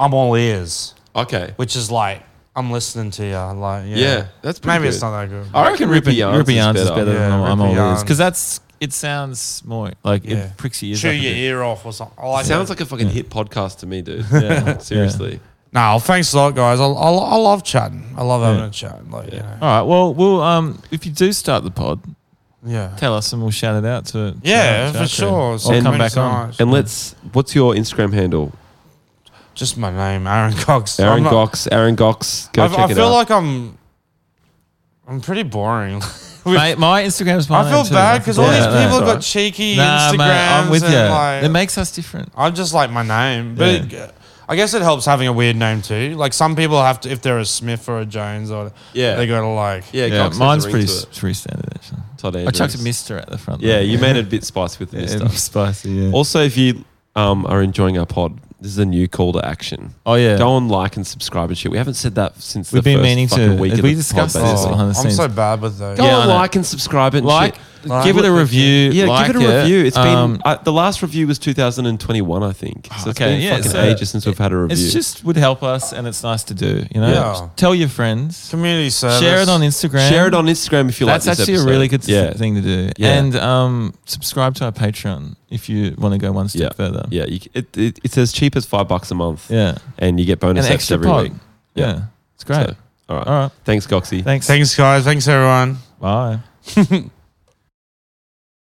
[SPEAKER 4] I'm all ears,
[SPEAKER 1] Okay.
[SPEAKER 4] which is like I'm listening to you. Like yeah,
[SPEAKER 1] Yeah, that's pretty
[SPEAKER 4] maybe it's
[SPEAKER 1] good. Oh,
[SPEAKER 4] not that good.
[SPEAKER 1] I reckon Ripper
[SPEAKER 3] Ripper
[SPEAKER 1] Yarns,
[SPEAKER 3] Yarns
[SPEAKER 1] is better.
[SPEAKER 3] than
[SPEAKER 4] Yeah,
[SPEAKER 3] I'm- I'm
[SPEAKER 4] Ripper
[SPEAKER 3] all ears
[SPEAKER 4] Yarns.
[SPEAKER 3] because that's it sounds more like
[SPEAKER 4] Yeah.
[SPEAKER 3] it pricks your ears.
[SPEAKER 4] Chew
[SPEAKER 3] up a
[SPEAKER 4] your
[SPEAKER 3] bit.
[SPEAKER 4] ear off or something. I like
[SPEAKER 1] Sounds
[SPEAKER 4] it.
[SPEAKER 1] like a fucking hit podcast to me, dude. [LAUGHS]
[SPEAKER 3] Yeah.
[SPEAKER 1] Seriously.
[SPEAKER 4] no. Thanks a lot, guys. I, I, I love chatting. I love having a chat. Like you know,
[SPEAKER 3] All right. Well, we'll um, if you do start the pod,
[SPEAKER 4] yeah,
[SPEAKER 3] tell us and we'll shout it out to.
[SPEAKER 4] yeah,
[SPEAKER 3] shout out
[SPEAKER 4] for
[SPEAKER 3] to-
[SPEAKER 4] sure.
[SPEAKER 3] I'll
[SPEAKER 1] And-
[SPEAKER 3] come back on.
[SPEAKER 1] And let's. What's your Instagram handle?
[SPEAKER 4] Just my name, Aaron Cox.
[SPEAKER 1] Aaron
[SPEAKER 4] I'm not-
[SPEAKER 1] Gox. Aaron Gox. Go
[SPEAKER 4] I,
[SPEAKER 1] check
[SPEAKER 4] I
[SPEAKER 1] it
[SPEAKER 4] feel
[SPEAKER 1] out.
[SPEAKER 4] like I'm, I'm pretty boring.
[SPEAKER 3] Mate, my Instagram's behind
[SPEAKER 4] I feel
[SPEAKER 3] too.
[SPEAKER 4] bad because
[SPEAKER 1] Yeah,
[SPEAKER 4] all these
[SPEAKER 1] no,
[SPEAKER 4] people
[SPEAKER 1] it's
[SPEAKER 4] have
[SPEAKER 1] all
[SPEAKER 4] got
[SPEAKER 1] right.
[SPEAKER 4] cheeky
[SPEAKER 3] Nah,
[SPEAKER 4] Instagrams.
[SPEAKER 3] mate, I'm with you.
[SPEAKER 4] and like,
[SPEAKER 3] it makes us different.
[SPEAKER 4] I just like my name, but it, I guess it helps having a weird name too. Like some people have to, if they're a Smith or a Jones, or
[SPEAKER 1] Yeah.
[SPEAKER 4] they got to like,
[SPEAKER 1] yeah,
[SPEAKER 3] Yeah,
[SPEAKER 1] Gox has a
[SPEAKER 3] mine's
[SPEAKER 1] ring
[SPEAKER 3] pretty
[SPEAKER 1] to
[SPEAKER 3] s-
[SPEAKER 1] it.
[SPEAKER 3] pretty standard actually.
[SPEAKER 1] Todd
[SPEAKER 3] I chucked a
[SPEAKER 1] Andrews.
[SPEAKER 3] mister at the front.
[SPEAKER 1] Yeah,
[SPEAKER 3] there.
[SPEAKER 1] you made it a bit spicy with the
[SPEAKER 3] [LAUGHS] Yeah,
[SPEAKER 1] mister.
[SPEAKER 3] spicy. Yeah.
[SPEAKER 1] Also, if you um, are enjoying our pod, this is a new call to action.
[SPEAKER 3] oh yeah.
[SPEAKER 1] Go on, like, and subscribe and shit. We haven't said that since
[SPEAKER 3] We've
[SPEAKER 1] the
[SPEAKER 3] been
[SPEAKER 1] first
[SPEAKER 3] meaning
[SPEAKER 1] fucking
[SPEAKER 3] to.
[SPEAKER 1] week.
[SPEAKER 3] Have
[SPEAKER 1] of
[SPEAKER 3] we
[SPEAKER 1] the
[SPEAKER 3] discussed
[SPEAKER 1] pod,
[SPEAKER 3] this?
[SPEAKER 1] basically.
[SPEAKER 3] behind
[SPEAKER 4] oh, I'm
[SPEAKER 3] the
[SPEAKER 4] so
[SPEAKER 3] scenes.
[SPEAKER 4] bad with those.
[SPEAKER 1] Go
[SPEAKER 3] Yeah, I
[SPEAKER 1] on,
[SPEAKER 3] know.
[SPEAKER 1] like, and subscribe and
[SPEAKER 3] like,
[SPEAKER 1] shit.
[SPEAKER 4] Like
[SPEAKER 3] give it a
[SPEAKER 4] it.
[SPEAKER 3] review.
[SPEAKER 1] Yeah,
[SPEAKER 3] like Um,
[SPEAKER 1] give it a review. It's
[SPEAKER 3] It's
[SPEAKER 1] been uh, the last review was 2021, I think. So it's
[SPEAKER 3] Oh, okay,
[SPEAKER 1] been
[SPEAKER 3] yeah,
[SPEAKER 1] fucking
[SPEAKER 3] so
[SPEAKER 1] ages since we've had a review.
[SPEAKER 3] It's just would help us, and it's nice to do. You know,
[SPEAKER 4] Yeah.
[SPEAKER 3] Just tell your friends,
[SPEAKER 4] Community service.
[SPEAKER 3] share it on Instagram,
[SPEAKER 1] share it on Instagram if you
[SPEAKER 3] That's
[SPEAKER 1] like. this
[SPEAKER 3] actually
[SPEAKER 1] episode.
[SPEAKER 3] a really good
[SPEAKER 1] yeah.
[SPEAKER 3] thing to do.
[SPEAKER 1] Yeah.
[SPEAKER 3] And um, subscribe to our Patreon if you want to go one step
[SPEAKER 1] Yeah,
[SPEAKER 3] further.
[SPEAKER 1] yeah. You, c- it, it, it's as cheap as five bucks a month,
[SPEAKER 3] yeah,
[SPEAKER 1] and you get
[SPEAKER 3] an
[SPEAKER 1] bonus eps
[SPEAKER 3] extra
[SPEAKER 1] every
[SPEAKER 3] pod.
[SPEAKER 1] week.
[SPEAKER 3] Yeah. it's great.
[SPEAKER 1] So, all right.
[SPEAKER 3] All right,
[SPEAKER 1] Thanks, Goxie.
[SPEAKER 3] thanks.
[SPEAKER 4] Thanks, guys. Thanks, everyone. [LAUGHS]
[SPEAKER 3] Bye.
[SPEAKER 4] Bye.